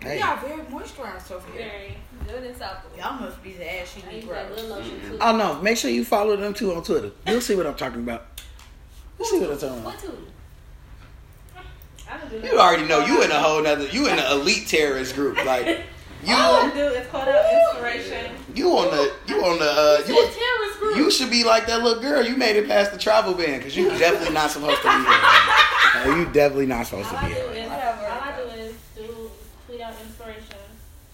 Hey. Y'all very moisturized over here. Very good and supple. Y'all must be the ashy I use that Negroes. little lotion too. Oh no! Make sure you follow them too on Twitter. You'll see what I'm talking about. You'll see what I'm talking about. What too? I don't do You already know you in a whole nother. You in the elite terrorist group. Like you, All I do is put up inspiration. you on the, you on the, uh, you. terrorist group. You should be like that little girl. You made it past the travel ban because you definitely not supposed to be there. No, you definitely not supposed all to I do be there. is Whatever. all I do is do tweet out inspiration.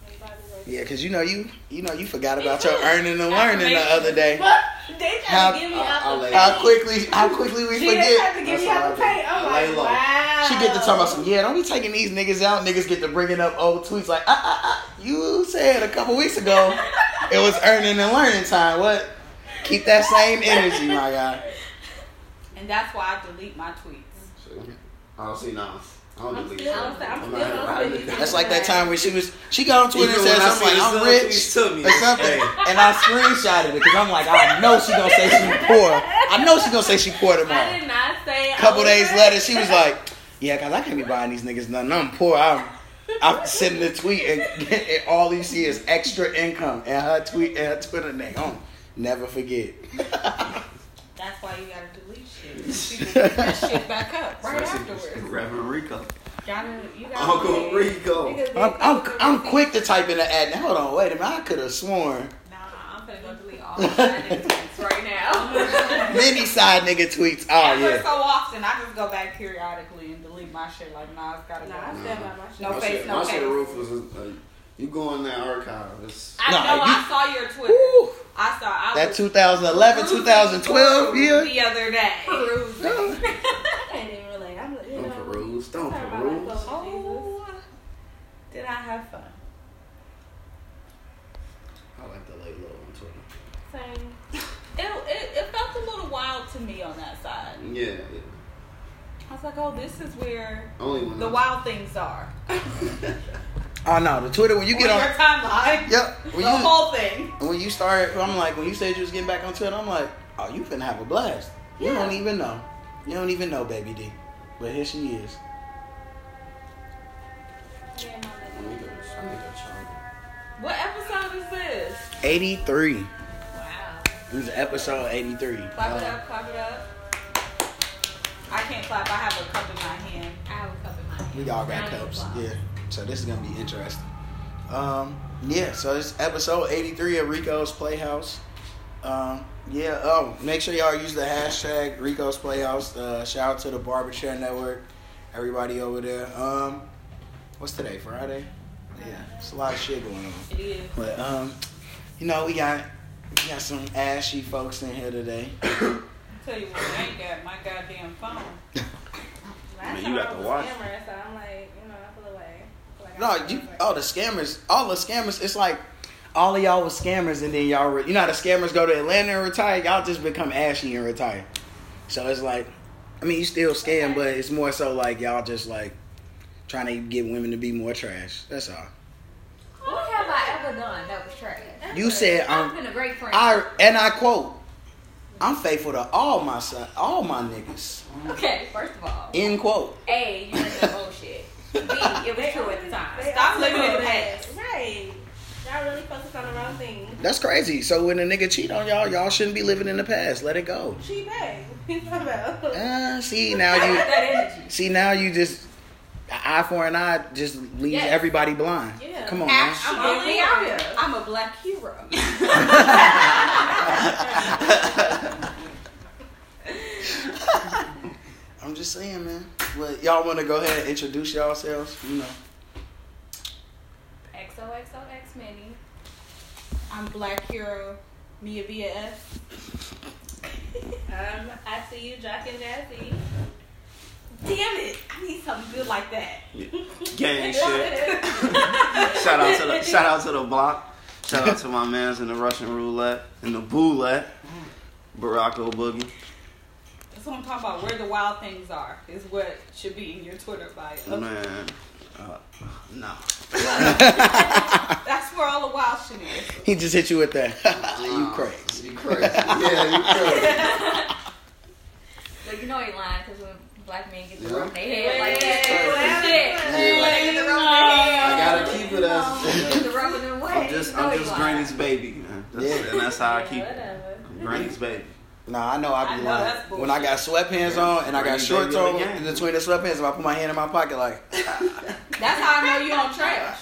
Everybody works. Yeah, because you know you, you know you forgot about your earning and learning the other day. But they How- try to give me out the How quickly, how quickly we She didn't have forget. to give That's me all half I the do. pay. I'm I like, lay low. wow. She get to talk about some. Yeah, don't be taking these niggas out. Niggas get to bringing up old tweets like, ah, ah, ah. You said a couple weeks ago it was earning and learning time. What? Keep that same energy, my guy. And that's why I delete my tweets. I don't see now. I don't I'm delete still- shit. I'm still- I'm I'm not- still- I didn't- That's like that time when she was she got on Twitter and Even when said I something like see the I'm sun rich tweets to me, or something, hey. and I screenshotted it because I'm like I know she gonna say she poor. I know she gonna say she poor I tomorrow. did not uh, say. I couple Oh, was days rich. later, she was like, "Yeah, cause I can't be buying these niggas nothing. I'm poor. I'm I'm sending a tweet, and, and all you see is extra income and her tweet and her Twitter name. Oh, never forget. That's why you gotta delete shit. She can pick that shit back up right afterwards. Reverend Rico. Y'all, know- you gotta Uncle delete. Rico. Niggas, they I'm I'm, come I'm over- quick to type in the ad. Hold on, wait a minute. I could have sworn Nah, I'm finna go delete all my niggas tweets right now. many side nigga tweets. Oh Every yeah. so often, I just go back periodically and delete my shit. Like, nah, it's gotta Nah, go. I said about my shit. No face, no my shit face. roof was uh, you go in that archive. It's, I Nah, know I you- saw your Twitter. Woo. I saw. I That was 2011, 2012 year. Oh, the other day. I can't even relate. I'm like, you don't know, peruse. Don't sorry about peruse. myself, Jesus. Oh. did I have fun? I like to lay low on Twitter. Same. It, it, it felt a little wild to me on that side. Yeah, yeah. I was like, oh, this is where Only when the Mm. I'm- wild things are. Oh no, the Twitter when you get on on. your timeline. Yep. When The you whole thing. And when you start, I'm like, when you said you was getting back on Twitter, I'm like, oh, you finna have a blast. You Yeah. don't even know. You don't even know, baby D. But here she is. Yeah, I my need nigga. to- I need to charge What episode is this? 83. Wow. This is episode 83. Clap it Uh, up, clap it up. I can't clap. I have a cup in my hand. I have a cup in my hand. we all got Round of cups. applause. Yeah. So this is gonna be interesting. Um, yeah, so it's episode 83 of Rico's Playhouse. Um, yeah, oh, make sure y'all use the hashtag Rico's Playhouse. Uh, shout out to the Barbershare Network, everybody over there. Um, what's today, Friday? Yeah, it's a lot of shit going on. It is. But um, you know, we got we got some ashy folks in here today. tell you what, I ain't got my goddamn phone. Last you time I got to was watch. Camera, so I'm like, you know, I feel away. Like, I No, feel you like- oh the scammers, all the scammers. It's like all of y'all was scammers, and then y'all re- you know how the scammers go to Atlanta and retire. Y'all just become ashy and retire. So it's like, I mean, you still scam, but it's more so like y'all just like trying to get women to be more trash. That's all. What have I ever done that was trash? You said I've um, been a great friend. I and I quote, I'm faithful to all my son, all my niggas. okay, first of all, End quote. A, you were some bullshit. B, it was true at the time. Stop looking at the that. past. Right. Y'all really focus on the wrong thing. That's crazy. So when a nigga cheat on y'all, y'all shouldn't be living in the past. Let it go. She bang. You know about. Uh, see now you That energy. see now you just eye for an eye just leaves Yes. everybody blind. Yeah. Come on, man. Actually, I'm only out here. I'm a black hero. Um, I'm just saying, man. But y'all want to go ahead and introduce yourselves? You know, XOXOX Mini. I'm black hero. Mia BS. Um, I see you, Jock and Jazzy. Damn it! I need something good like that. it. Gang shit. shout out to the shout out to the block. Shout out to my man's in the Russian roulette and the boulette. Barack O'Boogie. That's what I'm talking about. Where the wild things are is what should be in your Twitter bio. Man. Uh, no. That's where all the wild shit is. he just hit you with that. Ah, you crazy. You crazy. Yeah, you crazy. But you know he lying because when black men get the Yeah. room in their head like Yeah. that, Yeah. shit. Yeah. When they get the room in their head. I gotta keep just- just, the rubbing them away. I'm just, No, I'm you just lying. Granny's baby, man. That's, Yeah. and that's how I Yeah, keep it. whatever. I'm Granny's baby. Nah, I know I I be know lying. that's When I got sweatpants on and I got Bring shorts baby on, in the game. in between the sweatpants, if I put my hand in my pocket, like, That's how I know you don't trash.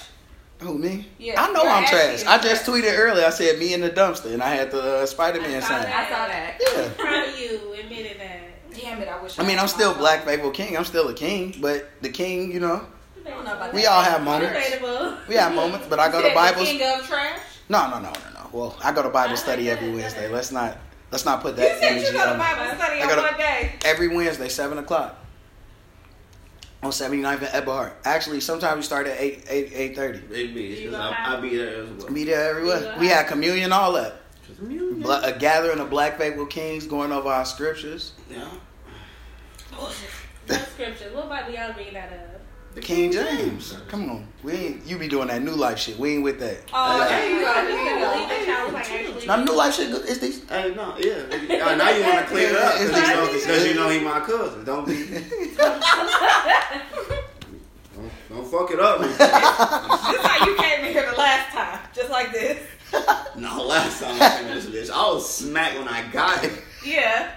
who me? Yeah, I know your I'm ass trash. is I just tweeted earlier. I said me in the dumpster, and I had the uh, Spider Man I saw sign. that. I saw that. Yeah. Proud of you admitting that. Damn it, I wish. I mean, had I'm still my- Black Faithful King. I'm still a king, but the king, you know, I don't know about we that. all have moments. Debatable. We have moments, but I go Said to the Bible. King of trash. No, no, no, no, no. Well, I go to Bible study every Wednesday. Let's not, let's not put that energy on. Bible study I gotta- day. every Wednesday, seven o'clock. On 79th and Eberhard. Actually, sometimes we start at 8, 8, 8.30. It be, You it's- gonna I, I be there as well. Be there everywhere. We had communion all up. Bla- a gathering of black faithful kings going over our scriptures. Yeah. What scripture? What Bible y'all reading out of? The King James. Come on. We ain't, you be doing that new life shit. We ain't with that. Oh, there you go. I There you go. believe that y'all was like actually. Now, new life shit is these. Hey, no, yeah. Uh, now you want to clear it up It's because you, know, like- 'cause you know he my cousin. Don't be. don't, don't fuck it up. This is how you came in here the last time, just like this. no, last time I came in this bitch, I was smacked when I got it. Yeah.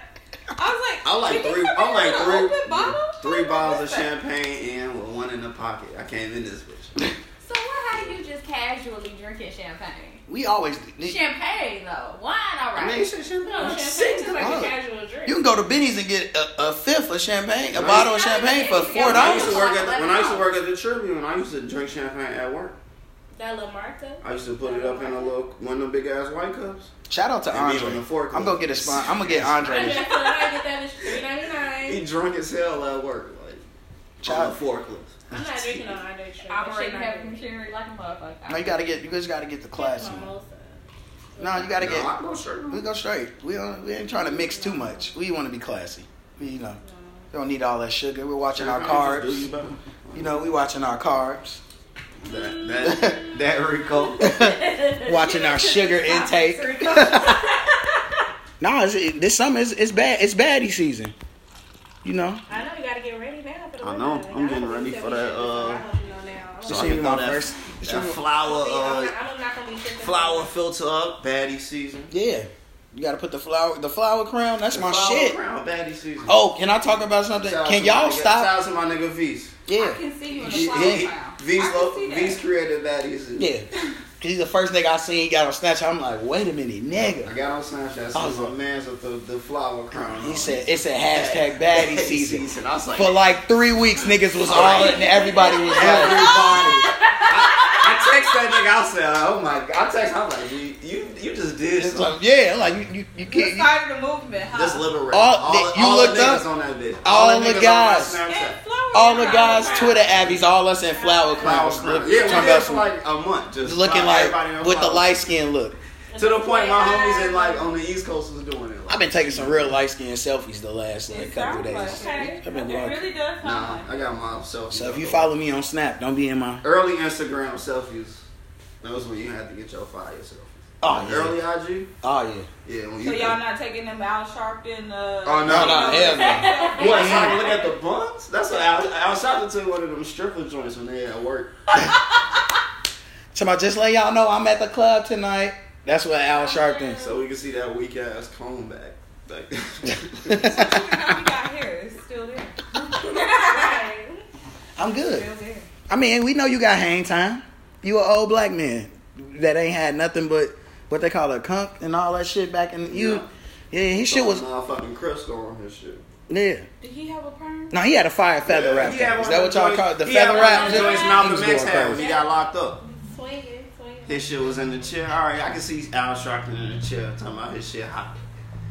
I was like, I like did you three. come I in like with an three. open bottle? Three bottles of What's that? champagne in with one in the pocket. I came in this bitch. So why are you just casually drinking champagne? We always. You Champagne though, wine, all I right. mean, shit, champagne. No, champagne Six is like Oh. a casual drink. can go to Benny's and get a, a fifth of champagne, a Right. bottle of champagne for four When I used dollars. to work at when I used to work at the Tribune, I used to drink champagne at work. that La Marta. I used to put it up in a little one of them big ass white cups. Shout out to And me on Andre. the fork. I'm gonna get a sponsor. I'm gonna get I Andre. just feel like I get that is three ninety nine. He drunk as hell at work, like on Child. the forklift. I'm not drinking no Andre drink. Operating heavy heavy. machinery like a motherfucker. No, you gotta get. You just gotta get the class. Mimosa. No, you gotta No, get. I go straight. We go straight. We don't, we ain't trying to mix too much. We want to be classy. We you know we don't need all that sugar. We're watching our Champagne just do you carbs. better. You know we watching our carbs. That that that Rico. Watching our sugar intake. nah, it's, it, this summer it's, it's bad. It's baddie season. You know. I know you gotta get ready now for the I know. winter. I'm getting don't ready think for we that, should, so I uh, want you to know now. I So You I see can me throw my that- first. That flower want- uh I'm not gonna be sipping. flower filter up, baddie season. Yeah. You gotta put the flower, the flower crown. That's my Flower shit. crown, baddie season. Oh, can I talk about something? Shout out Can to my y'all nigga- stop? Shout out to my nigga V's. I Yeah, can see you in the He- flower he- crown. I V's can lo- see that. V's created baddie season. yeah. 'Cause he's the first nigga I seen got on Snapchat. I'm like, wait a minute, I nigga. got on Snapchat. I I was my like- man's with the, the flower crown. He on. said it's a hashtag baddie season. I was like, For like three weeks, niggas was all and everybody was like, everybody. I, I text that nigga. I said, oh my god. I text. I'm like, you, you, you just did it's something. like, yeah, like you, you, you You can't. you- started the movement, huh? Just liberate. All- all, you all looked the niggas up? on that bitch. All the niggas on my guys. Snapchat. all the guys, Oh Twitter abbies, all us in flower Flower crowns, crown. look, Yeah, talking we did about it for some- like a month. Just looking flower- everybody like on with the flower. light skin look. To the point, my homies in like on the East Coast was doing it. Like, I've been taking some real light skin selfies the last like It couple sounds like days. okay. I've been It vlogging. really does sound Nah, like. I got my selfies. So if you up. follow me on Snap, don't be in my. early Instagram selfies, that was when you had to get your fire selfies. Oh yeah. Early IG, Oh yeah. yeah. When you So y'all not taking them Al Sharpton? Uh, Oh, No, no, hell no. You want to try to look at the buns? That's what I, I was shopping to one of them stripper joints when they at work. Somebody just let y'all know I'm at the club tonight. That's what Al Sharpton. So we can see that weak ass comb back. Like, we got here. It's still there. I'm good. Still there. I mean, we know you got hang time. You an old black man that ain't had nothing but what they call a kunk and all that shit back in you. Yeah, his shit was motherfucking Crisco on his shit. yeah. Did he have a perm? No, he had a fire feather Yeah, wrap. he Is had one that of what them y'all joints- call it? The he had feather one of wrap? them joints Malcolm He was X going had when he got locked up. Swinging, swinging. His shit was in the chair. All right, I can see Al Sharpton in the chair talking about his shit hot.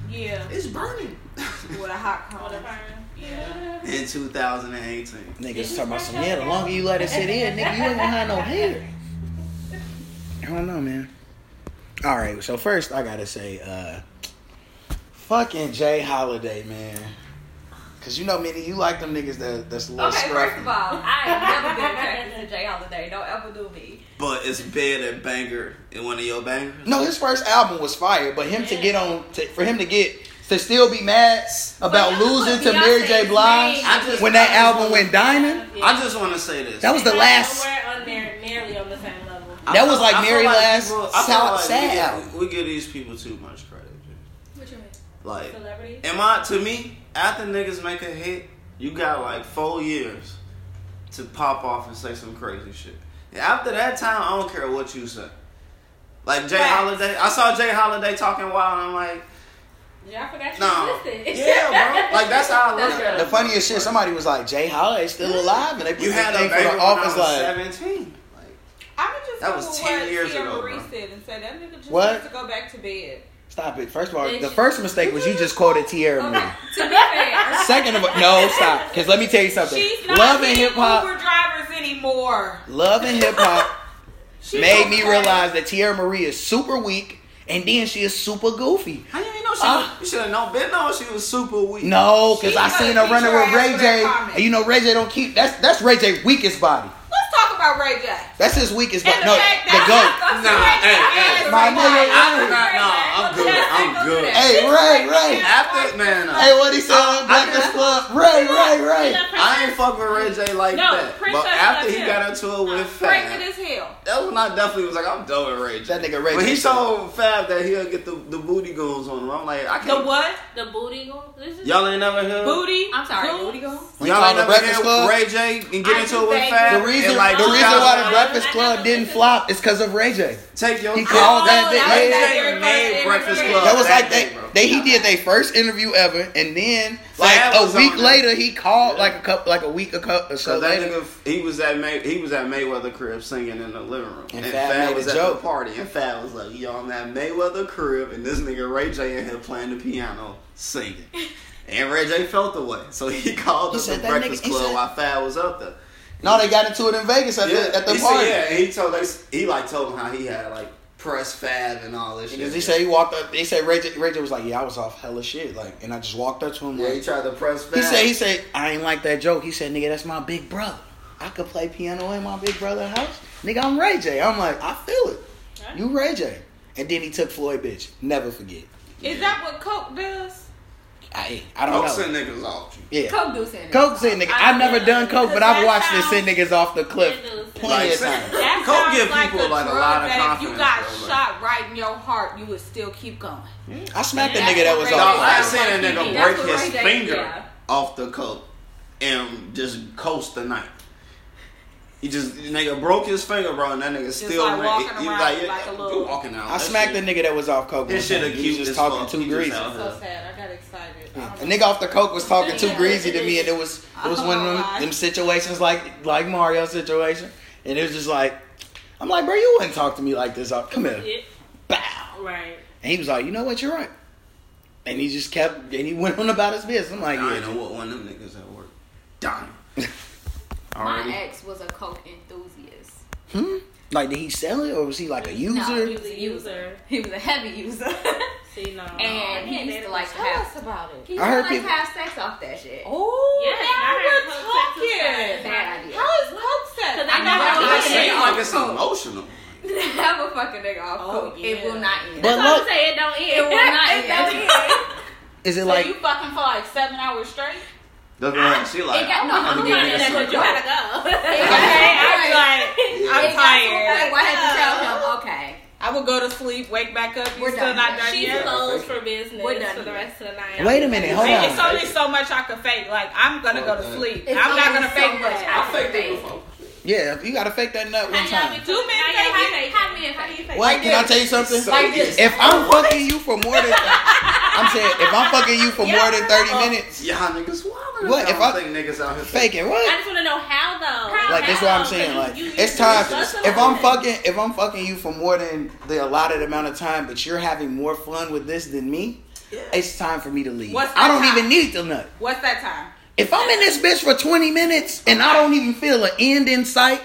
Yeah, It's burning. with a hot All the comb. time. Yeah. in 2018. Niggas talking about some, yeah, the longer you let it sit in, nigga, you ain't gonna have no hair. I don't know, man. All right, so first I gotta say, uh, fucking Jay Holiday, man. Cause you know, many you like them niggas that that's a little Okay, first of scruffy. all, I ain't never been attracted to Jay Holiday. Don't ever do me. But it's better than banger in one of your bangers. No, his first album was fire, but him to get on, to, for him to get to still be mad about But y'all losing put to Mary J. Beyonce's Blige I just when that I just album wanna- went diamond. I just want to say this. That was the Not last. Nowhere on there, nearly on the same level. I That feel- was like I feel Mary last people- I feel sal- like we sad give- album. We give these people too much credit. dude. What you mean? Like, Celebrity? am I to me after niggas make a hit, you got like four years to pop off and say some crazy shit. And after that time, I don't care what you say. Like Jay Facts. Holiday, I saw Jay Holiday talking wild, and I'm like, Yeah, I forgot you No. existed. yeah, bro. Like that's how I look That's at The it. funniest shit, somebody was like, Jay Holiday still alive, and they put You had that a thing baby for the when I office was like, seventeen. Like, I'm gonna just That go was with 10 what years Tia ago, Marie bro. said and say that nigga just What? needs to go back to bed. stop it. First of all, Bitch. the first mistake was you just quoted Tierra Hmm. Marie. Okay, to be fair, Second of all, no, stop. Because let me tell you something. she's not Love and seeing hip hop, Uber drivers anymore. love and hip hop She made don't me care. realize that Tierra Marie is super weak, and then she is super goofy. how you ain't know she? Uh, was- you should have known. Been known she was super weak. No, because She I gotta seen her beat running your with ass Ray for that J, comment. and you know Ray J don't keep. That's that's Ray J weakest body. Let's talk about Ray J. That's his weakest body. And No, the fact the goat. that Nah, hey, hey. My I did nigga, not. No, I'm good. I'm good. Hey, Ray, Ray. After man, uh, Hey, what he said I- on I Black just- as Club? Ray, Ray, Ray. I ain't fuck with Ray J like No, that. Prince But doesn't after love he him. got into it with Pregnant Fab, as hell. that was when I definitely was like, I'm done with Ray J. That nigga Ray When J. he told Fab that he'll get the, the booty goons on him, I'm like, I The can't. what? The booty go. This is Y'all ain't never heard. Booty? I'm sorry, Goons? booty goons? We Y'all call ain't the never Breakfast heard Club? Ray J and get I into do it with think- Fab. The reason, and like the reason why the 2009, Breakfast Club didn't flop is because of Ray J. take your He called that Oh, bitch. that yeah. was that Ray J made Breakfast Club. That was back like then, they, bro. they he did their first interview ever, and then like Fab was a on week there. later he called Yeah. like a couple like a week a couple or so So that later. nigga, he was at May, he was at Mayweather crib singing in the living room, And Fab made was a at joke. the party, and Fab was like, "Yo, I'm at Mayweather crib, and this nigga Ray J in here playing the piano singing." and Ray J felt the way, so he called He up said the that nigga- Breakfast he Club said- while Fab was up there. No, they got into it in Vegas at the at the he party. Said, yeah, and he told us he like told him how he had like press Fab and all this shit. Because he said he walked up. He said Ray J, Ray J was like, "Yeah, I was off hella shit." Like, and I just walked up to him. yeah, he like, tried to press Fab. he said, "He said I ain't like that joke." He said, "Nigga, that's my big brother. I could play piano in my big brother house. Nigga, I'm Ray J. I'm like, I feel it. You Ray J." And then he took Floyd bitch. Never forget. Is that what Coke does? I I don't "Don't send know. niggas off." you." Yeah, Coke do send it. Coke said nigga. I've never done coke, but I've watched this send niggas off the cliff Like, plenty of times. That Coke sounds give like people, a like, a drug lot of that if you confidence, got bro, like- shot right in your heart, you would still keep going. I smacked a That's nigga that was crazy. Dog, I off. ain't seen a That's nigga what break his Ray J- finger yeah. off the coke and just coast the night. He just nigga broke his finger, bro, and that nigga still like made- walking he around like, like a you little- walking out. I smacked a nigga that was off coke. This one shit time. a He was cute just as talking fuck. too He just greasy. out So here. sad. I got excited. I don't A nigga off the coke was talking too Yeah. greasy to me, and it was it was one of them, them situations like like Mario situation, and it was just like, I'm like, bro, you wouldn't talk to me like this. Off, come here, bow. Right. And he was like, you know what, you're right. And he just kept and he went on about his business. I'm like, I ain't yeah, know what one of them niggas at work. Dying. My Already. ex was a Coke enthusiast. hmm? Like, did he sell it or was he like a No, user? he was a user. He was a heavy user. See, no. and he used to like Tell have. us about it. He used I heard to like people- have sex off that shit. Oh, Yes, now I heard Coke we're sex is talking. Bad idea. How is Coke sex? 'Cause I I'm know not that gonna was lie to It you. a seems nigga like it's off coke. emotional. have a fucking nigga off Oh, coke. yeah. It will not end. But That's why look- I'm saying it don't end. it will not end. Is it So like you fucking for like seven hours straight? That's what she like. It got no. I'm I'm gonna give not niggas in that some you coke. gotta go. I'm like, I'm It got to tired. a point where I had to tell him, okay, I would go to sleep, wake back up. You're We're still done not here. done She's yet. Yeah. closed for business We're done for the here. rest of the night. Wait a minute, hold And it's on. only so much I could fake. Like I'm gonna go to sleep. It's I'm not only gonna so fake much much. I I faked it before. Yeah, you gotta fake that nut one time. Two men Now y'all fake it. have it. How do you fake it? What? Can I tell you something? So- like this. If I'm fucking you for more than I'm saying, if I'm fucking you for more than thirty minutes, Y'all niggas wildin'. What, I if don't I- think niggas out here faking I what? just want to know how though. How? Like that's what I'm saying. Like it's time. If I'm fucking, if I'm fucking you for more than the allotted amount of time, but you're having more fun with this than me, it's time for me to leave. What's I don't that time? even need the nut. What's that time? If I'm in this bitch for 20 minutes and I don't even feel an end in sight,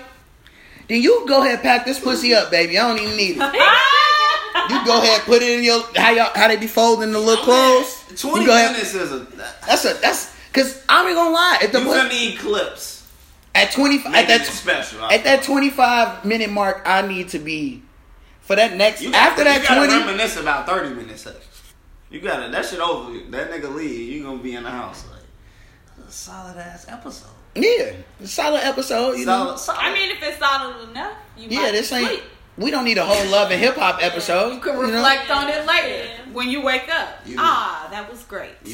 then you go ahead pack this pussy up, baby. I don't even need it. You go ahead put it in your how y'all how they be folding the little clothes. Twenty You go ahead- minutes is a. That's a that's because I'm gonna lie at the You gonna need clips. at 25 at Making it that special. I at that feel like. 25 minute mark I need to be for that next You after gotta- that you gotta 20 reminisce about thirty minutes. Left. You gotta that shit over. That nigga leave. You gonna be in the house. Like, that's a solid ass episode. yeah solid episode you solid, know solid. I mean, if it's solid enough, you yeah might this ain't sleep. We don't need a whole love and hip hop episode. You can know? reflect on it later Yeah. when you wake up. You- ah, that was great.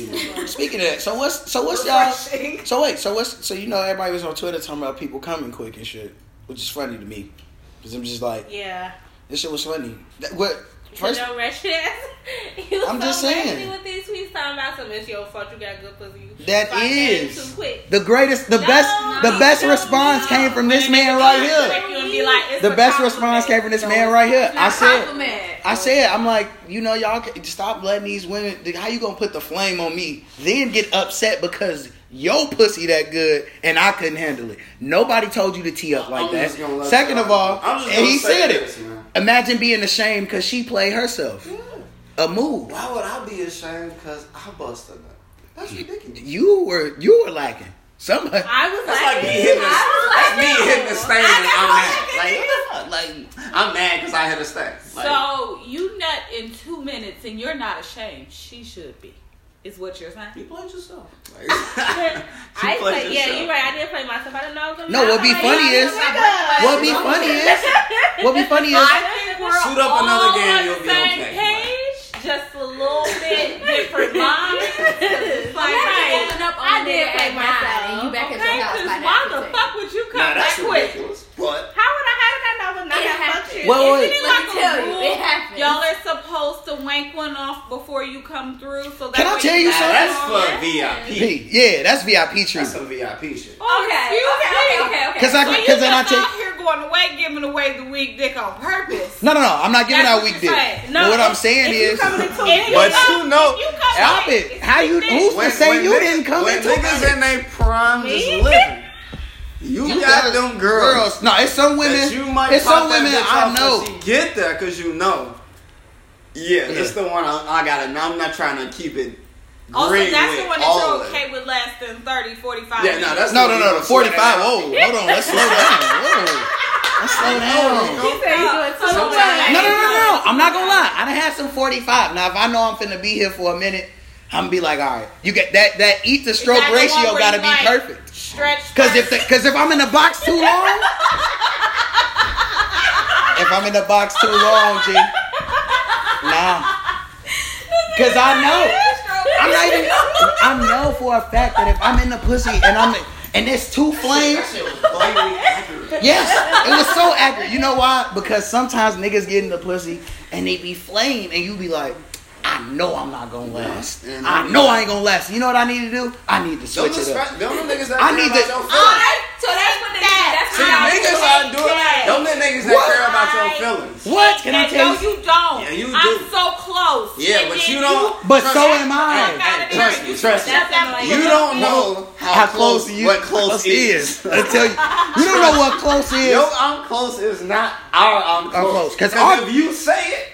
Speaking of that, so what's so what's y'all? Refreshing. So wait, so what's so you know everybody was on Twitter talking about people coming quick and shit, which is funny to me, because I'm just like Yeah. this shit was funny. That, what First, first? no wretched ass. You I'm so just saying. ratchet With these tweets talking about some, it's your fault. You got good pussy. You That fucked it is. too quick. The greatest, the No, best, the no, best no, response no. came from this When a man nigga right come here. back, you and be like, it's The a best compliment. response came from this man right here. I said, Compliment. I said, I'm like, you know, y'all can stop letting these women. How you gonna put the flame on me? Then get upset because your pussy that good and I couldn't handle it. Nobody told you to tee up like I'm that. just gonna let Second y'all- of all, I'm just and gonna he say said this, it. man. Imagine being ashamed because she played herself. A move. Why would I be ashamed because I busted that? That's ridiculous. You were you were lacking. Somebody. I was That's like, like me hitting the, I that's was like, me no. hitting the stain and I'm mad. I Like, what the fuck? Like, I'm mad because I hit a stain. Like, So you nut in two minutes and you're not ashamed. She should be, is what you're saying. you played yourself. Like, I play, yeah, you're right. I did play myself. I didn't know. I was gonna No, lie. what'd be I'm like, funny yeah, is- nigga. What be funny is what be funny is I think we're Shoot up all another game, on you'll the be same okay. page, just a little bit different mind. It's like, hey, ending up on I a did nigga play at nine myself. and you back at okay, your house by Cause nine why the fifteen. fuck would you come Nah, back that's quick? ridiculous. But How would I? How did I know when I It got happened. fucked? Well, wait. Isn't it Let me like a tell you, rule? it happened. Y'all are supposed to wank one off before you come through. So that Can I way tell you got Nah, something? that's it on there. for P. VIP. Yeah, that's VIP That's treatment. some VIP shit. Okay, Okay, okay, okay, okay. Cause I So you cause just then I out take here going away, giving away the weak dick on purpose. No no no, I'm not giving That's out what weak you're dick. saying. But what No, I'm saying if you is come in two If you minutes, But you know, you come Stop in, it. it's How you weak dick. who's to say you niggas- didn't come when into niggas in their prime just Me? living. You, got gotta- them girls. No, it's some women. that you might it's pop some that women bitch I off know. when She get there because you know. Yeah, that's the one I, I got. I'm not trying to keep it green Also, Oh, that's the with one that all you're of it. okay with less than 30, 45 Yeah, no, that's No, no, the one no, you no. sweat it 45. out. Whoa, hold on. Let's slow down. Whoa. Let's slow down. He said he do it too So- much. No, no, no, no. I'm not going to lie. I done had some 45. Now, if I know I'm finna be here for a minute, I'm gonna be like, all right, you get that that eat to stroke Is that the one ratio where gotta be you like- perfect. Stretch. Cause if the, cause if I'm in the box too long, if I'm in the box too long, G, nah. Cause I know. I'm not even. I know for a fact that if I'm in the pussy and I'm and it's two flames, yes, it was so accurate. You know why? Because sometimes niggas get in the pussy and they be flame, and you be like, I know I'm not gonna last. I know I ain't gonna last. You know what I need to do? I need to Don't switch it up. disrespect. Don't them niggas that I care need about to- your feelings. So that's what they That's See, what niggas I out doing. Don't them niggas that care about your feelings. What can I And tell no, you? you don't. Yeah, you I'm do. so close. Yeah, And but then you don't. But trust so me. am I. Hey, Trust me, trust me. That's that You don't know how, How close you? what close is. I tell you, you don't know what close is. Your I'm close is not our I'm close. close, 'cause Because our- if you say it,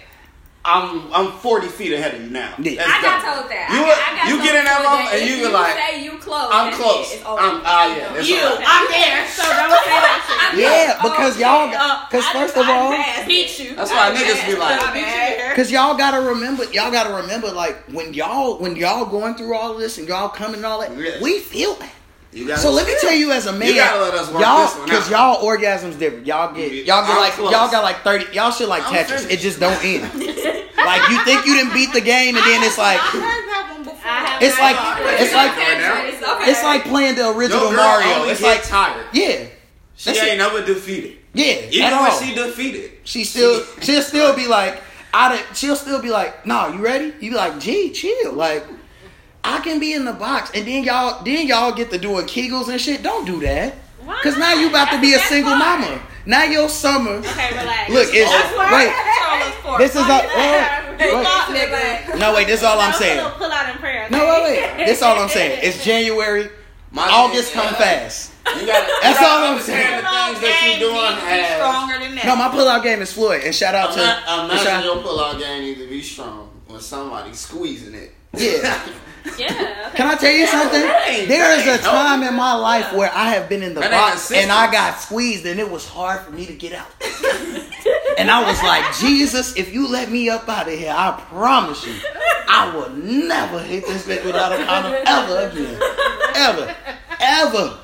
I'm I'm 40 feet ahead of you now. Yeah. That's I got done. told that. You, I got, I got you told get in that before room and if you be like, say you close. I'm that's close. It. It's over. I'm- ah, yeah, it's You. You, I'm there. So don't say that shit. Yeah, because y'all, Uh, because I first of just- I all, passed. beat you. That's why niggas be like- I beat you. Cause y'all gotta remember, y'all gotta remember, like when y'all when y'all going through all of this and y'all coming and all that, Yes. we feel that. you got So let me tell you, as a man, gotta let us work y'all, this one cause out. y'all orgasms different. Y'all get Yeah, y'all get I'm like close. y'all got like thirty. Y'all shit like I'm Tetris. finished. It just don't end. like you think you didn't beat the game, and then it's like I heard that one before. I have it's not like gone. it's like Right now? It's okay. it's like playing the Your original girl Mario. only It's get like tired. yeah, She that's ain't it. never defeated. yeah. Even at when all. she defeated, She still she'll still be like, I done, she'll still be like, nah, you ready? You be like, gee, chill. Like, I can be in the box, and then y'all then y'all get to doing kegels and shit. Don't do that, Why cause now you about to not? be a That's single hard. mama. Now your summer. Okay, relax. Look, it's That's what wait. our control is for. This is Fuck a- that. wait, You wait. thought, nigga. Nigga. No wait, this is all I'm saying. Pull out in prayer. No wait, wait. This all I'm saying. It's January. My August nigga, come fast. You gotta, you That's gotta all I'm understand saying. The things that you doing Be has. stronger than that. No, my pullout game is Floyd, and shout out to I'm not, and I'm not shout- your pullout game needs to be strong when somebody's squeezing it. Yeah. Yeah. Can I tell you something? ain't- There is that a ain't helping. time in my life where I have been in the That ain't box and assistance. I got squeezed and it was hard for me to get out. and I was like, Jesus, if you let me up out of here, I promise you, I will never hit this bitch without a condom ever again. Ever. Ever.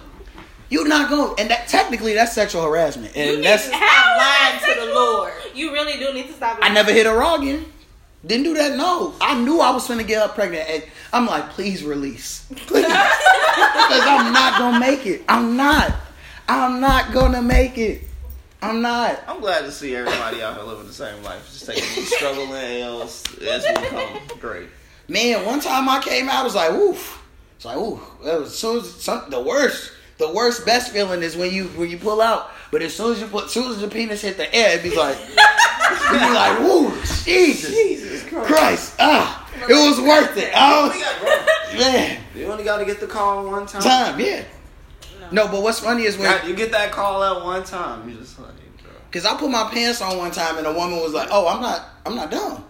You're not going and that technically that's sexual harassment. And that's Stop lying to the Lord. You really do need to stop. I never hit her raw again. Didn't do that. No, I knew I was finna get her pregnant. And I'm like, please release, please, because I'm not gonna make it. I'm not. I'm not gonna make it. I'm not. I'm glad to see everybody out here living the same life. Just taking these struggling L's as we come. Great. Man, one time I came out, I was like, oof. It's like, ooh, that was as soon as some, the worst, the worst, best feeling is when you when you pull out. But as soon as you put, as soon as the penis hit the air, it'd be like, it'd be like, ooh, Jesus, Christ. ah, it was worth it. We Oh got grown. man, You only got to get the call one time. time, yeah. No, but what's funny is when God, you get that call at one time. You just like, bro. because I put my pants on one time and a woman was like, oh, I'm not, I'm not done.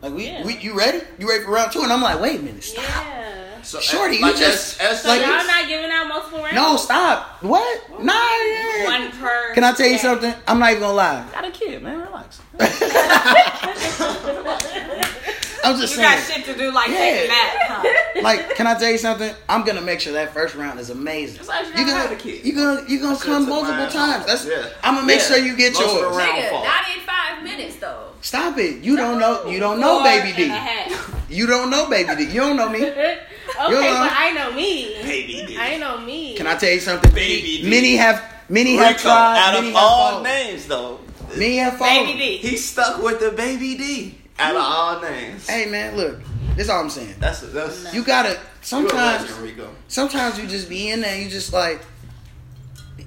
Like we, Yeah. we, you ready? You ready for round two? And I'm like, wait a minute, stop. Yeah. So, eh, Shorty, you like, just- as, as So like- y'all not giving out multiple rounds? No, stop. What? Nah. yeah. One per. Can I tell you day. something? I'm not even gonna lie. got a kid, man. Relax. I'm just You saying. got shit to do like Yeah. taking that, huh? Like, can I tell you something? I'm gonna make sure that first round is amazing. like you You never had gonna, a kid. you gonna, you gonna should've come took multiple mine. times. That's, Yeah. I'm gonna make Yeah. sure you get Most of the yours. round- Nigga, fault. not in five minutes though. Stop it. You don't know. You don't know, Four baby and a D. half. You don't know, baby D. You don't know me. okay, You're but wrong. I know me. Baby D. I know me. Can I tell you something? Baby D. Many have, many have Rico, tried. out many of have all followed. names, though, many have followed. Baby D. he stuck with the baby D. Out of all names, Hey man, look. That's all I'm saying. that's that's You gotta you a sometimes. legend, Rico. sometimes you just be in there you just like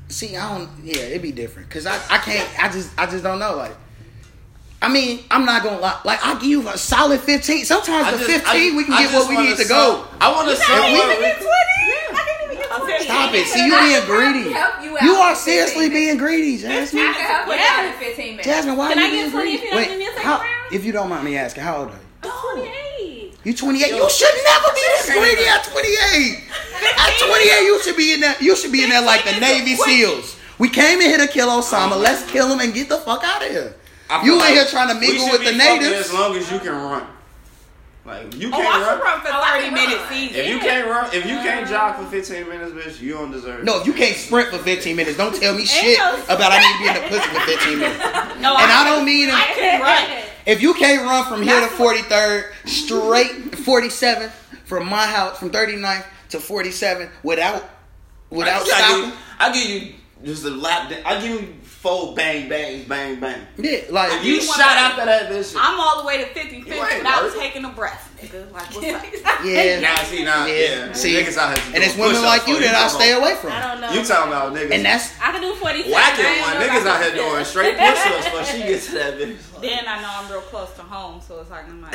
see i don't yeah it'd be different because I, I can't i just i just don't know like i mean i'm not gonna lie like i give you a solid 15 sometimes I the just- 15 we can I get just what we wanna need to sell- go I want to sell. not even what Rico- stop it see you I being can greedy help you out you are with seriously 15 being greedy I jasmine can help you out in 15 minutes. jasmine why Can are you I get being 20 if you don't greedy give me a second how, round? if you don't mind me asking how old are you I'm 28. you 28. You should never be this greedy at 28. At 28, you should be in that. You should be in there like the Navy SEAls. We came in here to kill Osama. Let's kill him and get the fuck out of here. I feel You in like here trying to we mingle should with be the fucking natives. As long as you can run, like you Oh, can't I run. run for Oh, I 30 can minutes run. easy. If you can't run, if you can't jog for 15 minutes, bitch, you don't deserve. it. No, if you can't sprint for 15 minutes, don't tell me shit no- about I need to be in the pussy for 15 minutes. No, And I don't mean I can run. if you can't run from here to 43rd, straight 47th, from my house, from 39th to 47th, without I, without just- I, give, stopping. you- I give you just a lap. da- I give you four bang bangs, bang bang. Yeah, like If you You want shot that- after that bitch, I'm all the way to 50 50 You ain't without working. taking a breath, nigga. Like, what's up? yeah. nah, see, nah, Yeah, yeah, see, niggas out here And it's doing women push-ups like you for that I Come stay on. away from. I don't know. You talking about niggas? And that's I can do 47. I whacking one. ain't know Niggas about out here that. doing straight push-ups, but she gets to that bitch. Like, Then I know I'm real close to home, so it's like, I'm like,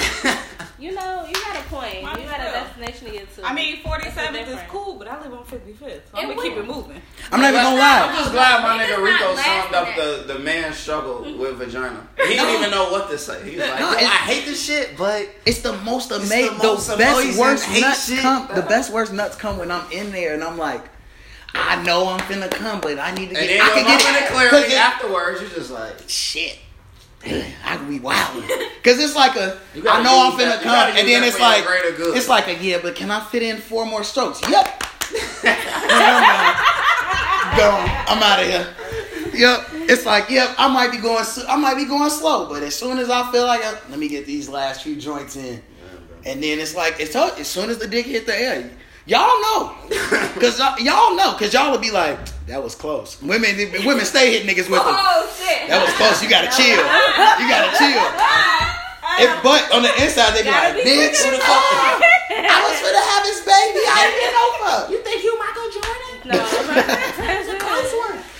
You know, you got a point. You Why got you a feel? destination to get to. I mean, 47th is difference. cool, but I live on 55th, so I'm It gonna keep will. it moving. I'm not even gonna I'm lie. just glad my nigga Niggas Rico not summed laughing up at- the, the man's struggle with vagina. He didn't even know what to say. He was like, No, "Yo, I it's- hate this shit, but It's the most It's amazing. the The, most best amazing worst hate nuts shit. come. The best worst nuts come when I'm in there and I'm like, I know I'm finna come, but I need to and get. then I your can get moment of 'cause clarity it- afterwards, you're just like, Shit, I could be wild. Cause it's like a, You I gotta know I'm use that- finna you gotta come, and use then that it's for your like, greater good. it's like a yeah, but can I fit in four more strokes? Yep. Gone. I'm out of here. Yep. It's like yep. I might be going. s- I might be going slow, but as soon as I feel like, I, let me get these last few joints in. And then it's like it's as soon as the dick hit the air, y'all know, cause y'all- y'all know, cause y'all would be like, that was close. Women, women stay hit niggas with them. Oh shit. That was close. You gotta chill. You gotta chill. If but on the inside they be like, bitch, who the fuck? I was finna have his baby. I didn't get over. You think you Michael Jordan? no.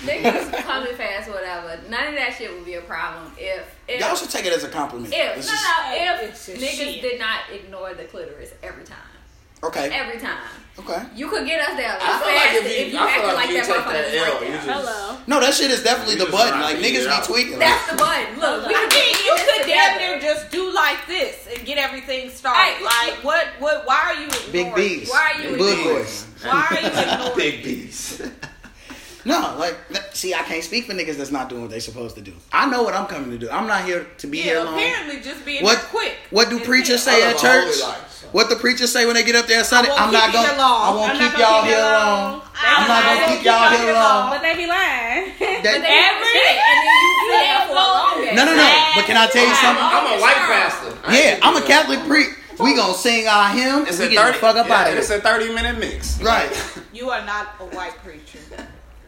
Niggas coming fast, whatever. None of that shit would be a problem if if Y'all should take it as a compliment. if This no is- no if It's just niggas shit. did not ignore the clitoris every time. okay, Every time. okay. You could get us there a lot I feel faster like if you, if you, I acted feel like, like, you that take that motherfucker L, was you right just there. Hello. No, that shit is definitely You the just button. trying Like to eat niggas it be out. tweaking. Like, That's the button. Look, we I could mean, be you in this could damn together. near just do like this and get everything started. Hey. Like, what, what, why are you big ignoring? B's, Why are you good ignoring? voice. Why are you ignoring? big beast. No, like that- see, I can't speak for niggas that's not doing what they supposed to do. I know what I'm coming to do. I'm not here to be Yeah, here long. apparently just being What- quick. What do It's preachers it. say I at live a holy church? life, so. What the preachers say when they get up there on Sunday? won't I'm not keep you going. here long. I won't I'm keep not gonna y'all keep here you long. long. I'm not I'm not gonna keep y'all here long. But they be lying. That- But they every and then you sit there for a long day. No, no, no. But can I tell you something? I'm a white pastor. I Yeah, ain't I'm a doing that. Catholic priest. We gonna sing our hymn. It's we a get the thirty. fuck up yeah, out of It's here. a thirty minute mix. Right. You are not a white preacher.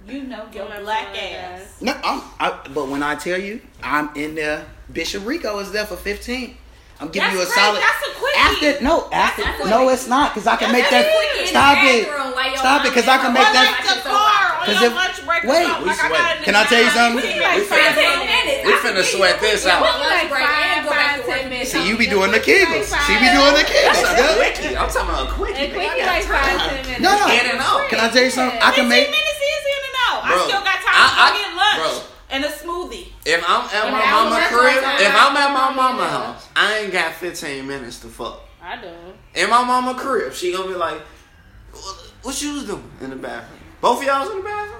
You know your Don't black apologize. ass. No, I'm, I, but when I tell you, I'm in there. Bishop Rico is there for 15. I'm giving That's you a great. solid. That's a quickie. After no, after That's a no, quickie. it's not because I can make That's that. a quickie in Stop the it. bathroom while your Stop it, mom 'cause I is can Or make watching that- like your the car soap on 'Cause your if- lunch break. or wait, something. we like I got sweat. in the Can I tell you car. something? We like We opera. finna- five, Ten ten minutes. minutes. We I can finna give you sweat a this quick out. lunch Like break five, and go back to five, ten work in minutes. See, you ten be Something doing the quick, like kegels. five. See, be doing the kegels. That's a yeah. quickie. I'm talking about a quickie. And man. quickie like five, ten minutes. No, no. In and out. Can I tell you something? I can 15 make. minutes is in and out. I Bro, still got time I- to go I- get lunch bro. and a smoothie. If I'm at An my hour mama lunch crib, time. if I'm at my mama house, I ain't got 15 minutes to fuck. I do. In my mama crib, she gonna be like, "What- "What you was doing in the bathroom? Both of y'all was in the bathroom?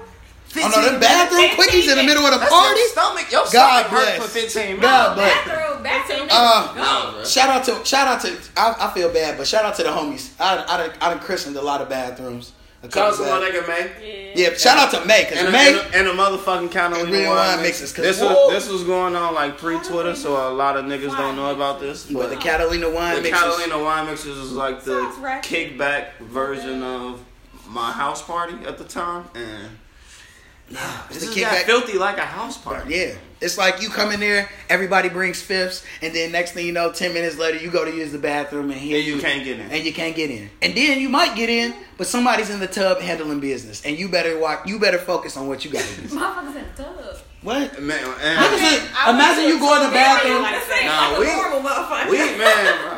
Oh no, the bathroom quickies in the middle of the That's party. Your stomach, your God stomach hurt bless. for 15 minutes. God bless. Bathroom, bathroom. Uh, Nah, bro. Shout out to shout out to I, I feel bad, but shout out to the homies. I I done, I done christened a lot of bathrooms. A Shout out couple to my bath- nigga May. Yeah. yeah, shout out to May And because a, May and, a, and a motherfucking kind of And real wine mixes, 'cause This woo! was, this was going on like pre Twitter, so a lot of niggas don't know about this. but But the Catalina wine the mixes. Catalina wine mixers was like the Sounds right. kickback version of my house party at the time, and It's this the got kickback. filthy like a house party. Yeah, it's like you come in there, everybody brings fifths, and then next thing you know, ten minutes later, you go to use the bathroom and here And you can't get in. and you can't get in. And then you might get in, but somebody's in the tub handling business, and you better walk. You better focus on what you got to do. Motherfuckers in the tub. what? Man, Niggas and, is- I went imagine to you a go in the tub bathroom. Like I said, Nah, like a we- normal motherfucker. we man,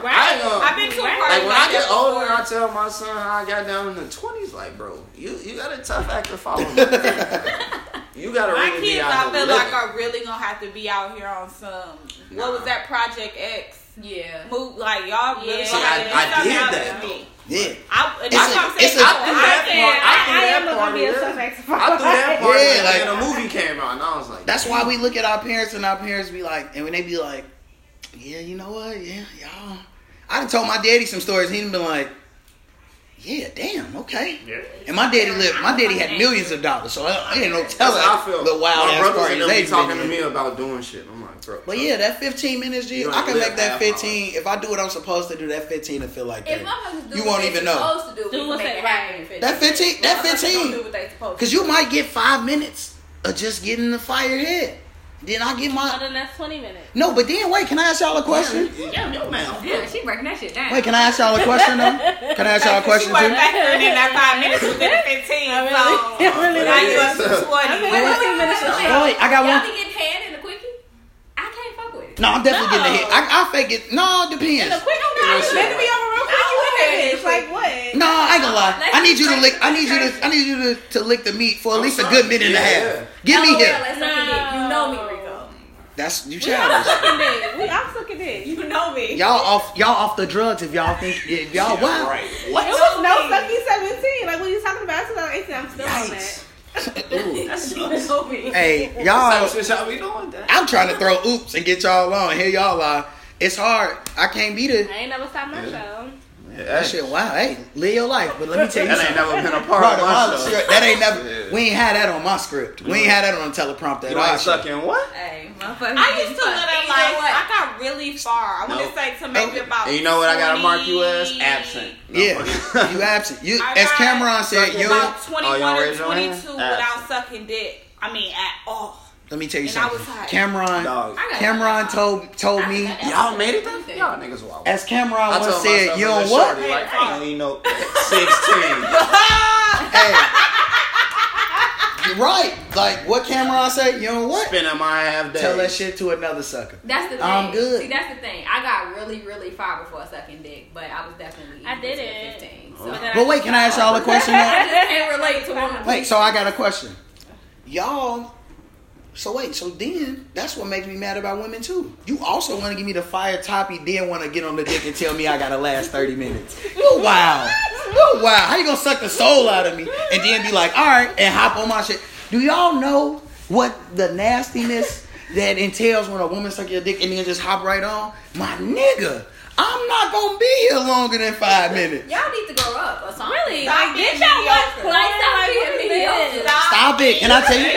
bro, I ain't gonna. I've been to a party Like when I that get before. older, I tell my son how I got down in the twenties. Like, bro, you you got a tough act to follow. man. you gotta My really be kids, out I here feel living. like are really gonna have to be out here on some. What was Nah. that Project X? Yeah. Move like y'all really Yeah. gonna have to See, I- do something I did out that, for me. Yeah. I, It's that's a- what I'm it's saying. a- I, I threw said, that part. I threw I that am gonna part be a away. suspect. I threw that part. Yeah, Yeah, like- and the movie came out, and I was like, That's why we look at our parents and our parents be like, and when they be like, yeah, you know what, yeah, y'all. I done told my daddy some stories. He done been like, yeah, damn, okay. Yeah. And my daddy lived. My daddy had millions of dollars, so I, I ain't no That's telling how I feel. the wild My ass brothers parties and them they be been talking to in. me about doing shit. I'm like, bro. But bro. yeah, that 15 minutes, G, You I can only make live that half hour. 15. If I do what I'm supposed to do, that 15 to feel like If that. motherfuckers do You what won't they even know. supposed to do, we Do can what's make it right. happen in 15. That 15, that Motherfuckers don't do 15. what they supposed to. Because you might get five minutes of just getting the fire head. Then I get Oh, my. then that's 20 minutes. No, but then wait, can I ask y'all a question? Yeah, yo, man. Yeah, she breaking that shit down. Wait, can I ask y'all a question though? Can I ask y'all a she question wasn't too? factoring in that five minutes within the fifteen. I So really, I really now like you it. up to I twenty. really like it. Oh, wait, I got Y'all one. be getting hand in the quickie? I can't fuck with it. No, I'm definitely getting a hit. No. I, I fake it. No, it The depends. quick Yeah, one. shit. Let me be over real quick. You I with wouldn't. it. It's like what? No, I ain't gonna lie. I need you to lick. I need you to. I need you to, to lick the meat for at I'm least a sorry. good minute and a Yeah, half. Give me LOL, here. let's suck your dick. You know me, Rico. That's you We all childish. sucking dick. We all sucking dick. You know me. Y'all off. Y'all off the drugs if y'all think if y'all Yeah, Oh, wow. right. It What? was no sucky 17. Like, what are you talking about? 2018. I'm still on that. Yikes. Ooh. You know me. Hey, Y'all, y'all. shit y'all be doing that. I'm trying to throw oops and get y'all on. Here y'all are. It's hard. I can't beat it. I ain't never stopped my Yeah. show. Yeah, That shit. Wow. Hey, live your life. But let me tell you That something. ain't never been a part Bro, of the my Mahler show. script, that ain't never. Yeah. We ain't had that on my script. We ain't had that on the teleprompter. at You all. ain't sucking what? Hey, motherfucker. I used to fuck live that either life. way. I got really far. I want to Nope. say to maybe Nope. about. And you know what? I gotta mark you 20. as absent. No, Yeah, fuck. you absent. You, I as got Cameron said, fucking you. about Oh, 21 y'all or raise your 22 hand? without sucking dick. I mean, at all. Let me tell you and I something. was high. Cameron, Dog. I got Cameron that. told told me Y'all made it though? Y'all niggas wild. as Cameron once told said, myself you as know a what? shorty, Like, I ain't no 16. Hey, you're right. Like what Cameron said, you know what? Spending my half day. Tell that shit to another sucker. That's the thing. I'm good. See, that's the thing. I got really, really far before sucking dick, but I was definitely. I did easy it. at 15. So. But then I- But wait, can I ask y'all a question? I Though? just can't relate to women. Wait, so I got a question. Y'all, so wait, so then that's what makes me mad about women too. You also want to give me the fire toppy, then want to get on the dick and tell me I got to last 30 minutes. You wow. You wow. How you going to suck the soul out of me and then be like, all right, and hop on my shit. Do y'all know what the nastiness that entails when a woman suck your dick and then just hop right on, my nigga, I'm not gonna be here longer than five minutes. Y'all need to grow up or something. Really? Stop like, did being y'all watch mediocre. porn? Like, stop Like, being what is mediocre. this? Stop it! Can I tell you?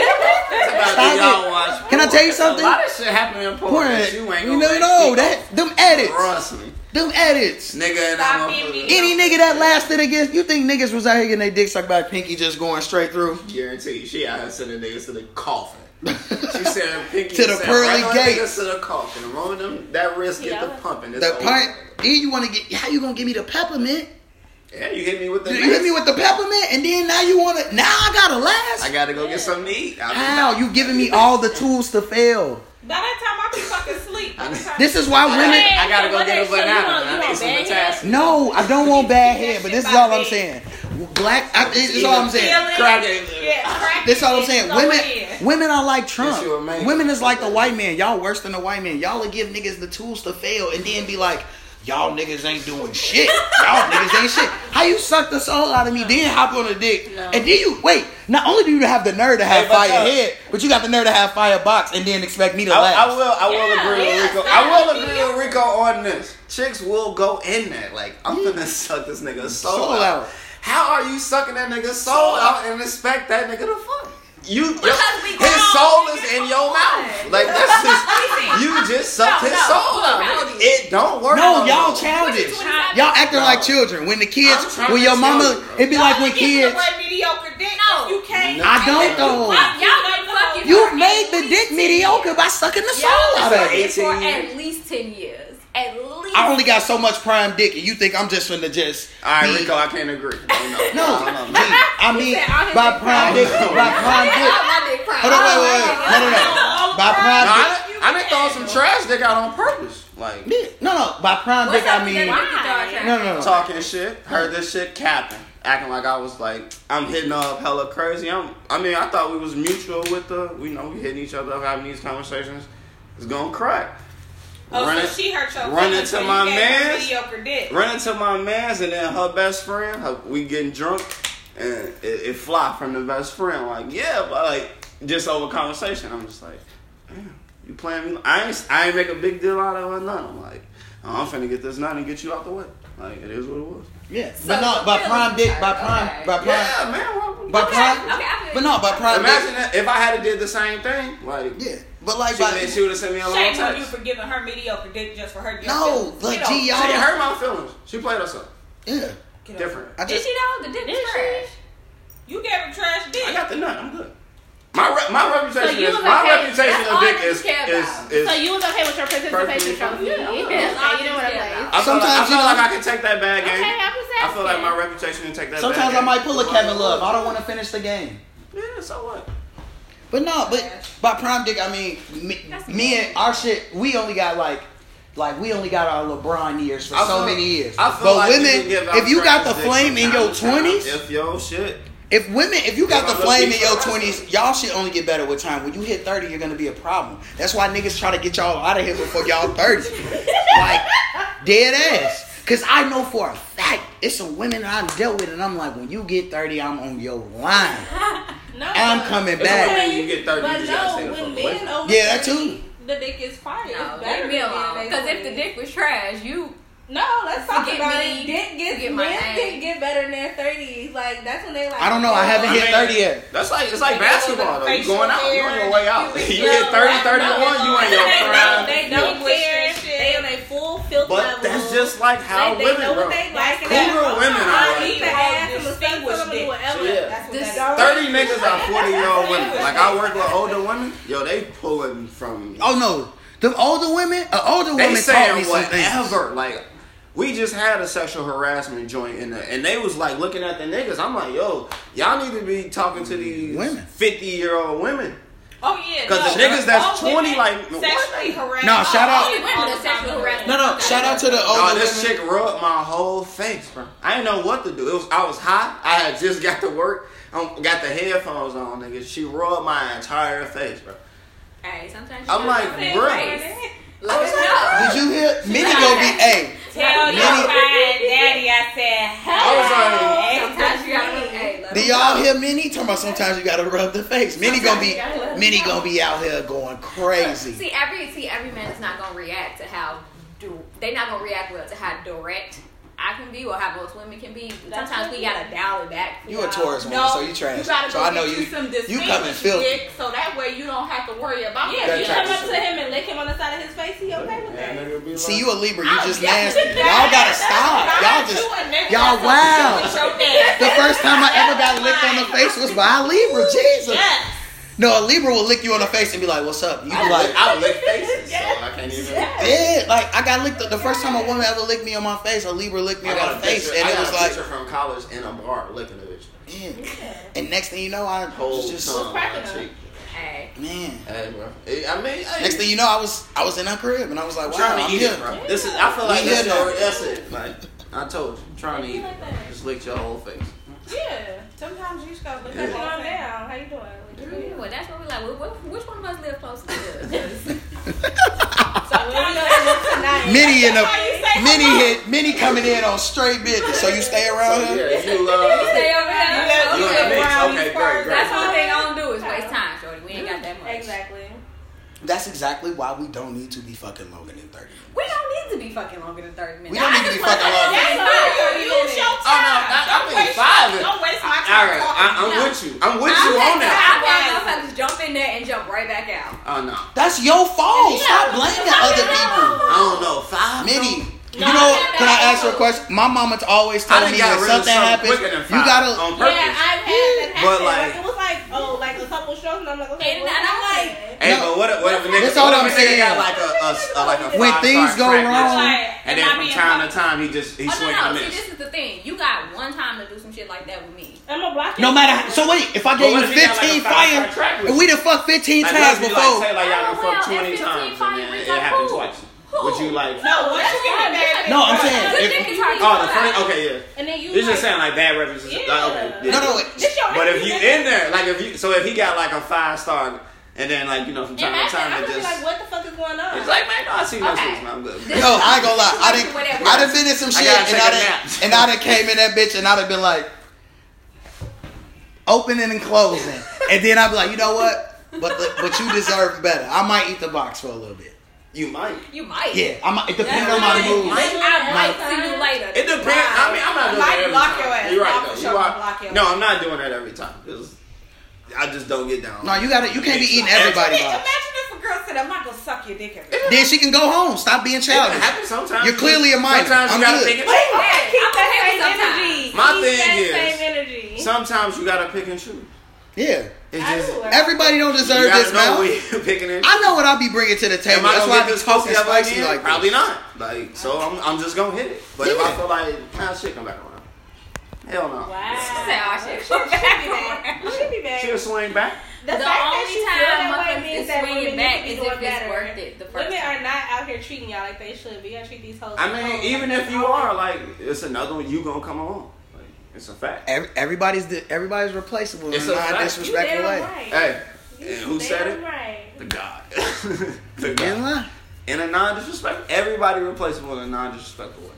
That's about Stop to it. y'all watch. Can I tell you porn. something? A lot of shit happening in porn. that You ain't gonna You never make know people- that them edits, Trust me, them edits. nigga. And Stop I'm being a- mean. Any nigga that lasted against you think niggas was out here getting their dick sucked by Pinky just going straight through? Guarantee you, she out here sending niggas to the coffin. She said pinky To the said, pearly regular gates. niggas to the coffin. The moment them that wrist get Yeah. the pumping. It's The over. pint. Then you want to get how you gonna give me the peppermint? Yeah, you hit me with the. You hit me with the peppermint, and then now you want to. Now I gotta I last. gotta go get something to eat. I'll be How back. you giving me all the tools to fail? By that time, I be fucking asleep. By the time- This is why women. I gotta go get a So you banana. want- man. you I need want some bad potassium. No, I don't want bad hair, but this is all I'm saying. Black. I, this is all I'm saying. Crack it. Yeah, crack This is all I'm it. saying. So Women, yeah. women are like Yes, Trump. you a man. Women is like the white man. Y'all worse than the white man. Y'all will give niggas the tools to fail, and then be like, y'all niggas ain't doing shit. Y'all niggas ain't shit. How you suck the soul out of me, then hop on the dick, No. and then you wait. Not only do you have the nerve to have Hey, but fire look. head, but you got the nerve to have fire box, and then expect me to I, I laugh. will. I will Yeah, agree yeah, with Rico. stop. I will agree with Rico on this. Chicks will go in that. Like I'm gonna suck this nigga's soul, Soul out. out. How are you sucking that nigga's soul, out and expect that nigga to fuck? You Because we his grown, soul we is can in your fuck. mouth. Like that's just you just sucked No, his no, soul out. reality. It don't work. No, on y'all you. childish. Twenty-five Y'all acting No. like children. When the kids, I'm trying when to your tell mama, you, bro. it'd be like when Y'all get kids. away mediocre dick. No. You can't. I don't Y'all though. Y'all been fucking You for made at the least dick 10 mediocre years. by sucking the soul Y'all out been of it. fucking for 18 years. at least ten years. At least. I only got so much prime dick, and you think I'm just finna just. All right, be- Rico. I can't agree. No, No, I me. don't know. I mean, by prime dick, by prime dick. I got my dick proud. Hold on, wait, wait, wait. No, no, no. By No, prime dick. I, done- I done throw some trash dick out on purpose. Like Yeah, No, no. By prime dick, What's up I with mean. that dick dog trash? No, no, no. talking shit, heard this shit capping, acting like I was like I'm hitting up hella crazy. I'm, I mean, I thought we was mutual with the, we know we hitting each other up, having these conversations. It's gonna crack. Oh, run, so it- she hurt your run feelings into when you my gave her mans. Mediocre dick. run into my man's and then her best friend. her- we getting drunk and it, it fly from the best friend. Like yeah, but like just over conversation, I'm just like, damn, you playing me? I ain't I ain't make a big deal out of it. None. I'm like, oh, I'm finna get this nut and get you out the way. Like it is what it was. Yeah. But no, by prime dick, by prime, by prime. Yeah, man. what- By prime. Okay, I feel But no, by prime Imagine dick. that if I had did the same thing, like Yeah. But like, she, by. would- she would have sent me a long Shame on you text. for giving her mediocre dick just for her. No, like, gee, She y'all. hurt my feelings. She played herself. Yeah. Different. I Did just. she know the dick was Did she? trash? You gave her trash dick. I got the nut. I'm good. My re- my reputation So you is was my okay. reputation That's of all dick you is care is about. is. So you was okay with your participation Perfectly trophy? fine. Yeah, Yeah. okay, you know what I'm saying. I feel like, I Sometimes, feel you like know- I can take that bad game. Okay, I'm just I feel like asking. my reputation can take that. Sometimes bad I game. might pull a Kevin Love. I don't want to finish the game. Yeah, so what? But no, but by prime dick, I mean me, me and our shit. We only got like, like we only got our LeBron years for I so feel- many years. I feel But like you women, can give out if you got the trash dick flame in from your time to time. twenties, if yo shit, if women, if you got If I the look flame in these your guys- twenties, y'all shit only get better with time. When you hit thirty, you're gonna be a problem. That's why niggas try to get y'all out of here before y'all thirty. like dead ass. Cause I know for a fact it's some women that I've dealt with, and I'm like, when you get thirty, I'm on your line. No, I'm but- coming It's okay back. when you get thirty. But you just gotta no, stay the when fuck away men from it. over Yeah, that 30, too. The dick is fire. No, it's better leave me than alone. men Because if over the dick was trash, you No, let's talk Forget about me, it. Dick gets forget my men name. dick get better than their thirties. Like that's when they like. I don't know. I haven't I hit mean, thirty yet. That's like it's like They got a little basketball bit of though. You going out, you on facial your way out. You hair, hit 30, 31, you on your They know- prime. They know English where and shit. they on their full filth level. But that's just like how they, they know what women grow. they like. and Cooler that- women are I need like the ass and distinguished dick. Yeah. That's what This- that is. Thirty niggas are forty year old women. Like I work with older women. Yo, they pulling from me. Oh no, them older women, an older They woman taught me saying some things. whatever. Like we just had a sexual harassment joint in there, and they was like looking at the niggas. I'm like, yo, y'all need to be talking to these Women. fifty year old women. Oh yeah. 'Cause the no, niggas that's all 20, women like, what? sexually harassed. Nah, shout Oh, out- Only women are sexually harassed. No, no. Shout out to the Oh, older this women. chick rubbed my whole face, bro. I didn't know what to do. It was I was hot. I had just got to work. I got the headphones on, nigga. She rubbed my entire face, bro. hey, sometimes you I'm gotta like, go in bruh. there. Let I us Did know. you hear? Many gonna be a. Tell your Many- fine daddy I said hello. I was Every like- time Sometimes you gotta look. Hey, let Do 'em y'all go. hear Minnie? Talking about sometimes you gotta rub the face. Minnie gonna be Minnie gonna be out here going crazy. See every see every man is not gonna react to how du- they not gonna react well to how direct I can be or how most women can be. That's Sometimes we what- gotta dial it back. You a Taurus woman, so you trash. You gotta so go I know get you, you some you distinguished coming filthy. dick, so that way you don't have to worry about Yeah, that. if you type come of up to shit. him and lick him on the side of his face, he okay with that. See you a Libra, you Oh, just yeah. nasty. Y'all gotta stop. Y'all Not just you and then y'all that's wow. what you did. The first time I ever got licked on the face was by a Libra. Jesus. Yes. No, a Libra will lick you on the face and be like, "What's up?" You be like, I lick faces, so I can't even. "Yeah." Like I got licked the first time a woman ever licked me on my face. A Libra licked me I on got my a face, picture. and I it got was a like, picture from college in a bar licking a bitch. "Man." And next thing you know, I Whole was just tongue, cracking my up. cheek. Hey, man. Hey, bro. Hey, I mean, hey, Next thing you know, I was I was in her crib and I was like, I'm wow, trying I'm to eat here. it, bro. This is. I feel like We that's, here now. your, that's it. Like I told you, I'm trying to You eat. like it. that? Just lick your whole face. Yeah. Sometimes you just gotta look Come at on it. down. How you doing? What you doing? well that's what we like. Wh- wh- Which one of us live close to the other? So where you gonna look tonight? Minnie in How a you say Minnie hit Minnie coming in on straight business. So you stay around So, here. yeah, you uh, love. Stay over You there. got- You you got got mixed. brownies Okay, first. great, great. That's one thing I don't do is waste time, shorty. We ain't got that much. Exactly. That's exactly why we don't need to be fucking Logan in thirty. We don't need to be fucking longer than thirty We minutes. don't need to be fucking Logan. That's why you use your time. Oh, no, I- I Don't mean, waste- five. Don't waste my All time. right, talking. I, I'm No. with you. I'm with I'm you on not that. I want motherfuckers jump in there and jump right back out. Oh no, That's your fault. Stop blaming other people. I don't know. Five. Minnie, you No, know, I can I ask you a question? My mama always I told done me got when rid of something something happens, quicker than you five gotta Yeah, on purpose. I've had that happen. But, But like- like, it was like oh, like a couple shows, and I'm like, okay, And- well, and I'm I'm like- like, Hey, No. but what if, what if a nigga, That's all what if I'm a nigga saying. got like a, a, a like a When five-star things go crack wrong- list, Right. Am and I then from being time to fucked? time he just he Oh swing no, and no. See, miss. this is the thing. You got one time to do some shit like that with me. I'm a block. no matter how, so wait, if I But gave what you if he got, like, a 15 five-star fire track and list? we done fucked 15 Like, times what if you, like, before. say like y'all done Oh, fucked well, twenty if 15 times and fire then is it like, happened who? twice. Who? Would you like? No, once you get back, No, I'm saying- Good if- dick is hard to Oh, the come friend. by. Okay, yeah. And then you This like, just saying like bad references. Yeah. Like, okay, yeah. No, no, wait. this your But if you everything. in there, like if you, so if he got like a five star, and then like you know from and time to that's it, I'm time gonna it be just, like, what the fuck is going on? it's like man, no, I see no Okay. shit, man, I'm good. This- Yo, I ain't gonna lie. I didn't. Whatever. I done been in some I shit, gotta and take I a done, nap. and I done came in that bitch, and I done been like, opening and closing, and then I'd be like, you know what? But the, but you deserve better. I might eat the box for a little bit. You might. You might. Yeah, I might. It depends That's on my right. mood. Might- I might see you later. It depends. I mean, I'm not doing Might that every block time. your ass. You're Block for right though. sure, You are. block your no, I'm not doing that every time. 'cause I just don't get down. No, you gotta. You can't be eating everybody. Imagine uh, box. if a girl said, I'm not gonna suck your dick every Then she can go home. Stop being It childish. happens sometimes. You're clearly a minor. Sometimes you I'm gotta good. pick and Wait, choose. okay, I'm keep that okay same sometimes. energy. My keep thing that is- same energy. Sometimes you gotta pick and choose. Yeah, It I just do. everybody don't you deserve gotta this, know man. when you're picking and. I know what I'll be bringing to the table. Am I That's gonna why get I be this pussy talking up spicy again? like this. Probably not. Like so, I'm I'm just gonna hit it. But if I Yeah. feel like kind of shit come back around, hell no. Say, oh, Wow. shit. She'll be back. She'll be back. She'll swing back. The, The fact that only you time feel that motherfuckers way means is that swinging women back need to be is doing if it's better. worth it the first women time. are not out here treating y'all like they should. We gotta treat these hoes. I like mean, hoes. even Like, if you are, like, it's another one you gonna come along. Like, it's a fact. Every- Everybody's di- everybody's replaceable It's in a a fact. you non-disrespectful damn way. right. Hey, You and who damn said it? Right. The God. the You ain't God. lying. In a non-disrespect, everybody replaceable in a non-disrespectful way.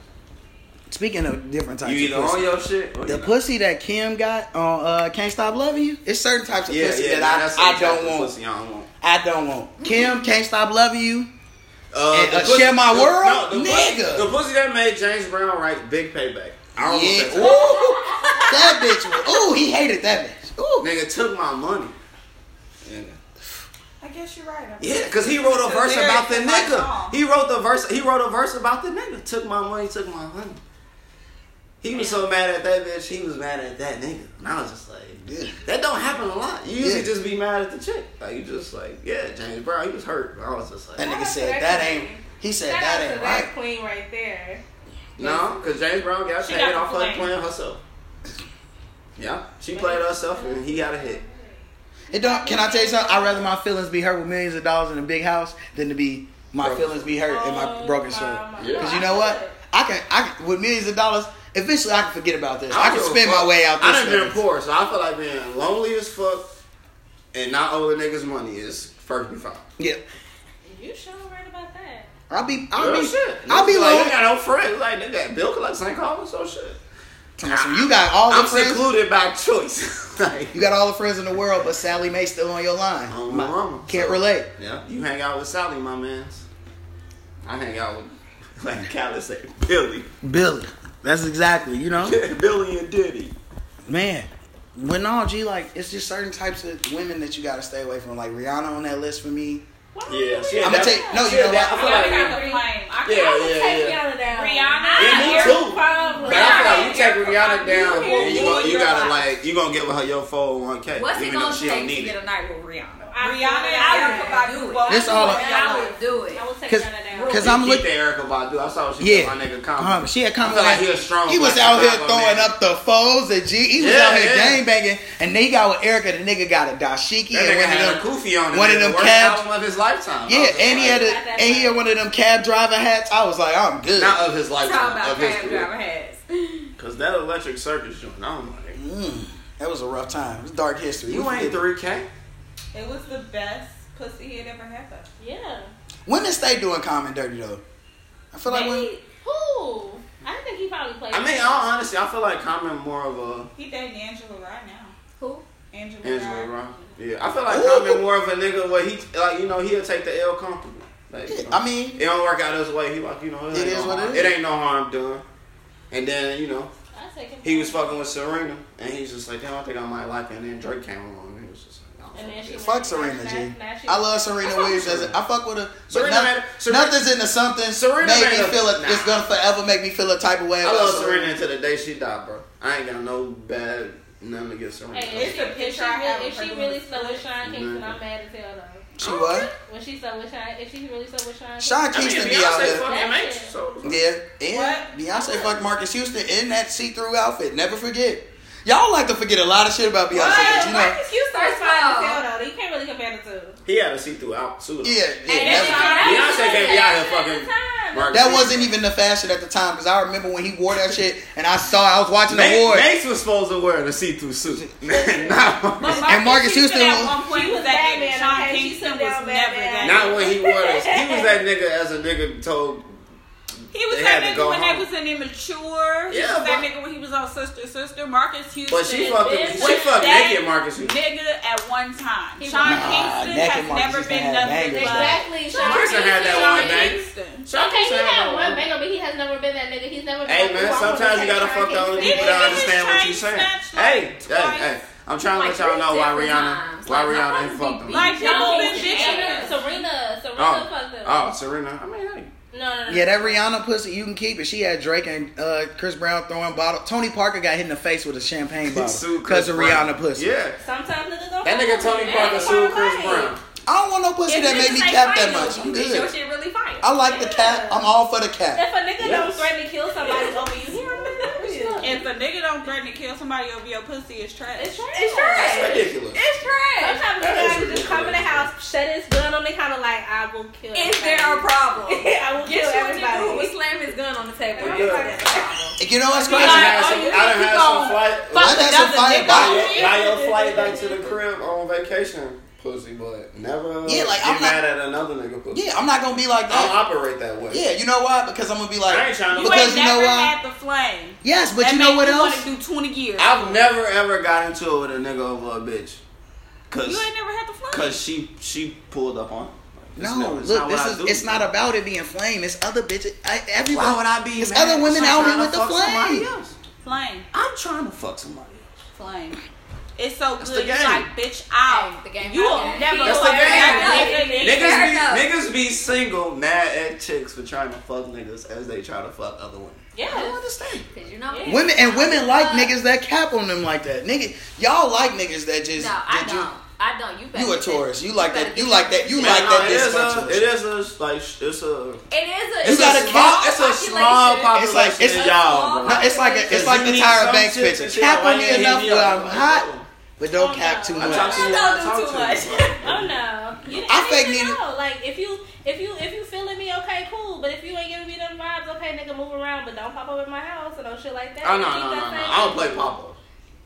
Speaking of different types You either of pussy, on your shit or the you not. pussy that Kim got on uh, "Can't Stop Loving You," it's certain types of Yeah, pussy yeah, that that's the I, I type don't of want. Pussy I don't want. I don't want Kim "Can't Stop Loving You." Uh, And, the uh, Share My the- World? the Nigga. Pussy, the pussy that made James Brown write Big Payback. I don't Yeah, want that. type ooh, that bitch. was- Ooh, he hated that bitch. of- Ooh, Nigga took my money. Yeah. I guess you're right. I'm- Yeah, because he wrote The a verse about the lyrics is like oh. nigga. wrong. He wrote the verse. He wrote a verse about the nigga. Took my money. Took my honey. He was so mad at that bitch. He was mad at that nigga. And I was just like, Yeah. that don't happen a lot. You usually Yeah. just be mad at the chick. Like you just like, yeah, James Brown. He was hurt. But I was just that like, nigga said that ain't. He said Shout that out to ain't that right. queen right there. no, because James Brown got She paid got off the her blame. playing herself. Yeah, she played herself and he got a hit. It don't. Can I tell you something? I'd rather my feelings be hurt with millions of dollars in a big house than to be my Broken. feelings be hurt in my Oh, broken my, soul. my. Yeah. No, Because you I know feel what? it. I can. I can, with millions of dollars. Eventually, I can forget about this. I, can don't give a spend fuck. my way out. I This done been sentence. poor, so I feel like being lonely as fuck and not owe a niggas money is perfectly fine. Yeah. You sure right about that? I'll be. I'll Real be. shit. I'll be like, lonely. you got no friends. Like, nigga, Bill collects ain't calling, so shit. So you got all the I'm Oh, friends. secluded by choice. like, You got all the friends in the world, but Sally Mae still on your line. I'm my mama. Can't relate. Yeah, you hang out with Sally, my man's. I hang out with like Callie said, Billy, Billy. That's exactly, you know? Billy and Diddy. Man. But no, G, like it's just certain types of women that you gotta stay away from. Like Rihanna on that list for me. Yeah, she I'ma tell you- no, you know what? I feel like, got the flame. I yeah, can't. yeah, yeah. Rihanna, Yeah, me you're too. Problem. But I feel like you take Rihanna down, You and you gonna, you hear gotta me? like you gonna give her your 401k, What's it even though gonna she take don't to need get it. a night with Rihanna? Rihanna, I Erica would do it. Badu, This all a- I would do it. I will take Cause- none of that. Cause You I'm keep look. the Erica Badu. I saw she Yeah. yeah. my nigga Um, comment. she had come Uh-huh. I feel like he a strong He was black out here Chicago throwing man. up the foes and G. He was Yeah, out here yeah. gang banging, and then he got with Erica. The nigga got a dashiki That and nigga one had a Oh, of them. kufi on it. one of It was them the worst cab- album of his lifetime. I Yeah, was just and he like, had a that and he had one of them cab driver hats. I was like, I'm good. not of his Talk lifetime about of his cab driver career. hats. Cause that electric circus joint, I'm like, Mm, that was a rough time. It was dark history. you We ain't forget- three K. It was the best pussy he had ever had. Though. Yeah. Women stay doing common dirty though. I feel like women. Maybe, who? I think he probably played. I mean, in all honesty, I feel like Common more of a He dating Angela right now. Who? Angela. Angela Rye. Brown. Yeah, I feel like Ooh. Common more of a nigga where he like you know he'll take the L comfortable. Like, you know, I mean, it don't work out his way. He like you know it, It ain't is no what it harm. is. It ain't no harm done. And then you know I take it. he was fucking with Serena, and he's just like, damn, I think I might like it. And then Drake came along, and he was just like, I And don't then she Fuck went- Serena, now- G. now she- I love Serena Williams. As a, I fuck with her. but Serena noth- made- Serena- nothing's into something. Serena made me made a- feel. A, nah. It's gonna forever make me feel a type of way. I about love Serena until the day she died, bro. I ain't got no bad nothing against Serena. Hey, It's if, she, a if she picture I have really, of if her she doing really the slept with split. Sean Kingston, Mhm. I'm mad as hell though. She what? When she slept with Sean, if she really slept with Sean, Sean I mean, Kingston be out Beyonce here. fucking makes it, so. Yeah, and What? Beyonce fucked Marcus Houston in that see-through outfit. Never forget. Y'all like to forget a lot of shit about Beyonce, but you know. Marcus, you start First of smiling all- as hell though. You can't really compare the two. He had a see through out too. Yeah, yeah. And That, Beyonce can't be out here fucking fucking. Mark that Cuban. wasn't even the fashion at the time because I remember when he wore that shit and I saw I was watching the Ma- award. Mace was supposed to wear the see through suit. not, when- And Marcus Houston at was- one point She was was that Batman, nigga. Sean okay? She Kingston stood was down never Batman. that. not when he wore this. He was that nigga as a nigga told. He was They that had to nigga go when home. they was in immature. He Yeah, was that but- nigga when he was on Sister Sister. Marcus Houston. But she fucked him. She was fucked that naked Marcus Houston. Nigga at one time. He Sean was- Nah, Kingston naked has Marcus never Houston been had nothing bangers. but Exactly. Sean Kingston had that Sean one bang. Kingston. Okay, he had one banger, but he has never been that nigga. He's never. Hey been man, sometimes you gotta fuck the only people that understand what you saying. Hey, hey, hey. I'm trying to let y'all know why Rihanna, why Rihanna ain't fucked him. Like, people No, been bitching. Serena, Serena, Serena Oh. fucked him. Oh, Serena. I mean, hey. No, no, no. Yeah, that Rihanna pussy, you can keep it. She had Drake and uh, Chris Brown throwing bottle. Tony Parker got hit in the face with a champagne bottle sued because Chris of Brown. Rihanna pussy. Yeah. Sometimes niggas don't. That nigga Tony Parker sued Chris Brown. I don't want no pussy that made me cap that much. I'm Is your good. shit really fire? I like the cap. I'm all for the cap. If a nigga don't Yes. threaten to kill somebody over you, he don't If a nigga don't threaten to kill somebody over your pussy, it's trash. It's trash. It's trash. That's ridiculous. It's trash. Sometimes That you is gotta just come in the ridiculous. house, shut his gun on the counter, like I will kill. Is there a problem? everybody. I will Get kill you a nigga who everybody. would slam his gun on the table. Good. You know what's I crazy? Like, done had oh, some, you I done keep had on some flight. Fuck Like, I had another some fire nigga. buy, bottle. your, buy your flight back to the crib on vacation, pussy, but never Yeah, like, get I'm not- mad at another nigga pussy. Yeah, I'm not gonna be like I don't that. operate that way. Yeah, you know why? Because I'm gonna be like, I ain't trying to- You because ain't you know never why? had the flame. Yes, but That you know made what you else? Want to do twenty years? I've never ever got into it with a nigga over a bitch, you cause ain't never had the flame. cause she she pulled up on. it. Like, it's No, never- it's look, not this what I is do. it's not about it being flame. It's other bitches. I, everybody. Why would I be? It's mad other at women someone out here trying with to the fuck somebody flame. else? flame, I'm trying to fuck somebody. else. flame. It's so That's good. the You're game. like, bitch, out. Hey, the game you not will game. never. That's go the back game. to that nigga. Fair enough. Niggas be niggas be single, mad at chicks for trying to fuck niggas as they try to fuck other women. I don't Yeah. understand. Cause you know me. Women and women like niggas that cap on them like that. Nigga, Y'all like niggas that just No, I that don't. I don't. You better. you you a get- Taurus. You like better that. get You like that. You Man, like no, that it is a- dysfunction. shit. It is a like sh- it's a. It is a. You It's gotta a small. count- It's a small population. It's like- it's- in y'all, No, bro. it's like a, it's like the You need Tyra some Banks shit picture. to say, Cap why on me you ain't enough hit where I'm up? hot, but don't cap too I talk much. to you. Don't I do talk too to you, bro. Oh no! You, I I, fake think you needed- know. Like if you if you if you feeling me, okay, cool. But if you ain't giving me them vibes, okay, nigga, move around. But don't pop up in my house or no shit like that. Oh no Keep no no no! that same- I don't play pop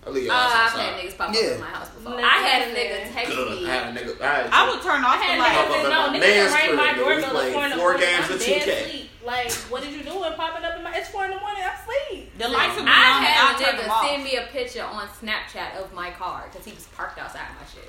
I leave your Oh, I've ass had outside. niggas pop up Yeah. in my house before. Never I had a been nigga there. text Good. me. I had a nigga. I had. I would turn I off the had light. Pop up niggas in that my no niggas man's that rang my crib, door nigga. We till four in played the four morning. games I'm of dead 2K. asleep. Like, what did you doing? Popping up in my? It's four in the morning. I'm asleep. The lights will be on. I and had a I'll turn them nigga off. send me a picture on Snapchat of my car because he was parked outside my shit.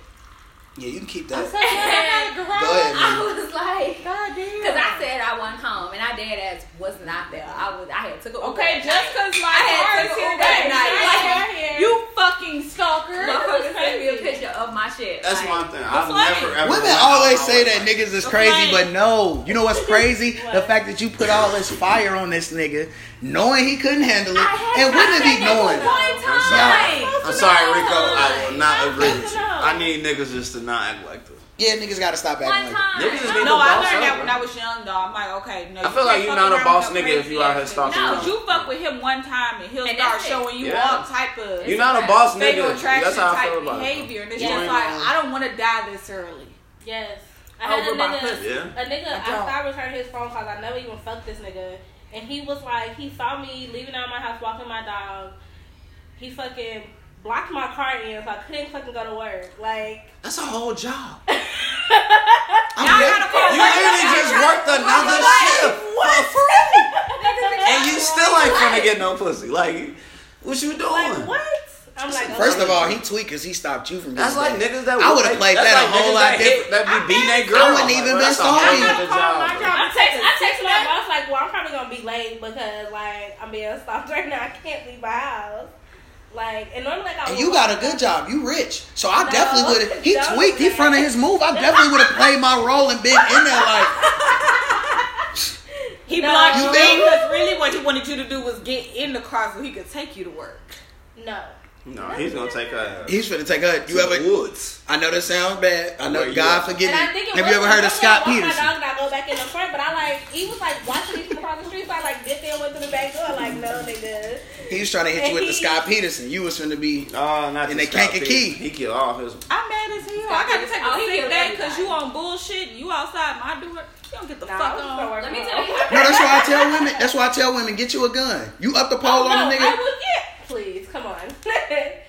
Yeah, you can keep I'm that. such a- I'm not a Go garage. ahead, I man. was like, God damn. because I said I went home and I dead ass was not there. I was, I had took a Uber Okay, that just night. because my I had car is took here Uber that that night. night, like, you fucking stalker. Motherfucker sent me Crazy. a picture of my shit. That's like, my thing. I've like- never ever. Women went always out say like that niggas is crazy, but no. You know what's crazy? The fact that you put all this fire on this nigga, knowing he couldn't handle it, I had and women contact be knowing. with one Yeah. time. I'm sorry, Rico. I will not Not agree with you. personal. I need niggas just to not act like this. Yeah, niggas gotta stop acting One like time. Niggas just need No, to I boss learned that up, when bro. I was young, though. I'm like, okay, no. I feel like can't you fuck not a around boss with no nigga if crazy you out here ass nigga. stalking No, women. you fuck with him one time and he'll And start that's it. showing you Yeah. all type of You're not a boss fatal nigga. attraction That's how I type feel about it. behavior, and it's Yeah. just like I don't want to die this early. Yes. I had Over a my nigga, pussy. Yeah. a nigga, I I, don't. stopped returning his phone calls. I never even fucked this nigga. And he was like, he saw me leaving out my house, walking my dog. He fucking blocked my car in, so I couldn't fucking go to work. Like, That's a whole job. Y'all dead. gotta call You back. literally just worked another shift for free, and you still ain't gonna get no pussy. Like, what you like doing? what? I'm like, that. First of all, he tweaked because he stopped you from getting That's like that. niggas that I would've like- played that's that a like whole niggas lot that hit- different. That be beating that girl. wouldn't I'm like, even bro, been that's a whole stalking. nother I'm calling my job, bro. job. I text, I text my Like- boss like, well, I'm probably gonna be late because like I'm being stopped right now. I can't leave my house. Like, and normally like I And would you walk- got a good job. You rich. So I No, definitely would have. He don't tweaked. He say. front of his move. I definitely would have played my role and been in there like, He No. blocked You you feel me? because really what he wanted you to do was get in the car so he could take you to work. no. No, he's gonna take her. he's finna take her. You ever? the woods? I know that sounds bad. I know. Where you God at? forgive And me. I think it Have was you ever heard I of Scott walked Peterson? My dog and I go back in the front, but I like he was like watching me from across the street, so I like dipped in went through the back door. Like, no, nigga. He was trying to hit you And with the he- Scott Peterson. You was finna be. Oh, And not the they can't Scott get Peterson. key. He killed all his. I'm mad as hell. I gotta take a Oh, he sick killed day because everybody. you on bullshit and you outside my door. You don't get the Nah, I fuck was on. gonna work Let me on tell it. you. No, that's why I tell women. That's why I tell women, get you a gun. You up the pole Oh, on a no, nigga. I would get. Please, come on.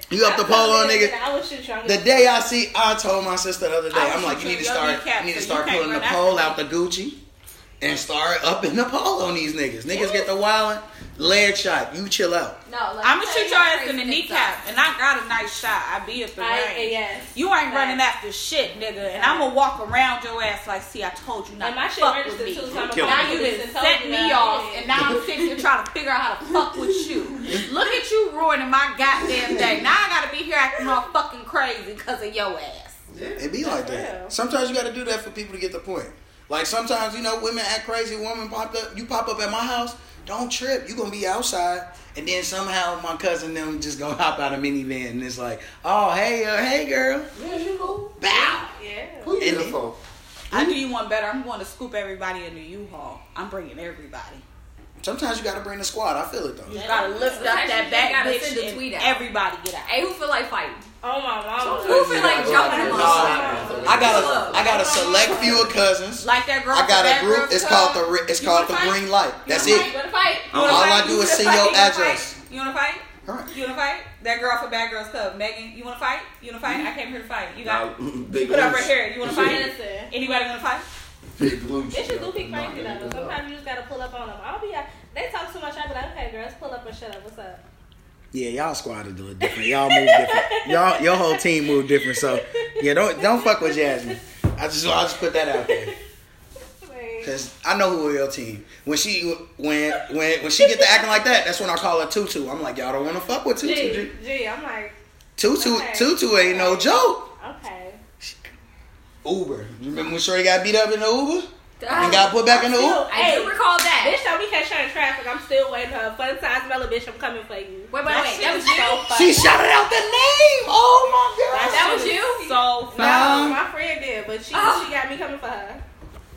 You up the pole on a nigga. I would shoot you. I'm The gonna- day I see, I told my sister the other day, I I'm like, shoot you need to your start, kneecap you need to so start you can't pulling the run pole out after the Gucci, and start up in the pole on these niggas. Niggas get the wildin', leg shot. You chill out. No, let I'm gonna me tell shoot you your how ass in the crazy niggas kneecap, and I got a nice shot. I be at the I, range. yes. You ain't Facts. running after shit, nigga, and I'm gonna walk around your ass like, see, I told you not And my to shit fuck with registered me. too, so I'm Kill Now you done set me off, and now I'm sitting here trying to figure out how to fuck with you. Look at you ruining my goddamn day. Now I gotta be here acting all fucking crazy because of your ass. It be like real. that. Sometimes you got to do that for people to get the point. Like sometimes you know, women act crazy. Woman popped up. You pop up at my house. Don't trip. You gonna be outside, and then somehow my cousin them just gonna hop out a minivan, and it's like, oh hey, uh, hey girl, bow. yeah. Beautiful. I do you one better. I'm going to scoop everybody in the U-Haul. I'm bringing everybody. Sometimes you got to bring the squad. I feel it though. You gotta lift up that Actually, you back gotta bitch send a and tweet out. everybody get out. Hey, who feel like fighting? Oh my mama. Who feel like jumping them No. I got a I got a select few of cousins. Like that girl. I got from a that group. girl's It's called club. the re- it's You called the wanna fight? green light. That's You it. wanna What a fight. You wanna All fight? I You do is wanna see your fight? You wanna address. fight? You wanna fight? All right. You wanna fight? That girl from Bad Girls Club, Megan. You wanna fight? You wanna fight? I came here to fight. You Nah, got big put up loose. right here. You wanna fight? Listen. Anybody wanna fight? Big loose. It's just goofy Nah, crazy though. niggas up. Sometimes you just gotta pull up on them. I'll be like, they talk too much. I'll be like, okay, girls, pull up and shut up. What's up? Yeah, y'all squad is a little different. Y'all move different. Y'all your whole team move different. So yeah, don't don't fuck with Jasmine. I just I just put that out there Like, because I know who your team. When she when when when she get to acting like that, that's when I call her Tutu. I'm like y'all don't want to fuck with Tutu. gee, G. gee. I'm like, Tutu Okay. Tutu ain't no joke. okay. Uber. You remember when Shorty got beat up in the Uber and I got put back in the Uber? do recall that. Bitch, don't be catching her in traffic. I'm still waiting for a fun size mellow bitch. I'm coming for you. Wait, wait, wait. That was shit is you. so She funny. shouted out the name. Oh my god. That was shit you? is So No. No, my friend did, but she Oh. she got me coming for her.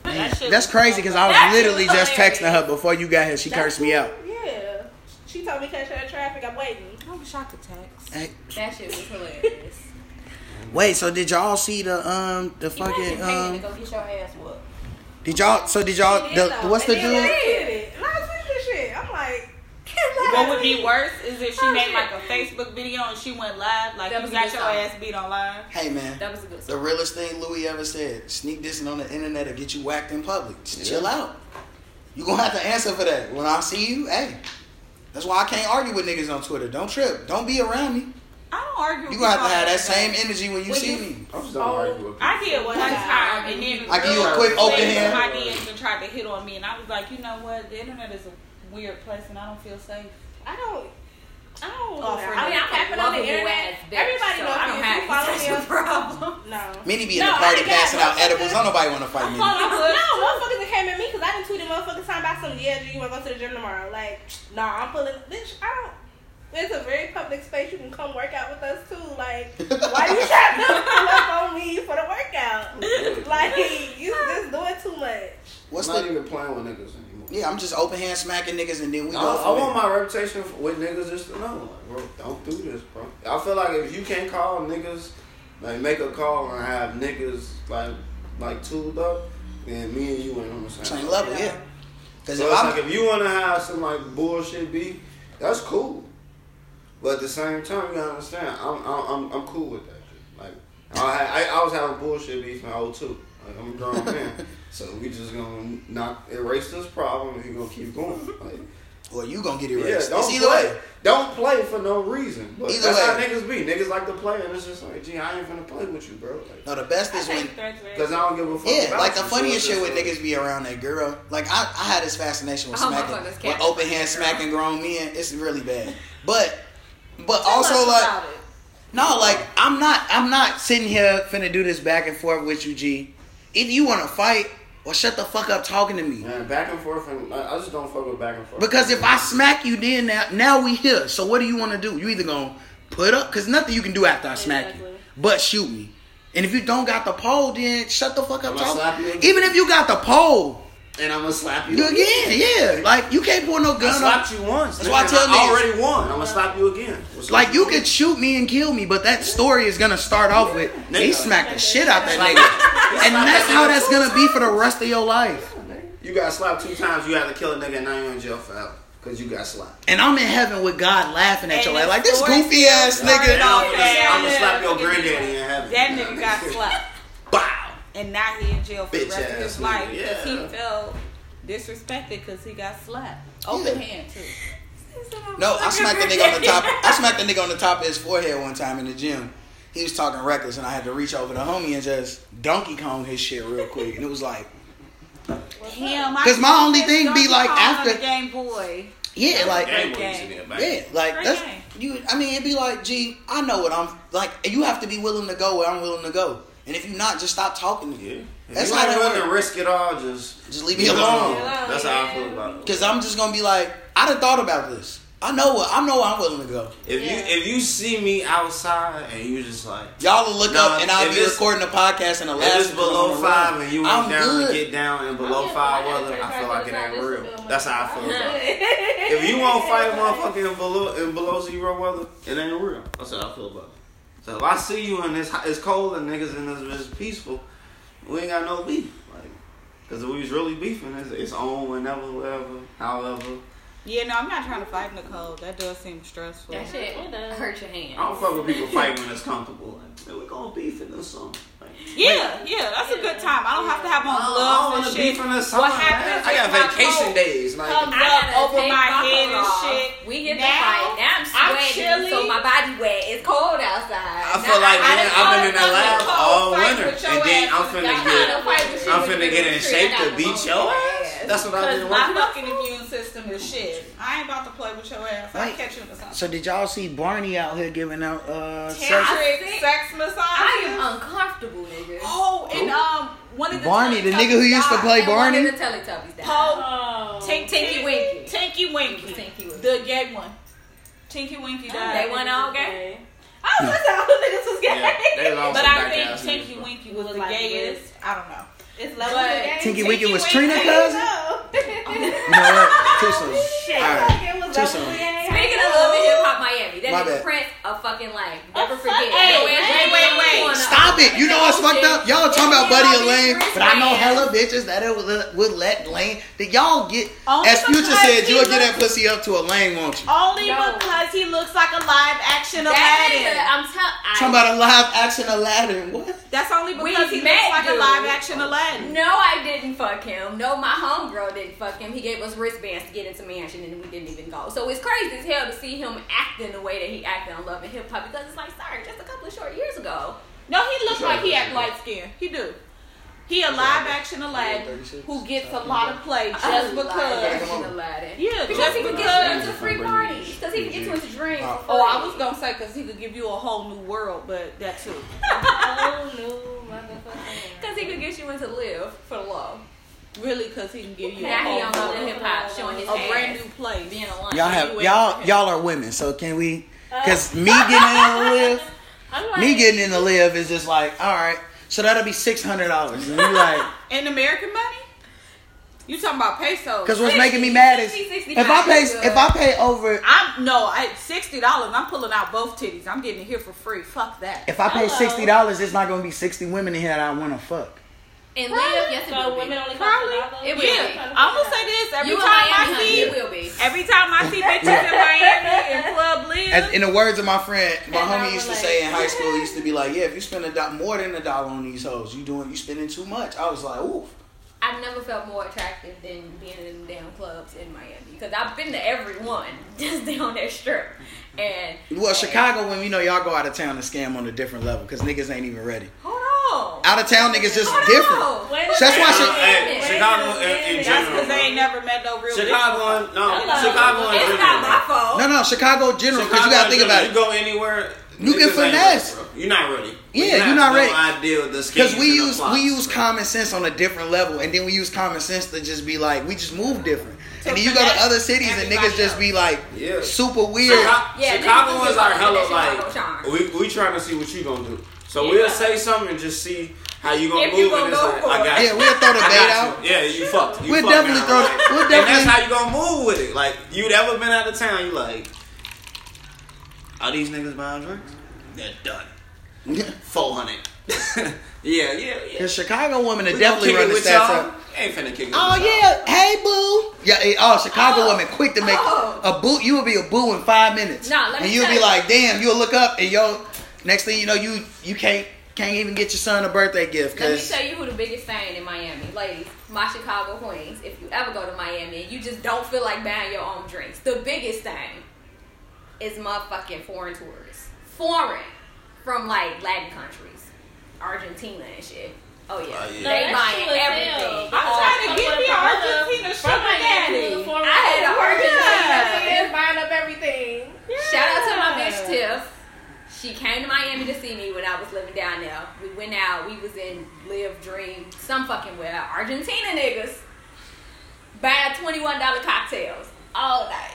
That shit That's is crazy so because I was That shit literally was just hilarious. texting her before you got here. She cursed me out. Yeah, she told me catch her in traffic. I'm waiting. I wish I could text. Hey, That shit was hilarious. wait, so did y'all see the um the fucking um go get your ass whooped. did y'all so did y'all She did, the, though. what's the And then dude? I tweeted it. And I tweeted this shit. I'm like, What would be worse is if she Oh, made shit. like a Facebook video and she went live, like That you was a got good your song. ass beat on live. Hey man, That was a good the song. realest thing Louis ever said: sneak dissing on the internet will get you whacked in public. Just chill out. You gonna have to answer for that. When I see you, hey, That's why I can't argue with niggas on Twitter. Don't trip. Don't be around me. I don't argue. with You gonna have to people have that like same energy when you When see you- me. I'm just don't argue Oh, with I did one One time. time, and then I give you a quick girl open slid hand. My DMs and tried to hit on me, and I was like, you know what? The internet is a weird place, and I don't feel safe. I don't. I don't. Oh, for I mean, now. I'm happy on the internet. Everybody knows I don't me. have if you follow me. such a on- problem. No. Many be in No, the I party got passing out motherfuckers- edibles. Don't nobody want to fight Hold me. on, no, motherfuckers that came at me because I didn't tweet a motherfucking time about some, yeah, G, you want to go to the gym tomorrow. Like, nah, I'm pulling, bitch, I don't, it's a very public space. You can come work out with us too. Like, why you trying to pull up on me for the workout? you. Like, you just doing too much. What's I'm not the? even playing with niggas anymore. Yeah, I'm just open hand smacking niggas and then we I, go. I from want there. my reputation with niggas just to know, like, bro, don't do this, bro. I feel like if you can't call niggas, like, make a call and have niggas, like, like tooled up, then me and you ain't on the same same level. Yeah. Because So if it's I'm like if you want to have some like bullshit beef, that's cool. But at the same time, you gotta understand, I'm I'm I'm, I'm cool with that. Shit. Like I, had- I I was having bullshit beef in 02. Like I'm a grown man, so we just gonna not erase this problem. and We gonna keep going. Like Well, you gonna get yeah, erased. don't it's play. either way. Don't play for no reason. But Either that's how way. niggas be. Niggas like to play, and it's just like, gee, I ain't gonna play with you, bro. Like, No, the best I is when take threats very Cause I don't give a fuck. yeah, about like the you, so funniest it's shit just when like- niggas be around that girl. Like I, I had this fascination with Oh, smacking, motherfuckers with can't. open hand smacking grown men. It's really bad, but but Tell us also like about it. no, like I'm not I'm not sitting here finna do this back and forth with you, G. If you wanna fight, well, shut the fuck up talking to me. Man, back and forth, and I I just don't fuck with back and forth. Because if I smack you, then now, now we here. So what do you want to do? You either gonna put up, cause nothing you can do after I smack you, Exactly. but shoot me. And if you don't got the pole, then shut the fuck up. I'ma talk. slap you. Even if you got the pole, and I'm gonna slap you. you again, yeah. Like you can't pull no I gun. slapped on- you once. That's nigga, why I and tell niggas. already won. I'm gonna slap you again. What's Like up? you could shoot me and kill me, but that story is gonna start off with he Nigga. smacked the shit out that nigga, and that's how that's gonna be for the rest of your life. You got slapped two times. You had to kill a nigga, and now you're in jail forever because you got slapped. And I'm in heaven with God laughing at And your ass the like this story goofy ass started nigga. off- I'm, gonna, yeah, I'm gonna slap your yeah. granddaddy in heaven. That nigga got slapped. Bow. and now he in jail for the Bitch rest of ass his nigga, life because yeah. he felt disrespected because he got slapped. Open Yeah. hand too. No, I smacked the nigga on the top. I smacked the nigga on the top of his forehead one time in the gym. He was talking reckless, and I had to reach over to homie and just Donkey Kong his shit real quick. And it was like, Him, 'Cause my only thing be like after- the Game Boy. yeah, like Game Okay. was in there, man. yeah, like Great that's game. you. I mean, it'd be like, gee, I know what I'm like. You have to be willing to go where I'm willing to go, and if you're not, just stop talking to Yeah. me. If That's you how ain't that willing to works. risk it all. Just Just leave me alone. That's how I feel about it. Because I'm just gonna be like, I done thought about this. I know what I know. Where I'm willing to go. If Yeah. you if you see me outside and you just like Y'all will look Nah, up, and I'll if be it's- recording the podcast, and the If last it's below five and you ain't I'm down good. to get down and below Yeah, five but I weather, had I feel thirty like it five ain't minutes real. ago. That's how I feel about it. If you won't fight motherfucking below in below zero weather, it ain't real. That's how I feel about it. So if I see you and it's hot- it's cold and niggas and it's, it's peaceful, we ain't got no beef. Like, cause if we was really beefing, it's, it's on whenever, wherever, however. Yeah, no, I'm not trying to fight Nicole. That does seem stressful. That shit It does. hurt your I hand. don't fuck with people fighting when it's comfortable. Like, man, we gonna beef in this song. Like, Oh, Yeah, yeah, that's a good time. I don't have to have on I don't gloves want and to shit. beef in this song. What man. happens? I if my got vacation coat days. Like, comes Up gotta over take my coat head and off. shit. We get Now, to fight. Now I'm I'm sweating, chilly. so my body wet. It's cold outside. I feel like, I man, done I've been in that fought lab something all cold, fight winter, with your and then ass. I'm finna Got get- out of fight with you I'm when finna you get in in the shape tree. to I got beat pneumonia. your ass. That's what I Cause did. my Like, fucking immune system is shit. I ain't about to play with your ass. I Wait. catch you in something. So did y'all see Barney out here giving out uh sex? Tantric sick. sex massage. I am uncomfortable, nigga. Oh, and um, one of the Barney, the Teletubbies nigga who used to died. play And one of Barney? the Teletubbies died. Poe, Oh. Tink, Tinky Tinky Winky, Winky. Tinky Winky, Tinky Winky. the gay one. Tinky Winky died. They went all gay. I was just all niggas was gay. yeah, they was all But some I back think ass Tinky niggas, bro. Winky was Was the like gayest. I don't know. It's levels But- of gay. Tinky Winky was Winky. Trina cousin? No. No, too soon. Oh, Shit. All right. It was Too levels soon. of gay. Speaking of love and hip hop Miami, that My bad. nigga Prince a fucking life. A Never fuck- forget. Hey, Your ass wait, ain't wait, on the wait. corner. Stop it! You know what's fucked up? Y'all talking about Buddy and Lane, but I know hella bitches that it would, would let Lane. That y'all get, Only as Future because said, he you'll get that looked- pussy up to a Lane, won't you? Only No. because he looks like a live action That Aladdin. nigga, I'm telling. Talking about a live action Aladdin. What? That's only We because he met, looks like a dude. live action Aladdin. No, I didn't fuck him. No, my homegirl didn't fuck him. He gave us wristbands to get into mansion, and we didn't even go. So it's crazy as hell to see him acting the way that he acted on Love and Hip Hop because it's like, sorry, just a couple of short years ago. No, he looks like he had light skin. He do. He a live action Aladdin 36. who gets a lot of play I just like that because. in Aladdin. Yeah, Because just he could because. get you into free parties. Because he could get you into drinks. for Oh, I free. was gonna say because he could give you a whole new world, but that too. Oh no, motherfucker. Because he could get you into live for the low. Really, because he can give you a Now he whole on new, Love and Hip Hop showing his a brand ass, new place. being a lunch. Y'all have y'all y'all are women, so can we? Cause me getting in the live, I'm like, me getting in the live is just like, all right. So that'll be six hundred dollars, and you like, In American money? You talking about pesos? cause what's making me mad is 60, 60, if I pay 65 if I pay over I'm no at sixty dollars. I'm pulling out both titties. I'm getting it here for free. Fuck that. if I pay Hello. sixty dollars, it's not gonna be sixty women in here that I want to fuck. And live, yes, it so will women be. only Probably. It will be. Yeah. I'm gonna say this every You in time I Miami, honey, see it will be. every time I see bitches in Miami and club live. As, in the words of my friend, And my I homie was used to like, say in high school, he used to be like, yeah, if you spend a do- more than a dollar on these hoes, you doing you spending too much. I was like, oof. I've never felt more attractive than being in the damn clubs in Miami because I've been to every one just down that strip. And Well, Chicago, when you know y'all go out of town and scam on a different level, cause niggas ain't even ready. hold on, Out of town niggas just hold different. on. wait a That's why minute. she- Hey, Wait a Chicago minute. in- in That's general. because they ain't never met no real. Chicago, and- no, Hello. Chicago. and It's not my fault. No, no, Chicago general. Because you Chicago gotta and think about general. You it. go anywhere, You can niggas ain't ready, finesse. bro. You're not ready. Yeah, You you're have not no ready. Idea of the schemes Because we and the use we plots, use bro. common sense on a different level, and then we use common sense to just be like, we just move different. And then you go to other cities and niggas just be like, Yeah. super weird. Chica- Yeah, Chicago niggas is do our that hella Chicago charm. like we we trying to see what you gonna do. So Yeah. we'll say something and just see how you gonna If you move. gonna and it's go like, for I it. got Yeah, you. we'll throw the I bait got out. you. Yeah, you fucked. You We'll fucked definitely now, throw- right? we'll And that's definitely- how you gonna move with it. Like you never been out of town. You like, are these niggas buying drinks? They're done. Four hundred. yeah, yeah, yeah. Because Chicago women are We definitely gonna run kick the it with stats y'all. up. Ain't finna kick it. Oh with y'all. yeah, hey boo. Yeah, eh, oh Chicago Oh. women quick to make Oh. a boo. You will be a boo in five minutes. Nah, let me and you'll tell be you. like, damn. You'll look up and yo. Next thing you know, you you can't can't even get your son a birthday gift. Let me Cause tell you who the biggest fan in Miami, ladies. My Chicago queens. If you ever go to Miami and you just don't feel like buying your own drinks, the biggest thing is motherfucking foreign tourists. Foreign from like Latin countries, Argentina and shit. Oh yeah, Oh, yeah. they No, that's buying true as hell. everything. I'm All trying to kinds get me an Argentina sugar From Miami, daddy. from I had an Argentina, Argentina. and buying up everything. Shout out to my Yeah. bitch Tiff. She came to Miami to see me when I was living down there. We went out. We was in Live Dream, some fucking where Argentina niggas. Bad twenty one dollar cocktails all night,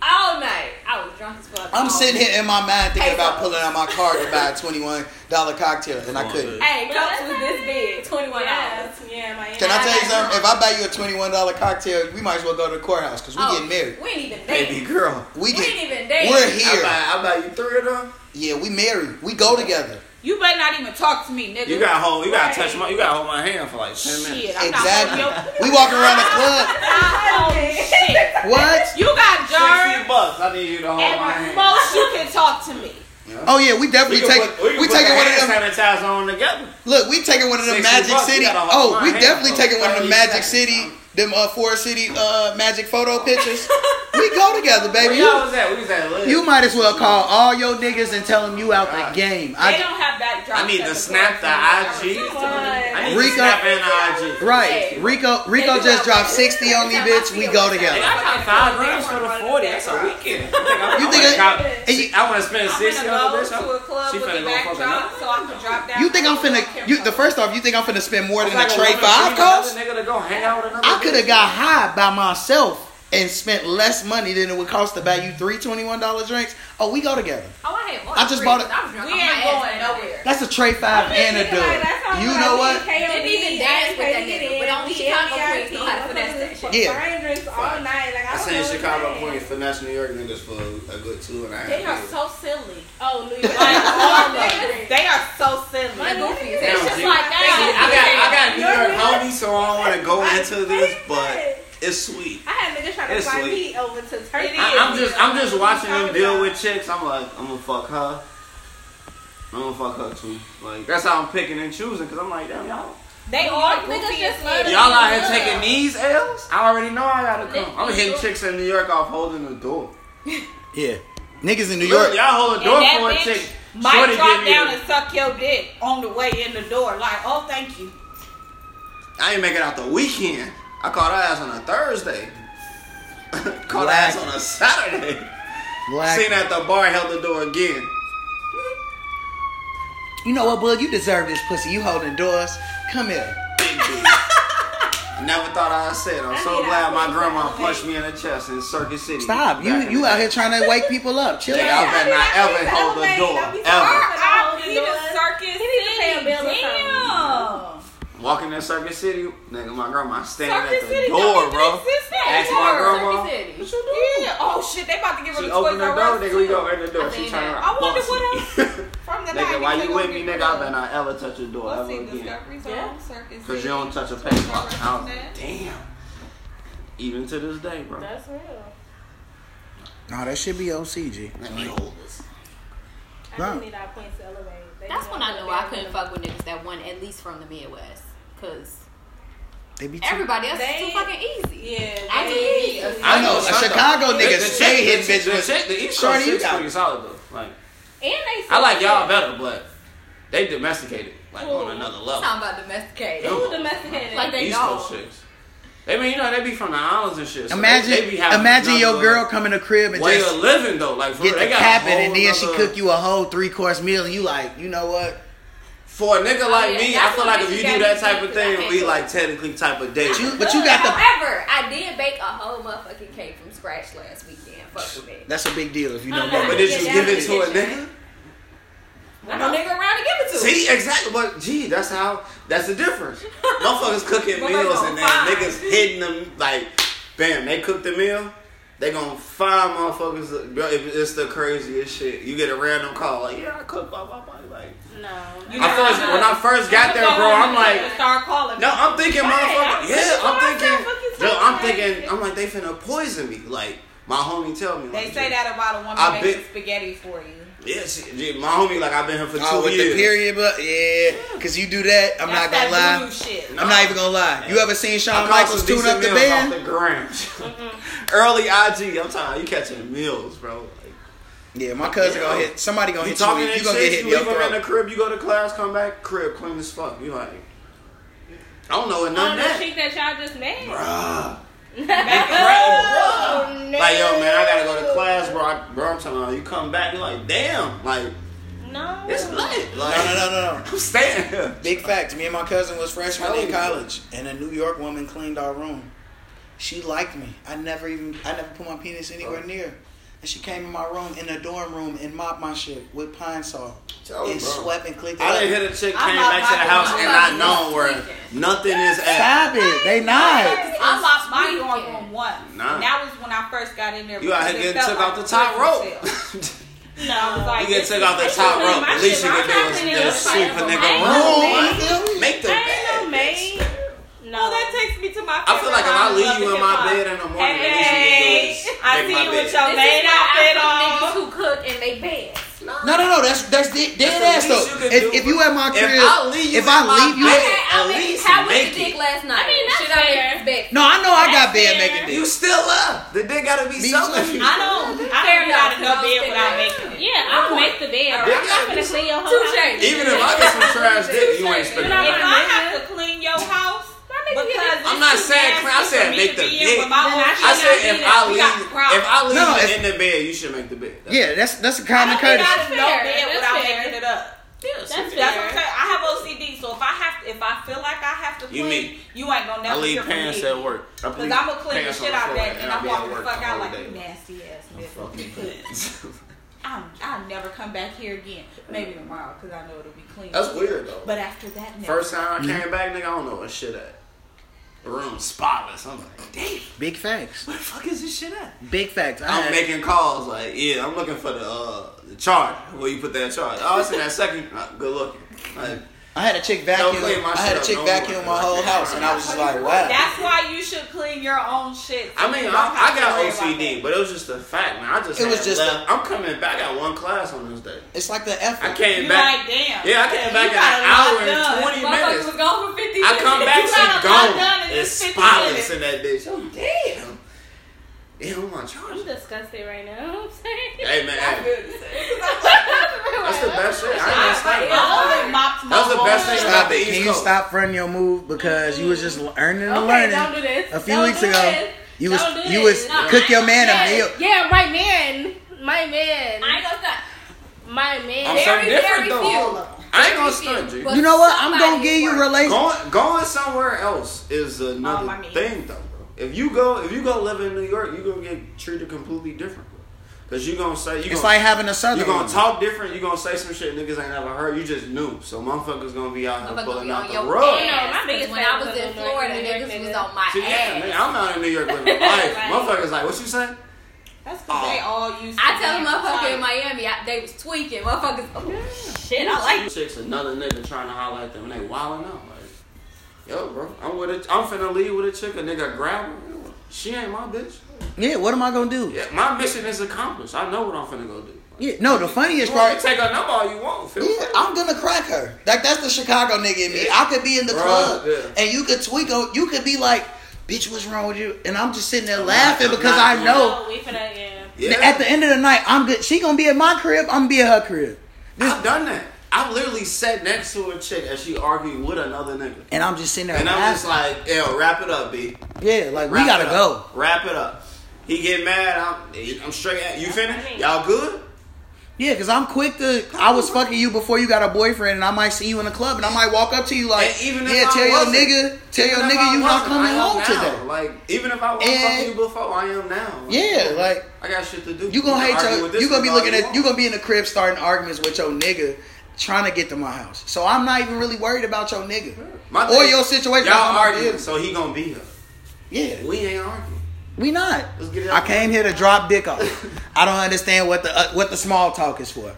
all night. I was drunk as fuck. I'm all sitting here in my mind thinking Oh. Hey, about bro. pulling out my card to buy a twenty one dollar cocktail, and Come I on, couldn't. dude. Hey, cups was this big, twenty one dollars. Yes, yeah, Miami. Can I tell you I- something? If I buy you a twenty one dollar cocktail, we might as well go to the courthouse because we getting married. We ain't even dating. baby girl. We Oh. We get ain't even dating. we're I here. buy, I buy you three of them. Yeah, we married. We go together. You better not even talk to me, nigga. You got hold. You got Right. to touch my. You got to hold my hand for like ten minutes. shit. I'm Exactly. not holding We walking around the club. your shit. What? You got Sixty germs. bucks. I need you to hold my At hand. most, you can talk to me. Oh yeah, we definitely can take put- can we put taking the one of hand them. Sanitizer on together. Look, we taking one of them 60 Magic bucks, you City. gotta hold Oh, my we hand definitely for taking one of them 30 Magic seconds, City, huh? them uh, Forest City uh, Magic photo pictures. we go together, baby. Where y'all You, was at? We was at. Liz. you might as well call all your niggas and tell them you out the game. They I, don't have that drop. I need to shot snap the IG. I need Rico- to snap and IG. right, Rico. Rico do just have- dropped sixty on me, bitch. We go Hey, together. I got five grams for the forty. That's a weekend. You You think I- think I'm- I'm and you- gonna cop- I want to spend I'm sixty gonna on go this? to a club She with a finna go fucking backdrop up. so I can drop down. You think I'm finna? You the first off, you think I'm finna spend more than a tray for alcohols? Nigga to go hang out with another. I could have bitch. got high by myself and spent less money than it would cost to buy you three twenty-one dollar drinks. Oh, we go together. Oh, I had more. I just bought it. I was drunk We off my ain't ass going that nowhere. That's a Trey Five and a dub. You know what? Didn't even dance with that nigga, but only Chicago queens know how to finesse that shit. Yeah. Buying drinks all night. Like, I, I don't seen know Chicago what Queens finesse New York niggas for a good two and a half. They are years. so silly. Oh, New York. Like, all Like, of them. They are so silly. They're goofy as Damn, hell. G. It's just like I that. got I got New You're York really- homies, so I don't want to go into this, but What? it's sweet. I had niggas trying to It's fly sweet. me over to Turkey. It is. I, I'm just I'm just watching Talking them deal about- with chicks. I'm like I'm gonna fuck her. I don't fuck her too. Like that's how I'm picking and choosing because I'm like, damn y'all, They All are niggas goofy as just fuck. love y'all out to here be taking loved. these L's. I already know I gotta come. I'm hitting Niggas. chicks in New York off holding the door. Yeah. Niggas in New York. Look, y'all hold a And door that for a bitch chick. Might Shorty give drop me. down the- and suck your dick on the way in the door. Like, oh, thank you. I ain't make it out the weekend. I caught her ass on a Thursday. caught her ass on a Saturday. Black. Seen her at the bar, held the door again. You know what, Bug? You deserve this pussy. You holding doors. Come here. Big deal. Never thought I'd say it. I'm so glad my grandma punched me in the chest in Circus City. Stop. You back in you the out day. here trying to wake people up. Chill Nigga, out. I better not ever hold the door. Ever. I He the circus He need to pay a city. bill or something. Damn. Walking in Circus City, nigga, my grandma standing Circus at the City door, don't bro. even exist Ask anymore. my grandma. Circuit City. What you doing? Yeah. Oh shit, they about to get rid She of Toys opened the R door, Us. nigga. We too. go in the door. I She seen turned that. around. I wonder boxed me. From the Nigga, why you with me, nigga? I better then not ever touch your door Let's ever see, again. Discovery Zone, Yeah. Circus Cause City. you don't touch a paper. Toys R Us I and was- that. Damn. Even to this day, bro. That's real. No, that should be OCG. Let me hold this. I Nah. just need our points to elevate. They That's know when I what know they're I couldn't doing. fuck with niggas that won at least from the Midwest. Cause They be too. everybody else is They- too fucking easy. Yeah, I way did. easier. I know, a Chicago nigga stay hit bitch The with- chick, the East Shorty, Coast you chick's got- pretty solid though. Like And they. I like y'all better. better, but they domesticated like on Ooh. another I'm level. talking about domesticated. Who domesticated? Like they East dog. Coast chicks. They mean you know they be from the islands and shit. so they- Imagine, they be having imagine your another girl come in the crib and way just of living though. Like for get real, they the got a cap it, and whole then she nother- cook you a whole three course meal, and you like, you know what? For a nigga like Oh, yeah, me, I that's feel what like if makes you you do that gotta type of be good, 'cause I thing, can't we cook. like technically type of But dating. you, but you got the. However, I did bake a whole motherfucking cake from scratch last weekend. Fuck with me. That's a big deal if you know But more. did you Yeah, give that it to a was good, nigga? I no nigga around to give it to. See, exactly. But gee, that's how. That's the difference. Motherfuckers cooking Motherfuckers meals gonna and then find. niggas hitting them like, bam. They cook the meal. They gonna find motherfuckers. Bro, it- it's the craziest shit. You get a random call like, yeah, I cook. Blah blah blah. Like, No. I first when I first got there, bro, I'm like. start calling. No, I'm thinking, motherfucker. I'm Yeah, thinking I'm myself, thinking. fucking Yo, I'm something. thinking. I'm like, they finna poison me. Like, my homie tell me. They like, say that about a woman I making bet- spaghetti for you. Yeah, she, gee, my homie, like, I've been here for two Oh, with years. the period, but yeah, cause you do that, I'm not That's gonna lie. that Voodoo shit. No. I'm not even gonna lie. You ever seen I Shawn caught Michaels some tune decent up the meals band? Off the gram. Early IG, I'm talking. You catching meals, bro. Like, Yeah, my cousin Yeah. gonna hit. Somebody gonna you hit you. talking You and gonna get shit. hit in You your leave them in the throat. crib. You go to class, come back, crib clean as fuck. You like, I don't know what On none the of that. chick that y'all just met. Bruh. Oh, no. Like yo, man, I gotta go to class, bro. I, bro, I'm talking. About, you come back, you're like, damn, like No. it's lit. Like, No, no, no, no, no. I'm staying here. Big facts. Me and my cousin was freshmen Tell in you. college, and a New York woman cleaned our room. She liked me. I never even I never put my penis Oh. anywhere near. And she came in my room in the dorm room and mopped my shit with pine saw. Tell and bro. swept and clicked it I up. didn't hit a chick came I'm back to the not house my and not mother. known where nothing is at. Stop it. They not. I lost my Sneaking. dorm room once. Nah. And that was when I first got in there. You out because here it getting felt like took out the a top prison rope. cell. No, I was You like, get this took is- out the top clean rope. my The least shit. you My can do cleaning is is just sweep a fire. nigga I ain't room. Feel me? Make the I ain't no bed. maid. No. Well, that takes me to my. I feel like if I favorite leave line of you in Love my and bed Hip in the Hop. morning, the least Hey, you I can see you do is make with my bed. your maid outfit niggas on. who cook and make beds. No, no, no. That's that's dead, dead That's ass the though. least you can If, do, if you at my If crib, I leave you, if I in my leave you- bed, Okay, at I'll make- least how was make the dick it. last night? mean, that's Should I fair. make this back? no, I know I got That's bed fair. making dick. You still up. The dick gotta be Me something. too. you- I don't. I don't get out of no bed without making. it. Yeah, I'll make the bed. I'm gonna clean your whole house. Touche. Even if I get some trash dick, you ain't You're spending. not If money. my I nigga. have to clean your house. nigga Because get- it's I'm not too saying nasty clean, I said for me make to the be in dick. with my Then own I shit should I not said if in it. I We leave, got if problems. I leave No, you if- in the bed, you should make the bed. That's- Yeah, that's that's a common courtesy. I don't get out of That's no bed fair. without That's fair. making it up. That's That's what fair. I'm saying. I have OCD, so if I have, to, if I feel like I have to You clean, mean- you, ain't gonna I never leave hear from pants me. at work. Because Cause I'ma clean the shit out of that, and I'm walking the fuck out like you nasty ass bitch. You could. I'm, I'll never come back here again. Maybe tomorrow, cause I know it'll be clean. That's weird though. But after that, never. First time I Mm-hmm. came back, nigga, I don't know what shit at. The room spotless. I'm like, damn, Big facts. where the fuck is this shit at? Big facts. I I'm had- making calls like, yeah, I'm looking for the uh the charger. Where you put that charger? Oh, it's in that second. Uh, good looking. Like, I had a chick Don't vacuum. clean my I had shit a up chick no more. vacuum my whole house, and I was just like, wow. That's why you should clean getting your own shit. I mean, You I, don't I have to worry got about OCD, that. but it was just a fact, man. I just It was had just left. i I'm coming back. I got one class on this day. It's like the effort. I came You back. like, damn. Yeah, I came back You in got a an lot hour done. and twenty Motherfucker minutes. was gone for 50 I come back, You got a lot done in she gone. It's just 50 spotless minutes. in that bitch. Oh damn. Damn, I'm on charge. I'm disgusted right now. I'm saying. Hey man, that's the best shit. I ain't I, gonna stop. I already mopped my That's the best whole- thing about Stop the it. East Can you Coast. stop fronting your move because you was just earning and Okay, learning. don't do this. A few Don't weeks do ago, this. you was Don't do you this. was No, cook your I- man yeah, a meal. Yeah, my man. My man. I ain't gonna stop. my I'm man. so Very, different very though. few. I ain't gonna Very few. stunt you. But You know what? I'm somebody gonna give you worked. relationship. Going going somewhere else is another Um, I mean- thing though, bro. If you go if you go live in New York, you're gonna get treated completely different, bro. Cause you gonna say you It's gonna, like having a you southern. gonna woman. talk different, you gonna say some shit niggas ain't never heard, you just knew. So motherfuckers gonna be out here Motherfucker pulling be out on the your rug. ass. No, my biggest when fan I was was in on North Florida, North niggas was Carolina. on my See, yeah, nigga, ass. I'm out in New York living my life. Right. Motherfuckers like, what you say? That's because Oh. they all used to I tell being a motherfucker in tight. Miami, I, they was tweaking. Motherfuckers, oh, shit, I like Chicks, another nigga trying to holler at them and they wilding out. Like, yo, bro, I'm with a, I'm finna leave with a chick, a nigga grab her. She ain't my bitch. Yeah, what am I gonna do? Yeah, my mission is accomplished. I know what I'm finna go do. Yeah, no, the funniest You want part. to take her number all you want. Feel Yeah, free. I'm gonna crack her. Like that's the Chicago nigga in me. I could be in the Bruh, club yeah. and you could tweak. on- You could be like, "Bitch, what's wrong with you?" And I'm just sitting there laughing I'm because not I doing know Oh, wait for that. Yeah. yeah. that at the end of the night, I'm good. She gonna be at my crib. I'm gonna be at her crib, I've done that. I literally sat next to a chick as she argued with another nigga. and I'm just sitting there And I'm just laughing. like, yo, wrap it up, B. yeah, like we Wrap gotta it go. up. Wrap it up. He get mad. I'm, I'm straight at you. Finished? Y'all good? Yeah, because I'm quick to. I was fucking you before you got a boyfriend, and I might see you in the club, and I might walk up to you like, And even if "Yeah, I tell your wasn't- nigga, tell your Even if nigga, I you not wasn't, coming I am home now. today." Like, even if I was And- fucking you before, I am now. Like, Yeah, like I got shit to do. You gonna can hate argue with your. this You gonna be nigga looking all at. You want. gonna be in the crib starting arguments with your nigga, trying to get to my house. So I'm not even really worried about your nigga My or thing- your situation. Y'all I'm not arguing, dealing. so he gonna be here. Yeah, We ain't arguing. we not. Let's get it I out. came here to drop dick off. I don't understand what the uh, what the small talk is for.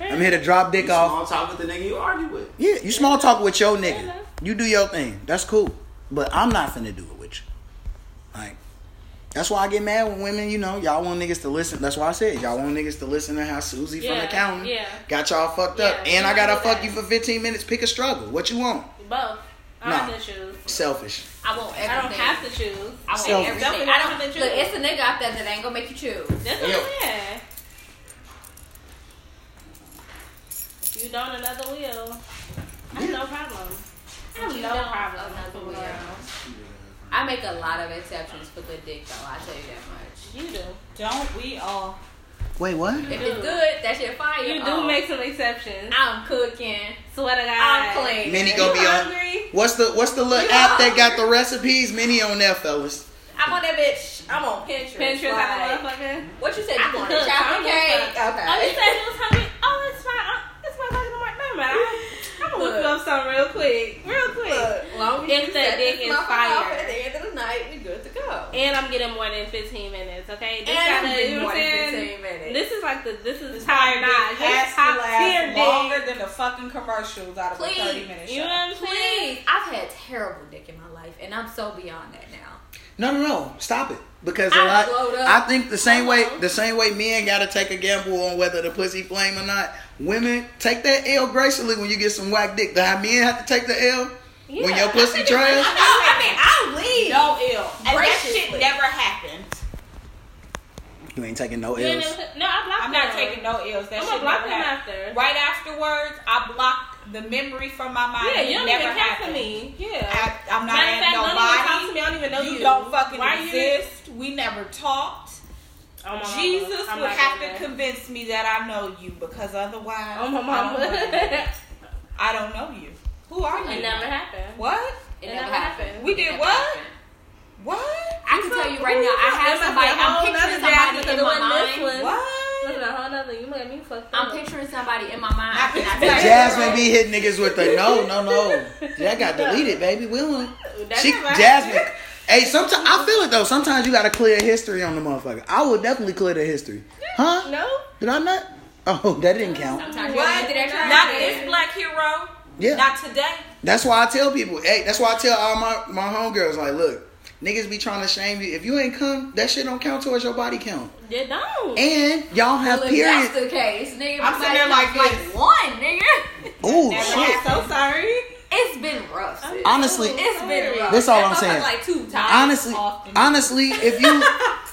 I'm here to drop dick You off. small talk with the nigga you argue with. Yeah, you small talk with your nigga. Uh-huh. You do your thing. That's cool. But I'm not finna do it with you. Like, that's why I get mad when women, you know, y'all want niggas to listen. That's why I said y'all want niggas to listen to how Susie from Yeah, accounting yeah. got y'all fucked up. Yeah, and I you gotta do fuck that. you for 15 minutes. Pick a struggle. What you want? Both. I Nah. don't have to choose. Selfish. I want everything. I don't have to choose. I want Selfish. everything. Definitely I not don't. gonna choose. Look, it's a nigga out there that ain't gonna make you choose. That's what Yo. I'm saying. You don't another wheel. I have no problem. I have You no don't problem. another with wheel. wheel. I make a lot of exceptions for good dick, though. I tell you that much. You do. Don't we all? Wait, what? If do. it's good, that shit fire. You do Oh, make some exceptions. I'm cooking. Swear to God. I'm clean. Mini You gonna be on. hungry? What's the what's the little You app that hungry? got the recipes? Mini on there, fellas. I'm on that bitch. I'm on Pinterest. Pinterest like- out of motherfucker. What you said? I You want could. a chocolate I cake? Okay. Oh, you said you was hungry? Oh, it's fine. I- It's my fucking mark. Never mind. I- I'm gonna whip you up something real quick. Real quick. Long If that set dick this is motherfucker fire. off At the end of the night, we good to go. And I'm getting more than 15 minutes, okay? This And I'm gotta, getting you know what I'm more than saying? 15 minutes. This is like the, this is higher notch. This Has is to top tier last longer dick. than the fucking commercials out of Please. a thirty minute show. You know what I'm saying? Please, I've had terrible dick in my life, and I'm so beyond that now. No, no, no. Stop it. Because a I lot, glowed up. I think the same way, Hello. the same way men gotta take a gamble on whether the pussy flame or not. Women take that L gracefully when you get some whack dick. The how men have to take the L when Yeah, your I pussy think it's- I trash. No, I mean I'll leave. No ill. And that shit Graciously. never happened. You ain't taking no You ain't L's. never- No, I blocked I'm not him. taking no ills. I'm That shit gonna block never him happened. after. Right afterwards, I blocked the memory from my mind. Yeah, you it don't never even count happened. for me. Yeah. I, I'm not Matter of adding fact, none of you talk to nobody. me. I don't even know you. you don't fucking Why you- exist. We never talked. Oh, my mama. Jesus I'm would not have doing to that. convince me that I know you because otherwise, Oh, my I don't know you. mama. I don't know you. Who are you? It never happened. What? It It, never never happened. happened. We It did never what? happened. What? I can tell you right Who now, I you have talking somebody. about? I'm Oh, another picturing somebody day I in my could've won mind. this one. That's What? a whole nother. You made me fucked I'm up. picturing somebody in my mind. I I cannot picture- tell you. Jasmine be hitting niggas with the no, no, no. That got deleted, baby. We don't. That's She never Jasmine. happened. Hey, sometimes I feel it though. Sometimes you gotta clear history on the motherfucker. I will definitely clear the history. Huh? No. Did I not? Oh, that didn't count. Sometimes you What? gotta get that Not trash this in. black hero. Yeah. Not today. That's why I tell people, hey, that's why I tell all my, my homegirls, like, look, Niggas be trying to shame you. If you ain't come, that shit don't count towards your body count. They don't. And y'all have Well, if periods. that's the case, nigga. I'm sitting there like like this. one, nigga. Ooh, Never shit. had- so sorry. It's been rough. sis. Honestly, It's been rough. This all That I'm saying. motherfucker Like two times. honestly, off and- honestly, if you,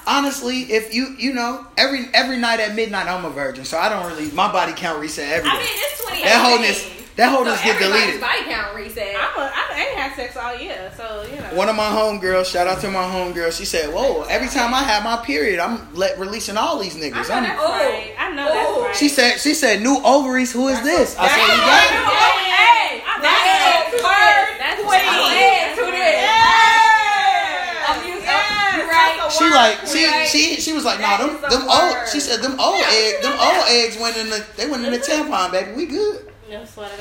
honestly, if you, you know, every every night at midnight, I'm a virgin, so I don't really. My body count reset every I day. mean, it's 2018. that wholeness, that wholeness so get everybody's deleted. Body count reset. I'm a, I ain't had sex all year, so you know. One of my homegirls, shout out to my homegirl, she said, "Whoa, every time I have my period, I'm let releasing all these I know niggas." I'm- that's right. I know Oh. that's right. she said, "She said, new ovaries, who is this?" I said, "You That's got it." right. Hey, I know That's it. that. That's Queen. what I'm to Yeah. I'm used- Yes. you right. She like she Right. she she was like nah them That is a them old word. she said them old egg them old eggs went in the they went in the tampon baby we good That's what I got.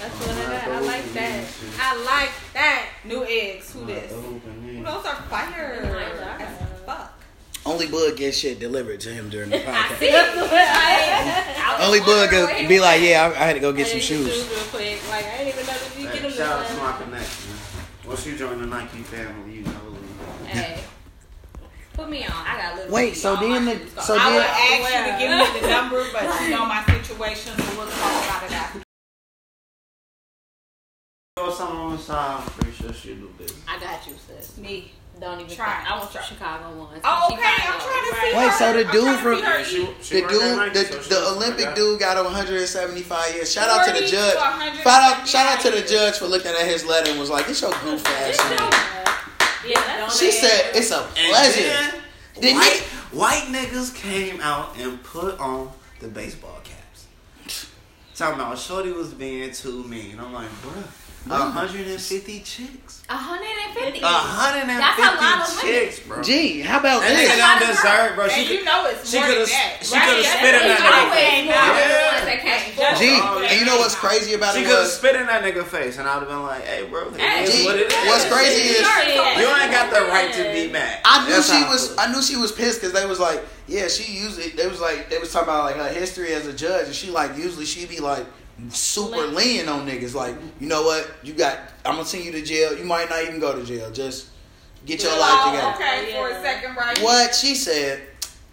That's what I got. I like that. I like that. New eggs. Who this? Those are fire. That's Fuck. only bud gets shit delivered to him during the I podcast see. what I got. only bud could be like yeah I, I had to go get some I need shoes Real quick. Like I didn't even know that you get them. Hey, shout out to done. my connection. Once you join the Nike family, you know. Hey, Put me on. I got a little. Wait, booty. so All my then the- shoes gone. so I would then- ask you to Well. give me the number, but you know my situation, so we'll talk about it after. Throw something on the side. I'm pretty sure she do this. I got you, sis. Me. Don't even Try. try. I want Try. Chicago ones. Oh, She okay. fine, I'm though. trying to see. Wait, her. so the I'm dude trying to from- see her the eat. dude the, the Olympic dude got 170 fire years shout out to the 40 to judge shout 170 out shout out to the years. judge for looking at his letter and was like it's your goof ass name." Yeah, that's she said it's a pleasure Did white, white niggas came out and put on the baseball caps. Talking about Shorty was being too mean. I'm like, bruh, 150 chicks. 150. uh, 150 That's a lot of chicks, bro. gee how about That nigga this lot of don't deserve, bro. And She you know it's she more than coulda- that. she coulda spit in It's that nigga. always Yeah. more than the ones that came. That's gee Oh, and you know what's crazy about She it could have was spit in that nigga face, and I would have been like, "Hey, bro, it Hey, is gee what it is. what's crazy is You ain't got the right to be mad." I knew That's she how I was. feel. I knew she was pissed because they was like, yeah, she usually. They was like, they was talking about like her history as a judge, and she like usually she be like super lean on niggas. Like, you know what? You got. I'm gonna send you to jail. You might not even go to jail. Just get your life Oh, together. okay, for Yeah. a second, right? What she said.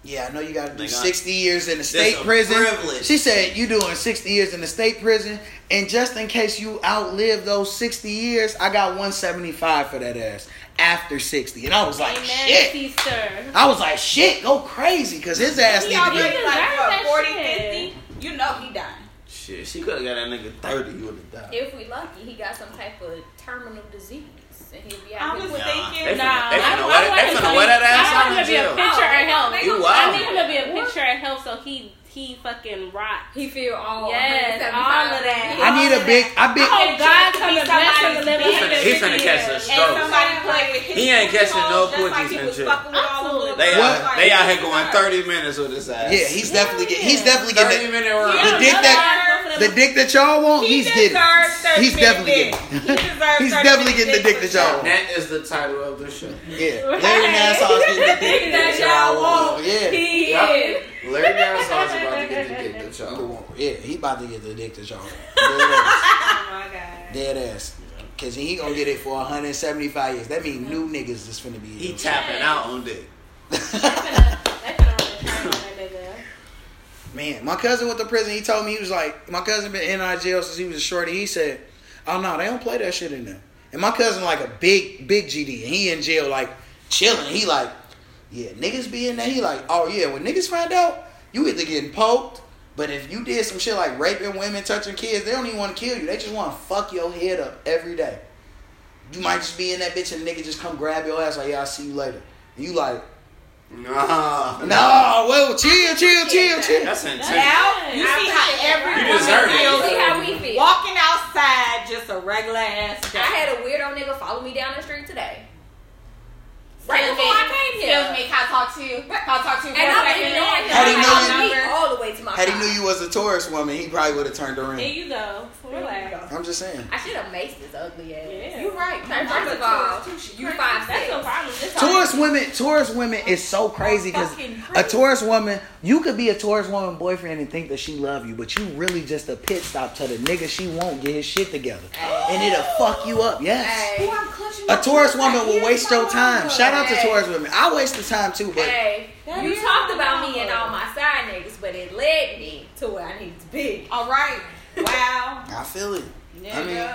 Yeah, I know you got to do Nigga, 60 years in the state a prison. privilege. She said you doing 60 years in the state prison, and just in case you outlive those 60 years, I got 175 for that ass after 60. And I was like, Amen, shit. sister. I was like, shit, go crazy, cause his ass He need to already be. deserve like that what, 40, shit. 50? You know he done. Shit, she could have got that nigga thirty. You would have died. If we lucky, he got some type of terminal disease, and he'll be I out. was here. they thinking, finna- nah. they I finna don't wear I want that- they finna him to wear be- that I ass want out him of to be a jail. picture at Oh, home. they You gonna- wild. I Oh. need him to be a picture What? at home so he he fucking rock. He feel all. Yes, 175. all of that. I need a big, I I Oh, big. hope God come and bless him to live He another finna- he 50 finna catch years. us. And Strokes. somebody play with his He ain't booty catching no holes just like cookies he and was shit. fucking with all them little They girls. out, Like, they out here going her. thirty minutes with this ass. Yeah, he's definitely get, he's definitely thirty getting minute round. The Yeah, dick that- he the deserves- dick that y'all want. he He's getting. deserves 30 He's minute definitely dick. getting. He deserves He's 30 definitely minute getting the dick dick that for y'all want. sure. That is the title of the show. Yeah, Larry Nassau's getting the dick that y'all want. Yeah, He Yup. is. Larry Nassau's about to get the dick that y'all want. yeah, he about to get the dick that y'all want. Oh my god. Dead ass, dead ass. Cause he gonna get it for 175 years. That mean new niggas is finna be. in He those. tapping out on dick. They finna return on that nigga. Man, my cousin went to prison. He told me he was like, my cousin been in our jail since he was a shorty. He said, "Oh no, they don't play that shit in there." And my cousin like a big, big GD, and he in jail like chilling. He like, yeah, niggas be in there. He like, oh yeah, when niggas find out, you either getting poked, but if you did some shit like raping women, touching kids, they don't even want to kill you. They just want to fuck your head up every day. You might just be in that bitch, and a nigga just come grab your ass like, yeah, I'll see you later. And you like, Nah, nah, whoa, chill, chill, chill, chill. that's intense. Now, you see how every You woman deserve it. feels. You see how we feel. Walking outside, just a regular ass I day. had a weirdo nigga follow me down the street today. Right Excuse before I me. came here. Excuse me, can I talk to you? Can I talk to you? And I've been ignoring him. How they know Like, you- me all the way way to my Had he car. knew you was a tourist woman, he probably would have turned Here around. you go. Relax. I'm just saying. I should have maced this ugly ass. Yeah. You right. I'm a First of tourist, all, too. She you crazy. five That's no six. problem. This Tourist women, tourist women is so crazy because Fucking a crazy. tourist woman, you could be a tourist woman boyfriend and think that she love you, but you really just a pit stop to the nigga. She won't get his shit together, and it'll fuck you up. Yes, Hey, a tourist woman will waste your time. Shout out to Hey. tourist women. I waste the time too, but hey, That you is talked about me wild. and all my side niggas, but it led me to where I needed to be. All right. Wow. I feel it. Nigga. I mean,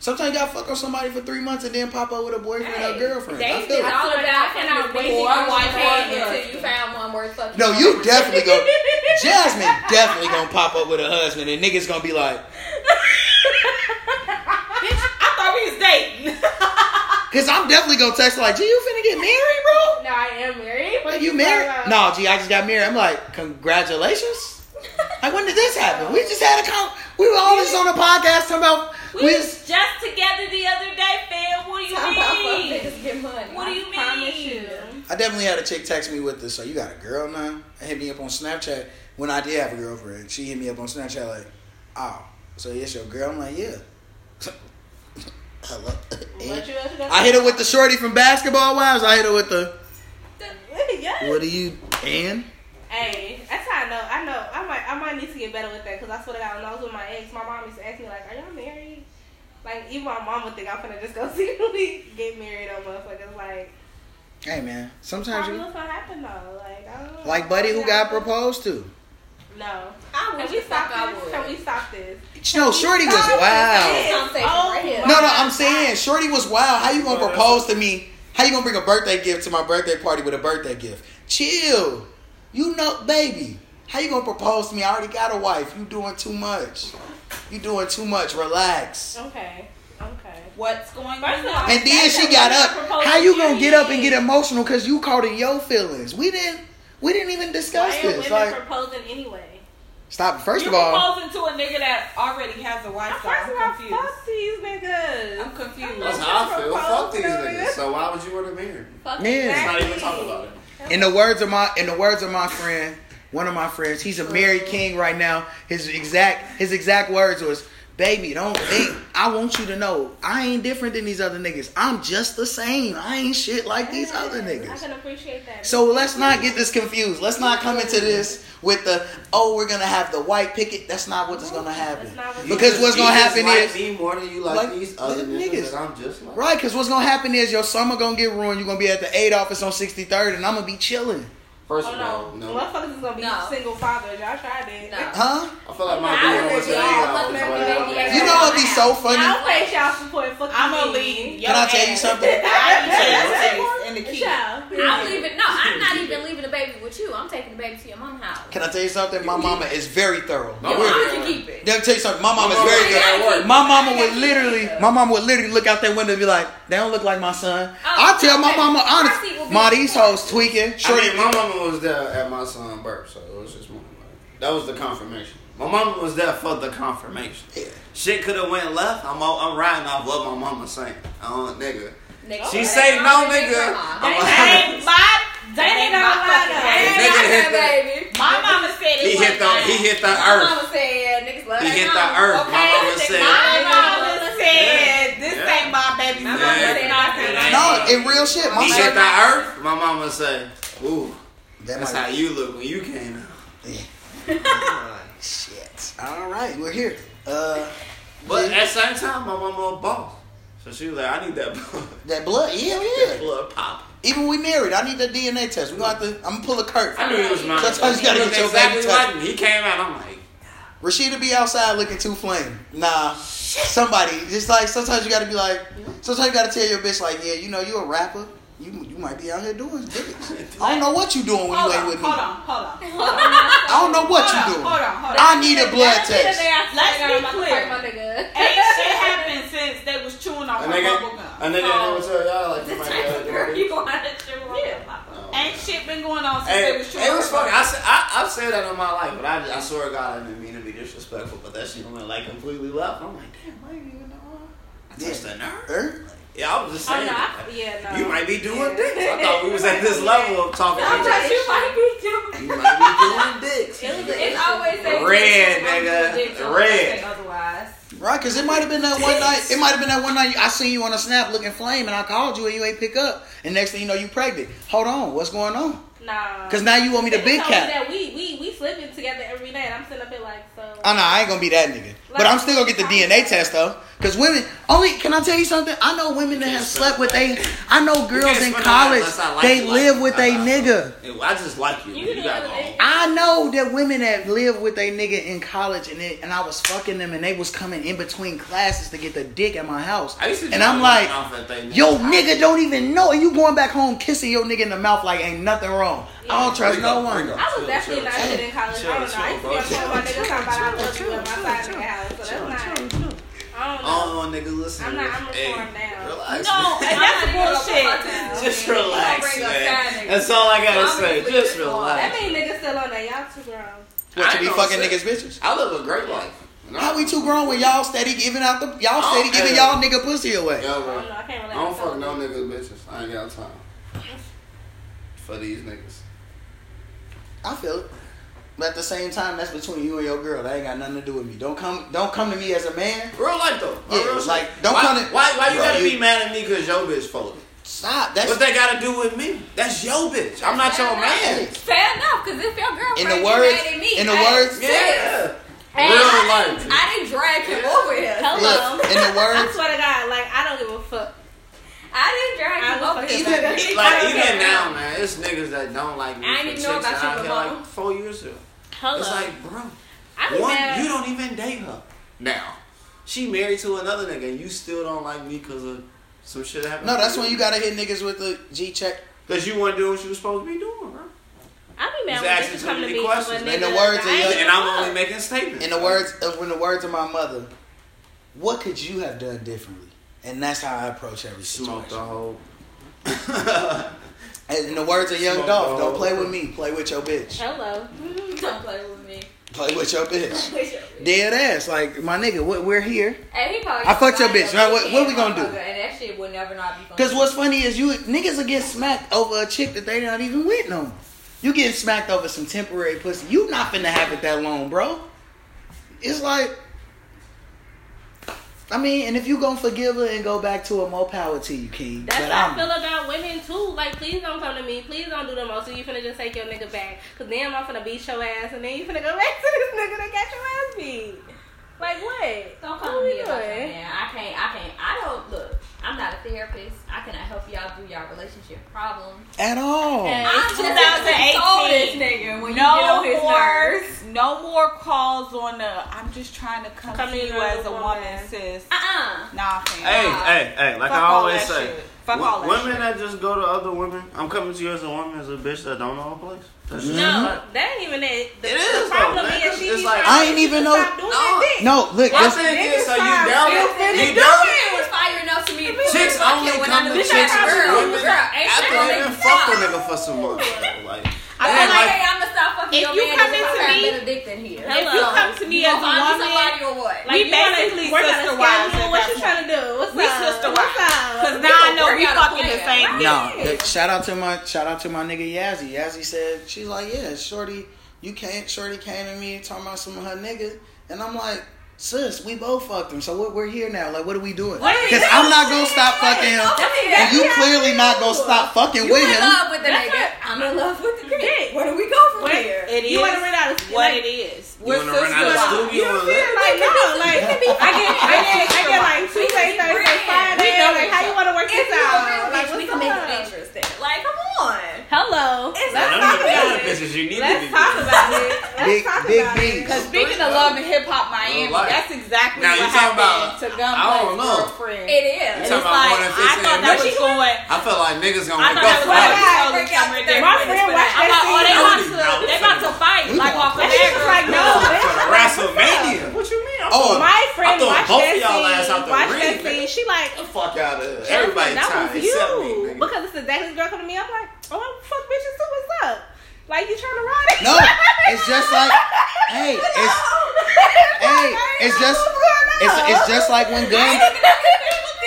sometimes y'all fuck up somebody for three months and then pop up with a boyfriend or Hey, girlfriend. I Dating feel it. is all I about feel like cannot I wait feel your like wife I hand feel like- until you found one worth fucking. No, you definitely go. Jasmine definitely gonna pop up with a husband, and niggas gonna be like, Bitch, I thought we was dating. cause I'm definitely gonna text her like, "Gee, you finna get married, bro? No, I am married. Like you married? No, gee, I just got married. I'm like, congratulations. Like when did this happen? We just had a con. We were always on a podcast talking about We we was was- just together the other day, fam. What do you How about fuck mean? niggas get money? What do you mean? promise you. I definitely had a chick text me with this. So you got a girl now? And hit me up on Snapchat when I did have a girlfriend. She hit me up on Snapchat like, oh, so it's your girl? I'm like, yeah. Hello. What And you else you gonna I hit her with the shorty from Basketball Wives. I hit her with the yes. what do you and Hey, that's how I know. I know. I might. I might need to get better with that because I swear to God, when I was with my ex, my mom used to ask me like, "Are y'all married?" Like even my mom would think I'm gonna just go secretly get married on motherfuckers. Like hey man. Sometimes probably you what's gonna happen though. Like I don't know. like buddy who got proposed to. No. I Can wish we the fuck stop I this? would. Can we stop this? No, shorty was wow. Oh, No, no, I'm saying shorty was wild. How you gonna propose to me? How you gonna bring a birthday gift to my birthday party with a birthday gift? Chill. You know, baby. How you gonna propose to me? I already got a wife. You doing too much. You doing too much. Relax. Okay. Okay. What's going First of all- on? And then she got up. How you gonna get up and get emotional because you caught in your feelings? We didn't. We didn't even Why discuss are this. women Like, proposing anyway? stop. First you of all, proposing to a nigga that already has a wife, First so of all, I'm confused. fuck these niggas. I'm confused. That's how I feel. Fuck these niggas. So why would you want to marry? yeah. Let's not even talk about it. In the words of my in the words of my friend, one of my friends, he's a married king right now. His exact his exact words was, "Baby, don't think. I want you to know I ain't different than these other niggas. I'm just the same. I ain't shit like these other I niggas." can appreciate that. So let's not get this confused. Let's not come into this with the oh we're gonna have the white picket. That's not what's gonna happen. That's not what- Because what's gonna You just happen like is- me more than you like, Like these other the niggas, niggas. that I'm just like. Right, because what's gonna happen is your summer gonna get ruined. You're gonna be at the aid office on 63rd, and I'm gonna be chilling, First Hold of all, on. no. Motherfuckers is gonna be No. single fathers. Y'all tried it. No. huh? I feel like I my girl was already an eight all hours fucking away. already Like, You know what'd be so funny? I'll pay y'all support. Fuck I'm you. gonna leave. Can I tell you something? I need your ass and the key. Child. I'm leaving. No, I'm not even leaving the baby with you. I'm taking the baby to your mom's house. Can I tell you something? My mama is very thorough. My Your mama- mom can keep it. Let me tell you something. My mama's mama very did that good. work. My mama would literally, my mama would literally look out that window and be like, "They don't look like my son." I tell my mama Percy will honest, be- ma, these hoes tweaking. Sure, Shorty, my mama was there at my son's birth, so it was just one. Like, that was the confirmation. My mama was there for the confirmation. Yeah. Shit could have went left. I'm all, I'm riding off what my mama saying. I don't nigga. Next She year, say I'm no, gonna take nigga. her home. I'm That like, ain't my. That ain't Ain't my my fucking fucking name. nigga Ain't hit her the- baby. My mama said he it. hit the he hit the earth. Mama said niggas love He their hit the mama. earth. My mama Okay, said- My My mama mama said this Yeah. ain't my baby. My My mama Yeah. said nothing. no, in real shit, my He hit son. the earth. My mama say, ooh, That that's might- how you look when you came out. Yeah. Shit. All right, we're here. Uh, But at the same time, my mama a boss, so she was like, I need that blood, that blood, yeah, that yeah. blood pop. Even we married, I need that DNA test. We gonna have to. I'm gonna pull a curve. I knew he was mine. Sometimes you gotta get He looked your baby exactly touched. like me. He came out. I'm like, Rashida be outside looking too flame. Nah, somebody just like sometimes you gotta be like, sometimes you gotta tell your bitch like, yeah, you know you a rapper, you you might be out here doing bitch. I don't know what you doing when Hold you on, ain't with me. hold on, hold on. I don't know what you Hold on, doing. hold on, hold on. I need a blood test. Let's be clear. Let's be clear. Oh Ain't shit happened since they was chewing on a my nigga, bubble a gum. nigga that would tell y'all like, This my type of girl God, you want to chew on. Yeah. Ain't shit been going on since Hey, they it was was chewing. on my funny. I said, I, I've said that in my life, but I, just- I swear to God, I didn't mean to be disrespectful. But that shit went like completely left. I'm like, damn, I didn't even know. I I touched a nerve. Er? Yeah, I was just Oh saying. no. I, yeah, no. You might be doing dicks. I thought we was at this level of talking. I'm to like, you might be doing you might be doing dicks. It was an It's issue. always said Red, nigga. Red. Otherwise, Right, because it might have been that one night. It might have been that one night I seen you on a snap looking flame, and I called you and you ain't pick up. And next thing you know, you pregnant. Hold on, what's going on? Nah. Because now you want me to They big told me cat. that we we we sleeping together every night. I'm sitting up here like so. I know Ah, I ain't gonna be that nigga, but I'm still gonna get the DNA test though. Because women only can I tell you something? I know women that have slept with they. I know girls can't in spend the night college unless I like they you, like- live with they uh-uh. nigga. I just like you. You You, know gotta go what I home. mean? I know that women that live with a nigga in college and it, and I was fucking them and they was coming in between classes to get the dick at my house. I used to and just I'm run like, off that thing. yo nigga don't even know and you going back home kissing your nigga in the mouth like ain't nothing wrong. I don't trust no one. I was definitely not shit in college. I don't know. I used to be on phone with Chill, my niggas talking about I love you chill, at my side of the house. So that's not. I don't know. Oh, nigga, listen. I'm not- I'm hey, reformed now. Relax. No, and that's bullshit. Just relax, You gonna bring up man. sad niggas. That's all I gotta Mama, say. you Just sleep with That relax. mean niggas still on that. Y'all too grown. What to I be know fucking what I'm niggas bitches? I live a great life. No. How we too grown when y'all steady giving out the y'all steady Okay. giving y'all nigga pussy away? Yo, I bro. don't know. I can't I relate. don't to fuck that. no niggas, bitches. I ain't got time for these niggas. I feel it. But at the same time, that's between you and your girl. That ain't got nothing to do with me. Don't come don't come to me as a man. Real life though. Yeah, real shit. like, don't why, come to- why, why you Bro, gotta you- be mad at me because your bitch folded? Stop. That's What they gotta do with me? That's your bitch. I'm not your man. fair enough. Cause if your girlfriend In the get words- mad at me, in the I- words- Yeah. I- Real I life. didn't- I didn't drag him over here. Hello. Look, in the I words, swear to God, like I don't give a fuck. I didn't drag I him was over fucking back. here. Like I don't even care. now, man, it's niggas that don't like me. I for didn't know chicks about that you, I had, Ramona. like four years ago. Hello. It's like, bro, I be one, mad. you don't even date her now. She married to another nigga, and you still don't like me because of some shit happened. no, that's when you gotta hit niggas with the G check. Because you want to do what you was supposed to be doing, bro. I be He's mad asking when bitches too come to many me. questions, when man. The niggas- words I of ain't young- give a And I'm only fuck. making statements. In the words of in the words of my mother, what could you have done differently? And that's how I approach every Smoke the situation. whole. And in the words of Young Smoke Dolph, the don't whole- play with me, play with your bitch. Hello. Don't play with me. Play with your bitch. Dead ass, like my nigga. we- We're here. Hey, he probably I fucked your lied bitch, to right? me. What- what we gonna do? And that shit would never not be funny. Cause what's funny is you niggas will get smacked over a chick that they not even with no more. You getting smacked over some temporary pussy. You not finna have it that long, bro. It's like, I mean, and if you gonna forgive her and go back to her, more power to you, King. That's but how I'm- I feel about women too. Like, please don't come to me. Please don't do the most. So you finna just take your nigga back. Cause then I'm finna beat your ass, and then you finna go back to this nigga that got your ass beat. Like what? Don't What call we me about that, doing? man. I can't. I can't. I don't look. I'm not a therapist. I cannot help y'all through y'all relationship problems. at all. And I'm it's just a console this 2018. nigga when you get No on his more, nerves. no more calls on the. I'm just trying to come, Come to in you as as a a woman, woman. sis. Uh-uh. Nah, fam. Hey, hey, hey! Like Fuck I all always that say, shit. Fuck wo- all that women shit. that just go to other women. I'm coming to you as a woman, as a bitch that don't know a place. That's just a No, fact. that ain't even it. The, It the is, problem though, man. is she be It's like- trying I to ain't get even you to know- stop doing No. that dick. No, look, My that's, thing is, so you fine. down? You You finna do down? It was fire enough to me. Chicks Fuck only it when come I to knew chicks you was with girl. women Girl, ain't after nothing they done fuck. fucked a nigga for some months. Like, I feel man, like, Hey, I'm gonna stop fucking If your you man come if into I got me- better dick than here. If you come to me You as a gonna find me woman, somebody or what? like We you wanna basically work out a sister schedule, wives What at that you trying to do? What's We up? sister What's wives. up? Cause now I gonna know work we out a fucking the plan, same right? thing. no. that- shout out to my shout out to my nigga Yazzie. Yazzie said she's like, yeah, shorty, you can't. Shorty came to me talking about some of her niggas, and I'm like, sis, we both fucked him, so we're, we're here now. Like, what are we doing? What are we Because doing? I'm not gonna stop fucking him, That's and exactly you how clearly I not feel. gonna stop fucking You with in him. love with the That's nigga. it. I'm in love with the Dick. dick. Where do we go from What? here? It is. You wanna run out of what like- it is. you We're wanna run sister out of wives. studio? and let- Like no, like I get, I get, I get like Tuesday, Thursday, Friday. Like how you want to work If this you a real out? Like bitch, we what's can make it up? interesting. Like, come on. Hello. Let's It's None not of talk the about other it. bitches you need to Let's be talk with. about it. Let's Big talk big about B. it. Cause speaking of love and hip hop Miami, Real life. that's exactly Now, you what talking happened about- to I don't Gunplay's know. girlfriend. It You is. And talking it's about like one and I thought that was fifteen? going. I felt like I niggas gonna thought go that was fight. going totally Break out somewhere the different. My friend watched that I'm like, oh, scene. they about Nobody knows. to, they about to fight like off the That shit was like no. bitch. WrestleMania. What you mean? I'm Oh, gonna My friend I thought watched both that of y'all ass out scene. the Watched ring, that scene. nigga. She like. get the fuck out of here. Everybody Everybody that tired was except me, you. nigga. Because it's exactly the girl coming to me. I'm like, oh, I'm fuck bitches too. What's up? Like you trying to ride it? No, it's just like, hey, it's hey, it's just it's it's just like when gun.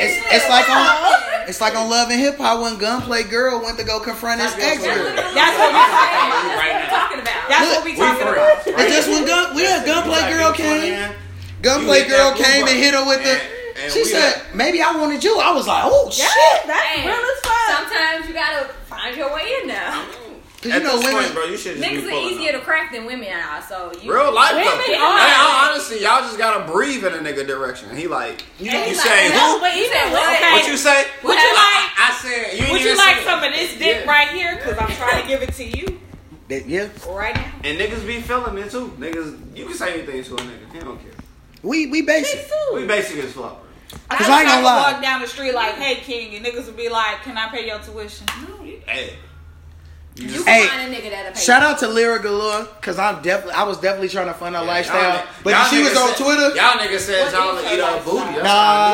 It's, it's like on it's like on Love and Hip Hop when Gunplay Girl went to go confront his ex. That's girl. That's what we're talking about. That's what Right we're now. talking about. That's what we talking free. about. Right? Is this when gun? We had gunplay Like, girl you came. plan, you Gunplay hit girl that blue came and button. hit her with the. And- and She we said, like, "Maybe I wanted you." I was like, "Oh shit!" Yes, that's Hey, real as fuck. Sometimes you gotta find your way in now. 'Cause you At know this women. point, bro, you should just be Niggas pulling are up. easier to crack than women are, so you Real life though. Women Hey, are. I- honestly, y'all just gotta breathe in a nigga direction. He like, you, And you he like, say no, who? but You even said with- what? okay, What you say? What I- you I- I, said you ain't Would even you like say it. some of this dick Yeah. right here? Because I'm trying to give it to you That- yeah, right now. And niggas be feeling it too. Niggas, you can say anything to a nigga. He don't care. we we basic. We basic as fuck. Cause I ain't gonna would lie. Walk down the street like, "Hey, King," and niggas would be like, "Can I pay your tuition?" bro. Hey, You Hey, can find a nigga that'll pay. Shout out to Lyra Galore, cause I'm definitely I was definitely trying to find her lifestyle, y'all- but y'all she was niggas on said- Twitter. Y'all niggas said What y'all is would her eat her lifestyle? booty. Nah. That's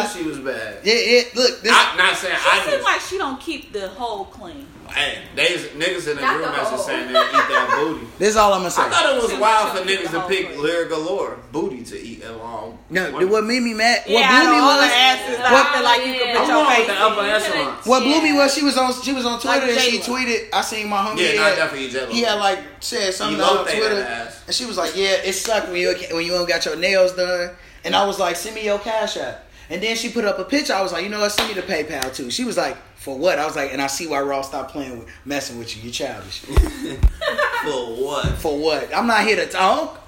why I knew she was bad. Yeah, it, look, this, I'm not saying It I seems knew. like she don't keep the hole clean. Hey, they niggas in the Not group the message whole. saying they would eat that booty. this is all I'm gonna say. I thought it was Too wild much for of the niggas to whole pick thing. Lyra Galore booty to eat along. No, what made me mad? What yeah, blew out me of all the was asses, what- I feel like you could I'm put I'm your going face with the upper in. echelon. what blew me Yeah. was she was on she was on Like Twitter and she J-Lo. tweeted. I seen my homie. Yeah, he not had- definitely J-Lo. He had like said something You on both ate Twitter, that ass. and she was like, "Yeah, it sucked when you when you don't got your nails done." And I was like, "Send me your cash app." And then she put up a picture. I was like, "You know what? Send me the PayPal too." She was like, "For what?" I was like, "And I see why Ross stopped playing with messing with you. You childish." For what? For what? I'm not here to talk.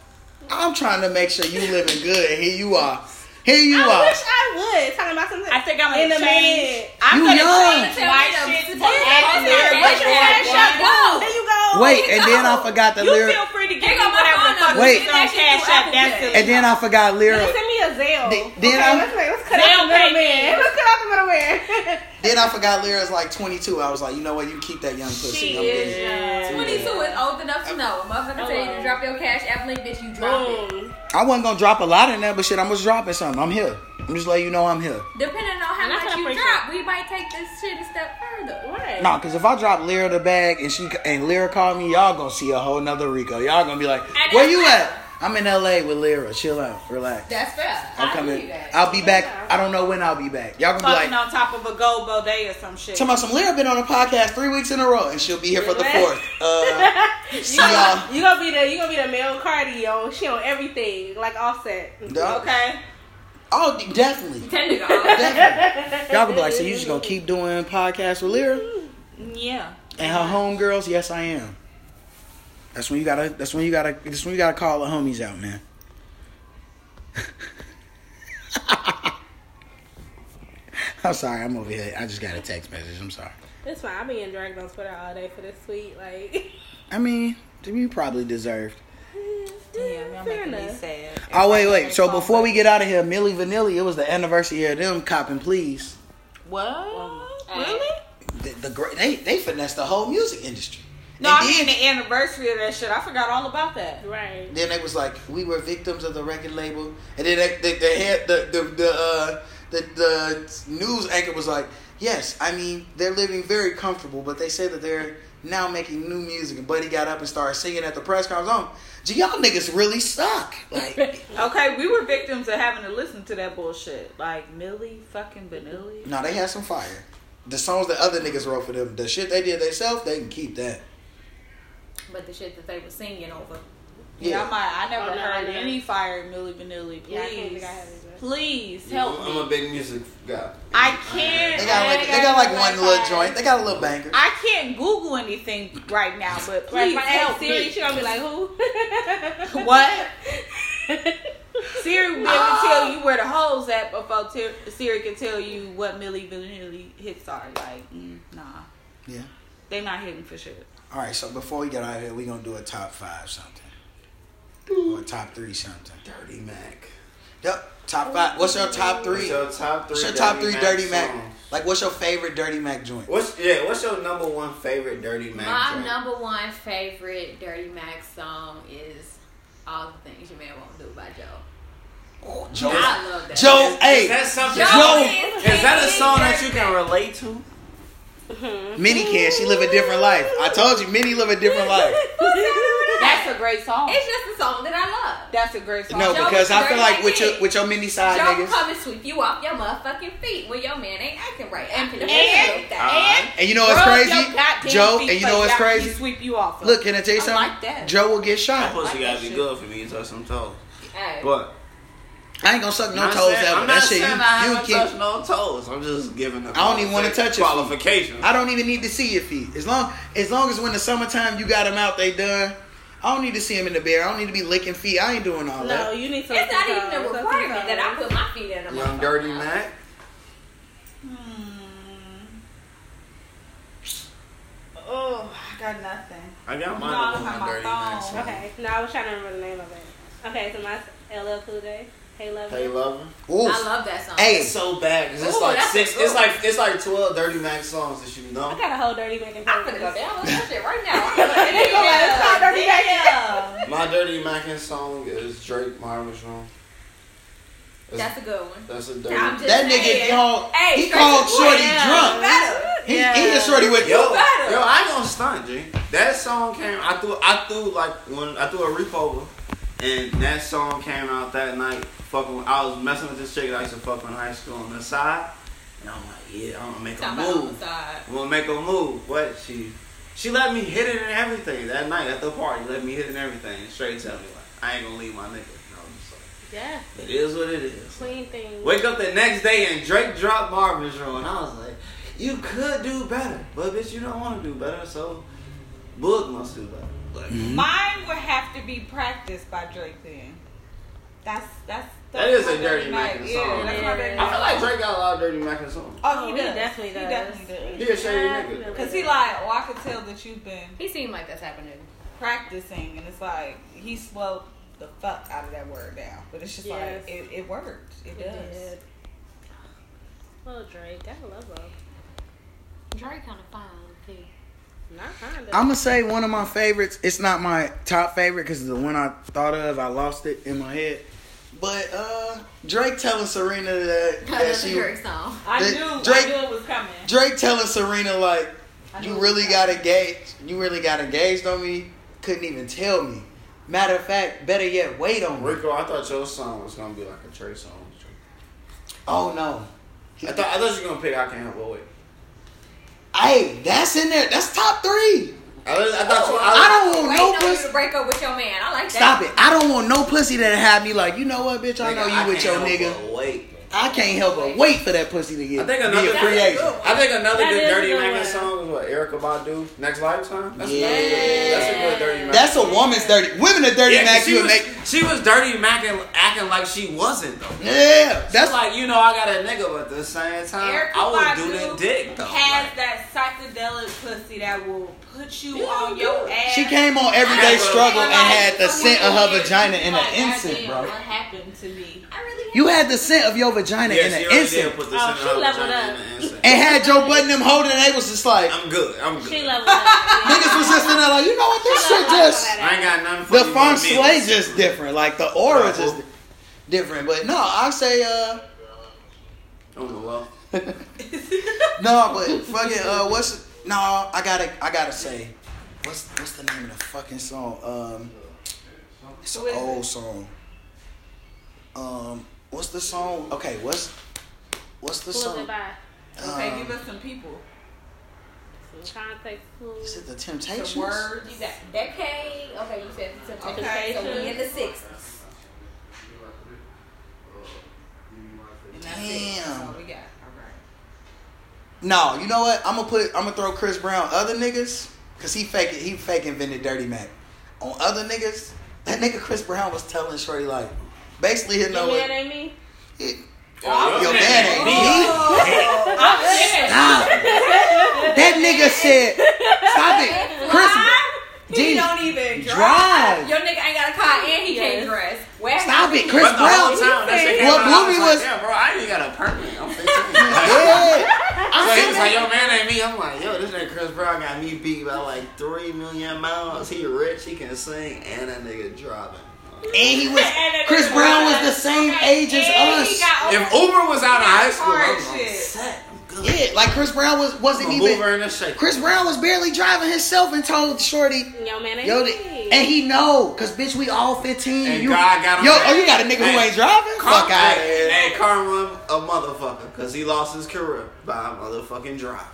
I'm trying to make sure you living good. And here you are. Here you I are. wish I would talking about something. I think I'm in the gonna change. man. I'm You gonna young. change my shit to act Lyra lyrical. Galore. Go. There you go. Wait, and then I forgot the You lyric. feel free to give They me got my whatever the phone fuck number. Wait. you gonna cash out. That's And silly. And then I forgot lyric. Send me a Zelle. Th- then okay, I- let's, make- let's cut Zelle out the pay middleman. me. Let's cut out the middleman. Then I forgot lyrics like 22. I was like, you know what? You keep that young pussy. She I'm is good. young. 22 is old enough to know. A motherfucker tell you to drop your cash app link, bitch, you drop it. Boom. I wasn't gonna drop a lot in there, but shit, I'm just dropping something. I'm here. I'm just letting you know I'm here. Depending on how And that's much what I you appreciate. drop, we might take this shit a step further. Right. Nah, cause if I drop Lyra the bag and she and Lyra called me, y'all gonna see a whole nother Rico. Y'all gonna be like, And where that's you fair. at? I'm in LA with Lyra. Chill out. Relax. That's fair. I'm I coming. believe that. I'll be back. I don't know when I'll be back. Y'all gonna be like, fucking on top of a gold bidet or some shit. Talking about some Lyra been on a podcast three weeks in a row, and she'll be here for the Relax. fourth. Uh, see y'all. You gonna be the you gonna be the male Cardi yo. She on everything like Offset. Dog. Okay. Oh, de- definitely, Tender definitely. Y'all gonna be like, so you just gonna keep doing podcasts with Lyra Yeah. and her homegirls? Yes, I am. That's when you gotta. That's when you gotta. That's when you gotta call the homies out, man. I'm sorry. I'm over here. I just got a text message. I'm sorry. It's fine. I've been getting dragged on Twitter all day for this tweet. Like, I mean, you probably deserved. Yeah, fair y'all making me enough. sad. Oh wait, wait. So before we get out of here, Millie Vanilli. It was the anniversary of them copping, please. What? Hey. Really? the, the great they they finessed the whole music industry. No, and I then, mean the anniversary of that shit. I forgot all about that. Right. then they was like, we were victims of the record label, and then they, they, they had the the the, uh, the the news anchor was like, yes, I mean they're living very comfortable, but they say that they're now making new music. And Buddy got up and started singing at the press conference. Oh, gee, y'all niggas really suck. Like, Okay, we were victims of having to listen to that bullshit. Like Millie fucking Vanilli. no, they had some fire. The songs that other niggas wrote for them, the shit they did themselves, they can keep that. But the shit that they were singing over. Yeah, I might. I never Oh, no, I heard know. any fire in Millie Vanilli. Please, Yeah, I can't think I have either. please help I'm me. a big music guy. I can't. They got like they got like one little joint. They got a little banger. I can't Google anything right now. But Like please my help ex Siri, me. she gonna be like, who? What? Siri will be able to tell you where the holes at before Ter- Siri can tell you what Millie Vanilli hits are. Like, mm, nah, Yeah. they not hitting for shit. All right, so before we get out of here, we're gonna do a top five something or a top three something. Dirty Mac. Yep, top five. What's your top What's three? your top three? What's your top three Dirty Mac? songs? Like, what's your favorite Dirty Mac joint? What's yeah? What's your number one favorite Dirty Mac? My joint? number one favorite Dirty Mac song is All the Things Your Man Won't Do by Joe. Joe, I love that. Joe, Is Oh, hey, that something? Joe, is, Is that a kicking song that dirt. you can relate to? Minnie can. She live a different life. I told you, Minnie live a different life. That's That's a great song. It's just a song that I love. That's a great song. No, Joe because was I feel dirty like like with your this. with your mini side Joe niggas, come and sweep you off your motherfucking feet when your man ain't acting right. I and- can appreciate that. And and you know what's rub your crazy, goddamn Joe, feet and you know so what's y'all can crazy. Sweep you off. of Look, it. can I tell you I something? like that. Joe will get That shot. pussy like gotta that be shit. good for me to touch some toes. Hey, But I ain't gonna suck no I'm not toes saying- ever. I'm That not shit, saying I you, you haven't can't. touched no toes. I'm just giving. I don't even wanna touch your feet. qualifications. I don't even need to see your feet. As long as long as when the summertime you got them out, they done. I don't need to see them in the bear. I don't need to be licking feet. I ain't doing all No, that. you need to. it's not even a requirement that I put my feet in a Young motherfucker. Dirty Mac. Oh, I got nothing. I got mine. No, I don't on have Young my Dirty Mac. phone. Okay, no, I was trying to remember the name of it. Okay, so my LL Cool J, Hey Love. Hey, You. lover. Oof. I love that song. Hey, It's so bad 'cause it's Ooh, like that's six. good. It's like it's like twelve Dirty Mac songs that you know. I got a whole dirty making I'm gonna go playlist. download that shit right now. Oh, It's not dirty back Damn. My Dirty Mac song is Drake. Mine was wrong. That's a good one. That's a dirty. I'm just that nigga saying. called Hey, he straight called to the Shorty point. drunk. Better. He, he hit Shorty with Yo, yo, better. I ain't gonna stunt, G. That song came. I threw, I threw like when I threw a repo over, and that song came out that night. Fucking, I was messing with this chick that I used to fuck in high school on the side, and I'm like, yeah, I'm gonna make a Talking about on move. the side. I'm gonna make a move. What she? She let me hit it and everything that night at the party. Let me hit it and everything. And straight tell me like, I ain't gonna leave my nigga. And I was just like, Yeah, it is what it is. clean thing. Wake up the next day and Drake dropped Marvin and I was like, you could do better, but bitch, you don't want to do better, so Boog must do better. Like, Mine would have to be practiced by Drake then. That's that's That is a my dirty Mac Yeah, song. that's my dirty I feel Mac. like Drake got a lot of dirty Mac songs. Oh, he, Oh, he does. definitely He does. definitely He a shady nigga. Cause he like, well, I could tell that you've been He seemed like that's happening. practicing, and it's like he slowed the fuck out of that word down. But it's just Yes. like it, it worked. It, He does. did. Oh, Drake, gotta love him. Drake kind of fine too. Not kinda. I'm gonna say one of my favorites. It's not my top favorite because the one I thought of, I lost it in my head. But uh, Drake telling Serena that, that That's a she Drake song. I That- knew Drake- I knew it was coming. Drake telling Serena like, I you know really that. got engaged. You really got engaged on me. Couldn't even tell me. Matter of fact, better yet, wait on me. Rico, I thought your song was gonna be like a Trey song. Oh no. I thought I thought you were gonna pick I Can't Help But Wait. Hey, that's in there. That's top three. I, I thought you. I don't Wait, want no, Oh, no you to pussy. break up with your man. I like that. Stop it. I don't want no pussy that have me like, you know what, bitch? I Nigga, know you I with your Can't nigga. Help But Wait. I can't help but wait for that pussy to get I think be another a good- free agent. I think another That good is a Dirty good one. Mac song was what Erica Badu. Next lifetime. That's Yeah. a good, that's a good Dirty Mac. That's a woman's dirty. Women are dirty Yeah, 'cause Mac. she You was, make she was dirty Mac and acting like she wasn't though. yeah. That's That's like you know I got a nigga, but at the same time Erica I would do Badu the dick though. Has Like, that psychedelic pussy that will put you Yeah, on I'm your good. ass. she came on everyday That's a- struggle and had the Like, scent of her someone vagina is in like, an instant, "Goddamn, bro. What happened to me? I really You had the scent of your vagina yeah, in she an already did instant, put the Oh, center she of her leveled vagina up. in an instant. and had Joe Budden them holding. They was just like I'm good. I'm good. She leveled up. niggas was just in there like, you know what? This shit just I ain't got nothing for the you feng but me. shui just different. Like the aura Right. just different. But no, I say uh. Oh, well. No, but fucking uh, what's no? I gotta, I gotta say, what's what's the name of the fucking song? Um, it's an What is old song. Um, what's the song? Okay, what's what's the Flew song? it by. Okay, Uh, Um, give us some people. Some context clues. is it the Some Temptations? words. You got decade. Okay, you said it's a Okay. decade. So we in the sixties. And that's it. Damn. That's all we got. All right. No, you know what? I'm gonna put, I'm gonna throw Chris Brown other niggas, cause he fake, he fake invented Dirty Mac. On other niggas, that nigga Chris Brown was telling Shorty like, basically his Your know man what? ain't me. It, Oh, your man ain't me. oh. Oh! Nah. That nigga said, stop it. Chris, He Jeez, don't even drive. drive. Your nigga ain't got a car and he Yes. can't dress. Where Stop it, Chris But the Brown. whole time, that shit Well, came out, I Bluey like, was- "Damn, bro, I ain't even got a permit. I'm 15. Yeah. So he was like, yo, man ain't me. I'm like, yo, this nigga Chris Brown got me beat by like 3 million miles. He rich, he can sing, and that nigga driving. And he was And it Chris was- Brown was the same age as And he us. got If Uber was out of high school, Hard I'm, I'm shit. set. I'm good. Yeah, like Chris Brown was wasn't I'm a even mover and a shaker. Chris Brown was barely driving himself and told Shorty, Yo, man, ain't yo, th- me. and he know, cause bitch, we all fifteen. And you, God got him yo, back. oh, you got a nigga who Hey, ain't driving? Karma- Fuck out of hey, here. Hey, Karma, a motherfucker, because he lost his career by a motherfucking driving.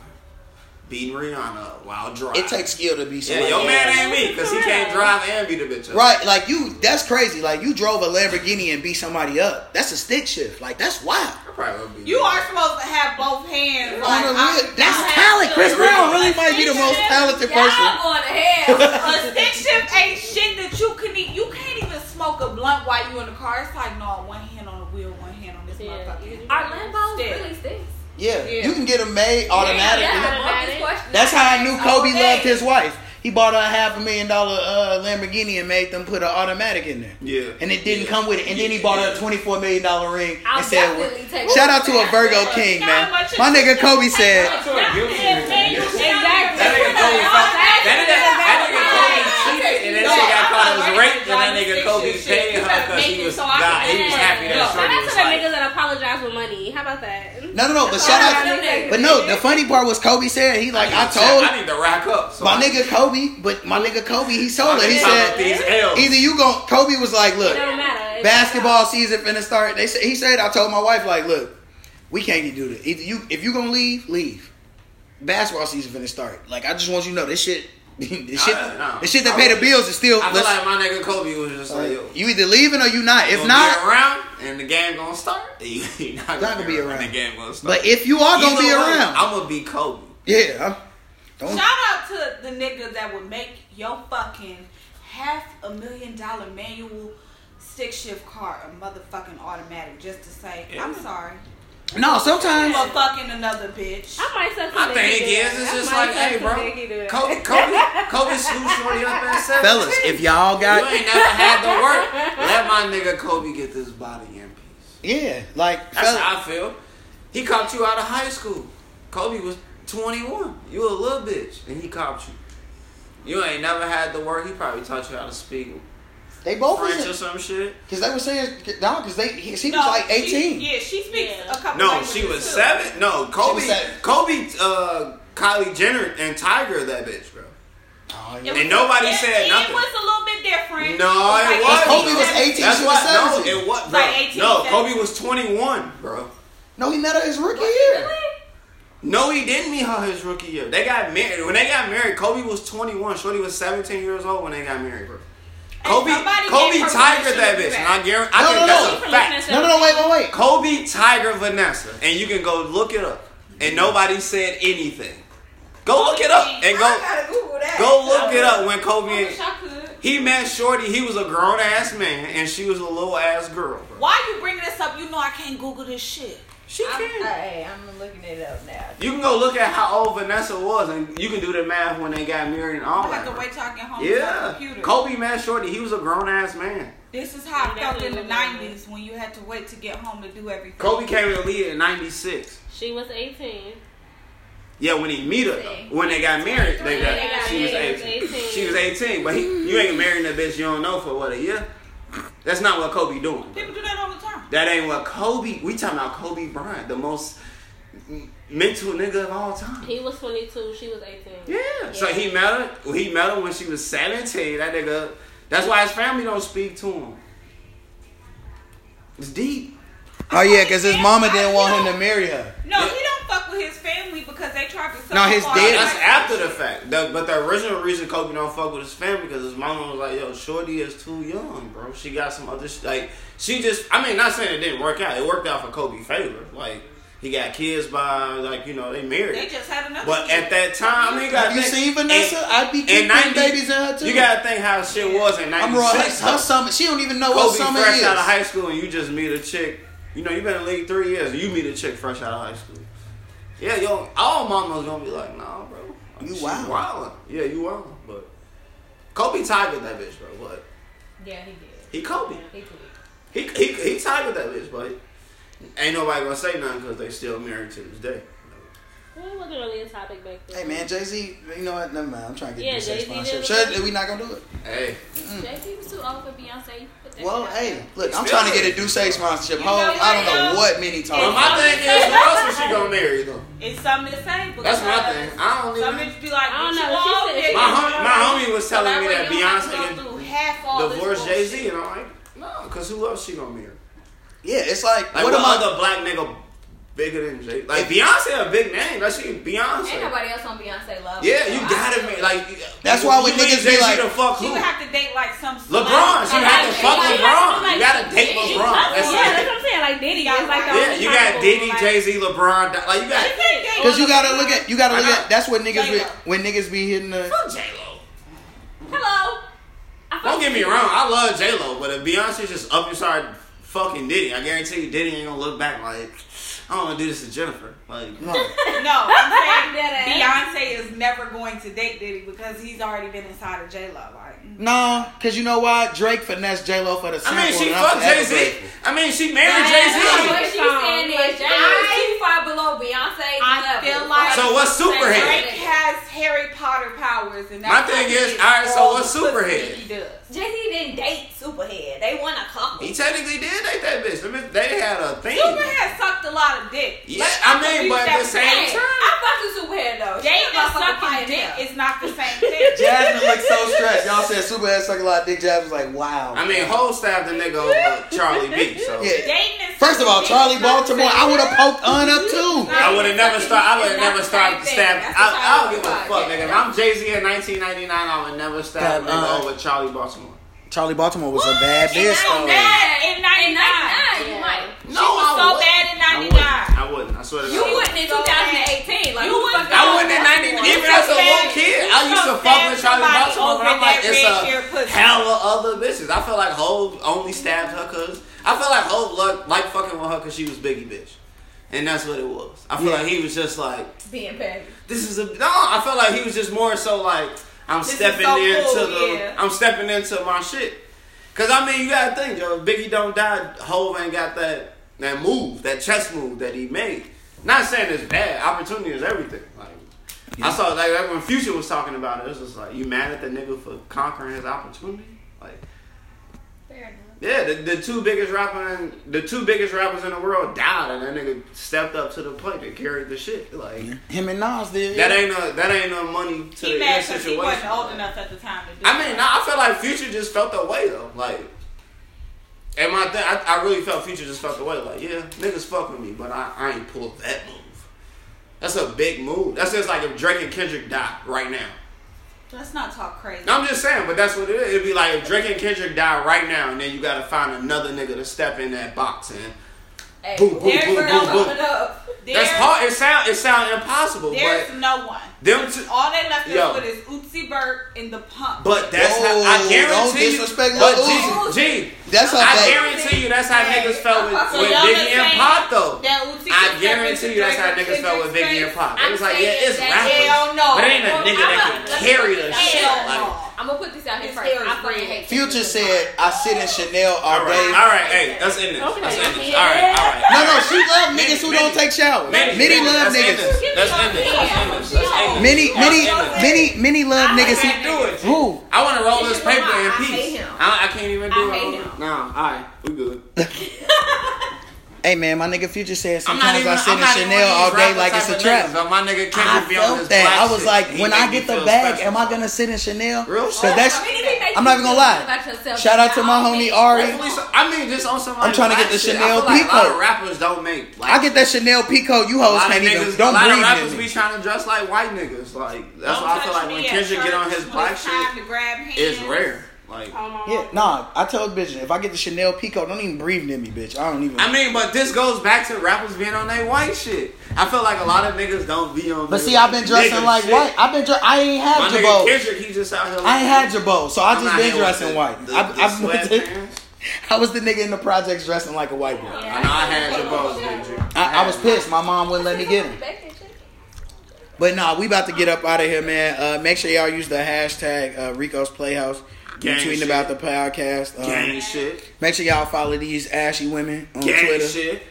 Beating Rihanna while driving. It takes skill to be Yeah, somebody. your man Yeah. ain't me, because he can't drive and beat a bitch up. Right, like you, that's crazy. Like you drove a Lamborghini and beat somebody up. That's a stick shift. Like that's wild. I probably would be You are supposed to have both hands. Like, On a I- real, that's I have talent. to- Chris Brown really might be the most talented person. Y'all going to hell. A stick shift ain't shit that you can eat. You can't even smoke a blunt while you in the car. It's like, no, one hand on the wheel, one hand on this Yeah, motherfucker. you- Our Lambo's Stick. really sticks. Yeah, Yeah. you can get them made automatically. Yeah, Automatic. automatic. Question. That's how I knew Kobe All day. loved his wife. He bought her a half a million dollar uh, Lamborghini and made them put an automatic in there. Yeah. And it didn't Yeah. come with it. And then he bought her a twenty four million dollar ring I'll and said, definitely take "Shout that. out to a Virgo king, man." My nigga Kobe said, That's what I'm guilty of. Exactly. That nigga Kobe fucked. That nigga, that nigga Kobe cheated, and that shit got caught as rape, and that nigga Kobe paid her because he was nah, he was happy that Shout Shorty out was to the like. niggas that apologize with money. How about that? "No, no, no." But shout out. But no, the funny part was Kobe said he like I told I need to rack up. So my nigga Kobe, but my nigga Kobe he sold it. He said said these L's. either you gon' Kobe was like, It look, don't matter. It's basketball season finna start. They said he said I told my wife like, look, we can't do this. Either you if you gonna leave, leave. Basketball season finna start. Like I just want you to know this shit, this shit, I- no. this shit that pay the bills is still. I feel let's- like my nigga Kobe was just like, yo, you either leaving or you not. If gonna be not, around and the game gonna start, you you not Not gonna be around. The game gonna start. but if you are gonna be around, I'm gonna be Kobe. yeah, don't. Shout out to the nigga that would make your fucking half a million dollar manual stick shift car a motherfucking automatic just to say, I'm Yeah. sorry. No, sometimes. You a fucking another bitch. I might suck My some dick thing he is, do. it's I just might like, suck hey, some bro, dick he do. Kobe, Kobe, Kobe slew Shorty up and said, Fellas, if y'all you got ain't never had to work. Let my nigga Kobe get this body in peace. yeah, like That's fellas, how I feel. He copped you out of high school. Kobe was 21. You a little bitch, and he copped you. You ain't never had to work. He probably taught you how to speak they both French or because some shit. they were saying no because they he, she was No, like eighteen. She, yeah, she speaks Yeah. a couple No, languages she was too. seven. No, Kobe, seven. Kobe, uh, Kylie Jenner, and Tiger, that bitch, bro. Oh, It yeah. was- And nobody it- said It nothing. was a little bit different. No, it Like, wasn't. Kobe was 18, That's she was why. No, 17. it was. Bro, Like 18, no, 17. Kobe was 21, bro. No, he met her his rookie year. No, he didn't meet her his rookie year. They got married. When they got married, Kobe was 21. Shorty was 17 years old when they got married, bro. Kobe, somebody Kobe gave her Tiger permission that to do bitch. that. And I guarantee, I No, think no, that's no. a fact. No, no, no, wait, wait, wait. Kobe Tiger Vanessa, and you can go look it up. And nobody said anything. Go look it up and I go gotta Google that. go look it up when Kobe. I wish I could. He met Shorty. He was a grown ass man, and she was a little ass girl. Bro. Why you bringing this up? You know I can't Google this shit. She I'm, can. hey, I'm looking it up now. You can go look at how old Vanessa was, and you can do the math when they got married and all I'm that. like the way talking home yeah. yeah, computer. Kobe met Shorty. He was a grown ass man. This is how I Yeah, felt in the that was- '90s when you had to wait to get home to do everything. Kobe came in the league in '96. She was 18. Yeah, when he meet her, though. when they got married, they got, They got she was married, 18. 18. She was 18, but he, you ain't marrying a bitch you don't know for what a year. That's not what Kobe doing. bro. People do that all the time. That ain't what Kobe. We talking about Kobe Bryant, the most m- mental nigga of all time. He was 22. She was 18. Yeah. So he met her. well, He met her when she was seventeen. That nigga. That's why his family don't speak to him. It's deep. Oh yeah, because his mama didn't want him to marry her. No, he don't fuck with his family because they tried to. sell No, him his off. dad- Now, that's after the fact. The- but the original reason Kobe don't fuck with his family because his mama was like, "Yo, Shorty is too young, bro. She got some other sh- like she just. I mean, not saying it didn't work out. It worked out for Kobe favor. Like he got kids by like you know they married. They just had another. But kid. at that time, I mean, you gotta Have you think- seen Vanessa? and- I'd be And keeping 90, babies in her too. You gotta think how shit was in I'm raw. Her, 96. her summer. She don't even know what Kobe summer fresh is. out of high school and you just meet a chick. You know, you been in the league three years and you meet a chick fresh out of high school. Yeah, yo, all mamas gonna be like, nah, bro. You She wild. wildin'. Yeah, you wildin'. But Kobe tigered that bitch, bro. But Yeah, he did. he Kobe. He did. He, he, he tigered that bitch, but ain't nobody gonna say nothing because they still married to this day. What was it really a topic back then? Hey man, Jay Z, you know what? Never mind. I'm trying to get Yeah, this Jay-Z did sponsorship. Should it. we not gonna do it? Hey, Jay Z was too old for Beyonce. You put that Well, shit out hey, there. look, I'm Still trying to get a is. Duce sponsorship. Ho, You I know don't what, know though? what many Oh, but times. my thing is, who else is she gonna marry though? It's something to say. Because That's my thing. I don't Some even. bitches be like, I don't "Bitch, know. you She old, said- nigga." My hom- my homie was So telling me way that you don't have to go Beyonce can through half all Oh, this divorce Jay bullshit. Z, and I'm like, no, cause who else she gonna marry? Yeah, it's like, Like what what, am I? other black nigga bigger than Jay? Like Beyonce, a big name. Like she Ain't Beyonce. nobody else on Beyonce love. Yeah, her, you so I gotta feel make it. like. That's you- why we you need niggas be Jay-Z like- to fuck She who? would have to date like some LeBron. She celebrity. had to Like, fuck yeah, you LeBron. You gotta gotta- date like, LeBron. Yeah, That's that's it. what I'm saying. Like Diddy is like oh, the Yeah, only you got possible, Diddy, like- Jay Z, LeBron. Like you She got can't date Because you gotta LeBron. look at, you gotta look I know. at. That's what niggas be J-Lo. when niggas be hitting the. fuck J Lo. Hello. I Don't fuck get me with wrong, I love J Lo, but if Beyonce just up and started fucking Diddy, I guarantee you Diddy ain't gonna look back like I don't wanna do this to Jennifer. Like No. No, I'm saying Dead Beyonce is never going to date Diddy because he's already been inside of J Lo. Like, No, because you know why? Drake finessed J Lo for the I sample. mean she and I'm fucked forever Jay Z. grateful. I mean she married Jay That's Z. What she's saying is Jay is too far below Beyonce's I level. feel like So what's Superhead? Drake has Harry Potter powers, and My that's thing how he is, gets alright, so all what's the pussy Superhead? He does. Jay Z didn't date Superhead. They want a couple. He technically did date that bitch. I mean, they had a thing. Superhead sucked a lot of dick. Yeah, I mean, but at the Hey, same time I fucked with Superhead though. She Dating and a motherfucking sucking pioneer. dick is not the same thing. Jasmine looked so stressed. Y'all said Superhead suck a lot of dick. Jasmine was like, wow. I mean whole stabbed the nigga over Charlie B, so Yeah. Dating and First of all, sucking dick Charlie is not the Baltimore, I same would have poked Un up too. I would have never started. I would have never That's started the same stabbed. thing. That's the I, I don't give a same fuck, thing. nigga. If I'm Jay Z in 1999, I would never stab Stab, a uh, nigga over Charlie Baltimore. Charlie Baltimore was a bad bitch So bad in In 99. 99, you might. No, She was so bad in I 99. wouldn't. I wouldn't. I swear to You God. wouldn't in You 2018. Like, who the wouldn't. fuck I wouldn't in 99. Even as a little kid, I used to fuck with Charlie Baltimore, but I'm like, it's a hell of other bitches. I feel like Hov only stabbed her cause I feel like Hov lo- liked fucking with her cause she was Biggie bitch, and that's what it was. I feel Yeah. like he was just like, being petty? this is a no. I felt like he was just more so like I'm This is stepping so into cool, the yeah. I'm stepping into my shit. Cause I mean, you gotta think, yo. if Biggie don't die. Hov ain't got that that move, that chess move that he made. Not saying it's bad. Opportunity is everything. Like I saw, like, like when Future was talking about it, it was just like, you mad at the nigga for conquering his opportunity? Like, Fair enough. yeah, the, the two biggest rapper in, the two biggest rappers in the world died, and that nigga stepped up to the plate and carried the shit. Like. Him and Nas did. That ain't no that ain't no money to He the mad end because situation. he wasn't old enough at the time to do I mean, nah, I felt like Future just felt the way though. Like, and my thing, I, I really felt Future just felt the way. Like, yeah, niggas fuck with me, but I, I ain't pulled that move. That's a big move. That's just like if Drake and Kendrick die right now. Let's not talk crazy. No, I'm just saying, but that's what it is. It'd be like if Drake and Kendrick die right now, and then you gotta find another nigga to step in that box and. Hey, Boom, boom, there's boom, no boom, boom. coming up. That's hard. It sound it sound impossible, There's but no one. them two. All they left Yo. us with is Ootsie Burt and the pump. But that's how Whoa, I Oh, don't guarantee disrespect you. Lil But G, G, That's how I bad. guarantee you that's how niggas felt with, So with y'all just Biggie and saying Pop though. that Ootsie I just guarantee you that's how stepped into niggas felt with Drake's Biggie and face. Pop. It was I'm like, yeah, saying it's that- Hell rappers. no. But it ain't a Well, nigga I'm that a- can carry the Hell shit. no. Like, I'm gonna put this out here His first. hair is I fucking red. hate Future said, I sit in Chanel all day. all right, hey, that's in this. Okay. That's in this. All right, all right. No, no, she love niggas who don't take showers. Many, Many love that's in niggas. this. That's in this. That's in this. That's in this. Many, many, many, many love niggas I can't do who. it. Who? I want to roll this You know paper why? in I hate peace. him. I, I can't even do I hate it. him. No, all right, we good. Hey man, my nigga Future said I'm sometimes not even. I sit I'm not in even Chanel all one of these day like it's rapper a type of trap. niggas, But my nigga I Kendrick be on felt this that. black I was shit. like, He when make I me get feel the bag, special. am I gonna sit in Chanel? Real Cause shit. that's. I mean, if it makes I'm you not even gonna feel lie. good about yourself, Shout out it's to not my all homie bad. Ari. Rightfully so. I mean, just on somebody. I'm trying to black get the shit, Chanel I feel like A lot Pico. of rappers don't make. Black I get that Chanel Pico. You A hoes lot of can't even. niggas. a Don't lot of breathe rappers in it. be trying to dress like white niggas. Like that's Don't why I feel touch like me when at Kendrick get on church his when black it's time shit, to grab it's hands. rare. Like. Oh, my Yeah, nah. I tell bitch if I get the Chanel Pico, don't even breathe near me, bitch. I don't even. I mean, but this goes back to rappers being on their white shit. I feel like a lot of niggas don't be on. but their see, I've been dressing nigga like shit. white. I've been. Dre- I ain't My had nigga Jabot. Kendrick, he just out here. I ain't had your. Jabot, so I just been dressing white. The, I, the I, was the, sweatpants. I was the nigga in the projects dressing like a white boy. I know I had Jabot's Kendrick. I, I was pissed. My mom wouldn't let me get him. But nah, we about to get up out of here, man. Uh, make sure y'all use the hashtag uh, Rico's Playhouse. You Gang tweeting shit. about the podcast. Um, gang shit. Make sure y'all follow these ashy women on Gang Twitter. shit.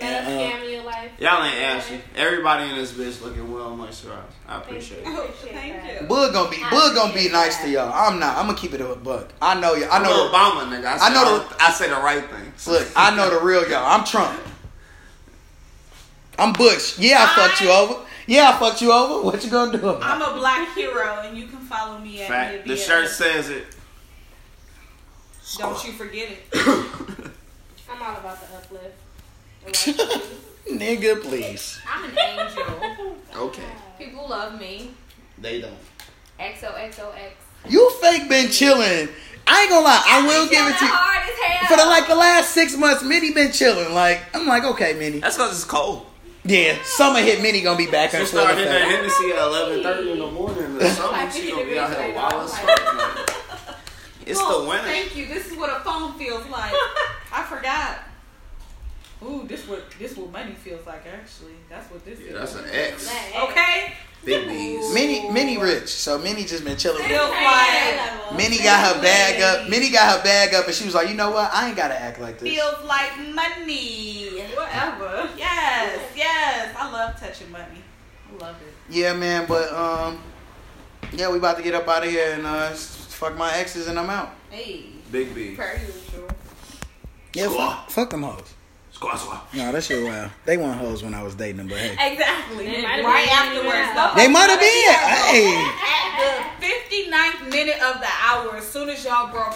Let us And, uh, scam your life. Y'all ain't ashy. Everybody in this bitch looking well moisturized. I appreciate it. Appreciate Thank that. you. Bug gonna be I Bug gonna be appreciate nice that. to y'all. I'm not. I'm gonna keep it a buck. I know you. I I know know. Obama, nigga. I, I know know. The, I say the right thing. The, look, I know the real y'all. I'm Trump. I'm Bush. Yeah, I, fucked you over. Yeah, I fucked you over. What you gonna do? about it? I'm a black hero, and you can follow me at Fact. The BBL. shirt says it. Don't you forget it. I'm all about the uplift. The life of you. Nigga, please. I'm an angel. Okay. People love me. They don't. XOXOX. You fake been chilling. I ain't gonna lie. I will give it to Chilling you. hard as hell. For the, like the last six months, Minnie been chilling. Like I'm like, okay, Minnie. That's cause it's cold. Yeah, summer hit. Minnie gonna be back She in full started hitting that effect. Hennessy at eleven thirty in the morning. In the summer, she gonna be out here wild as fuck. man. It's the Oh, winter. Thank you. This is what a phone feels like. I forgot. Ooh, this what this what money feels like actually. That's what this Yeah, is. that's an X. okay. Big B's. Minnie, Minnie rich. So Minnie just been chilling. Feel like Minnie got her bag up. Minnie got her bag up, and she was like, "You know what? I ain't gotta act like this." feels like money. Whatever. Yes, yes. I love touching money. I love it. Yeah, man. But um, yeah, we about to get up out of here and uh, s- fuck my exes, and I'm out. Hey. Big B. Per usual. Yeah, Cool. fuck, fuck them hoes. Squat squat. No, that shit wild. They want hoes when I was dating them, but hey, Exactly. They might have Right been afterwards. in though. they might have been. Hey. At the 59th minute of the hour, as soon as y'all broke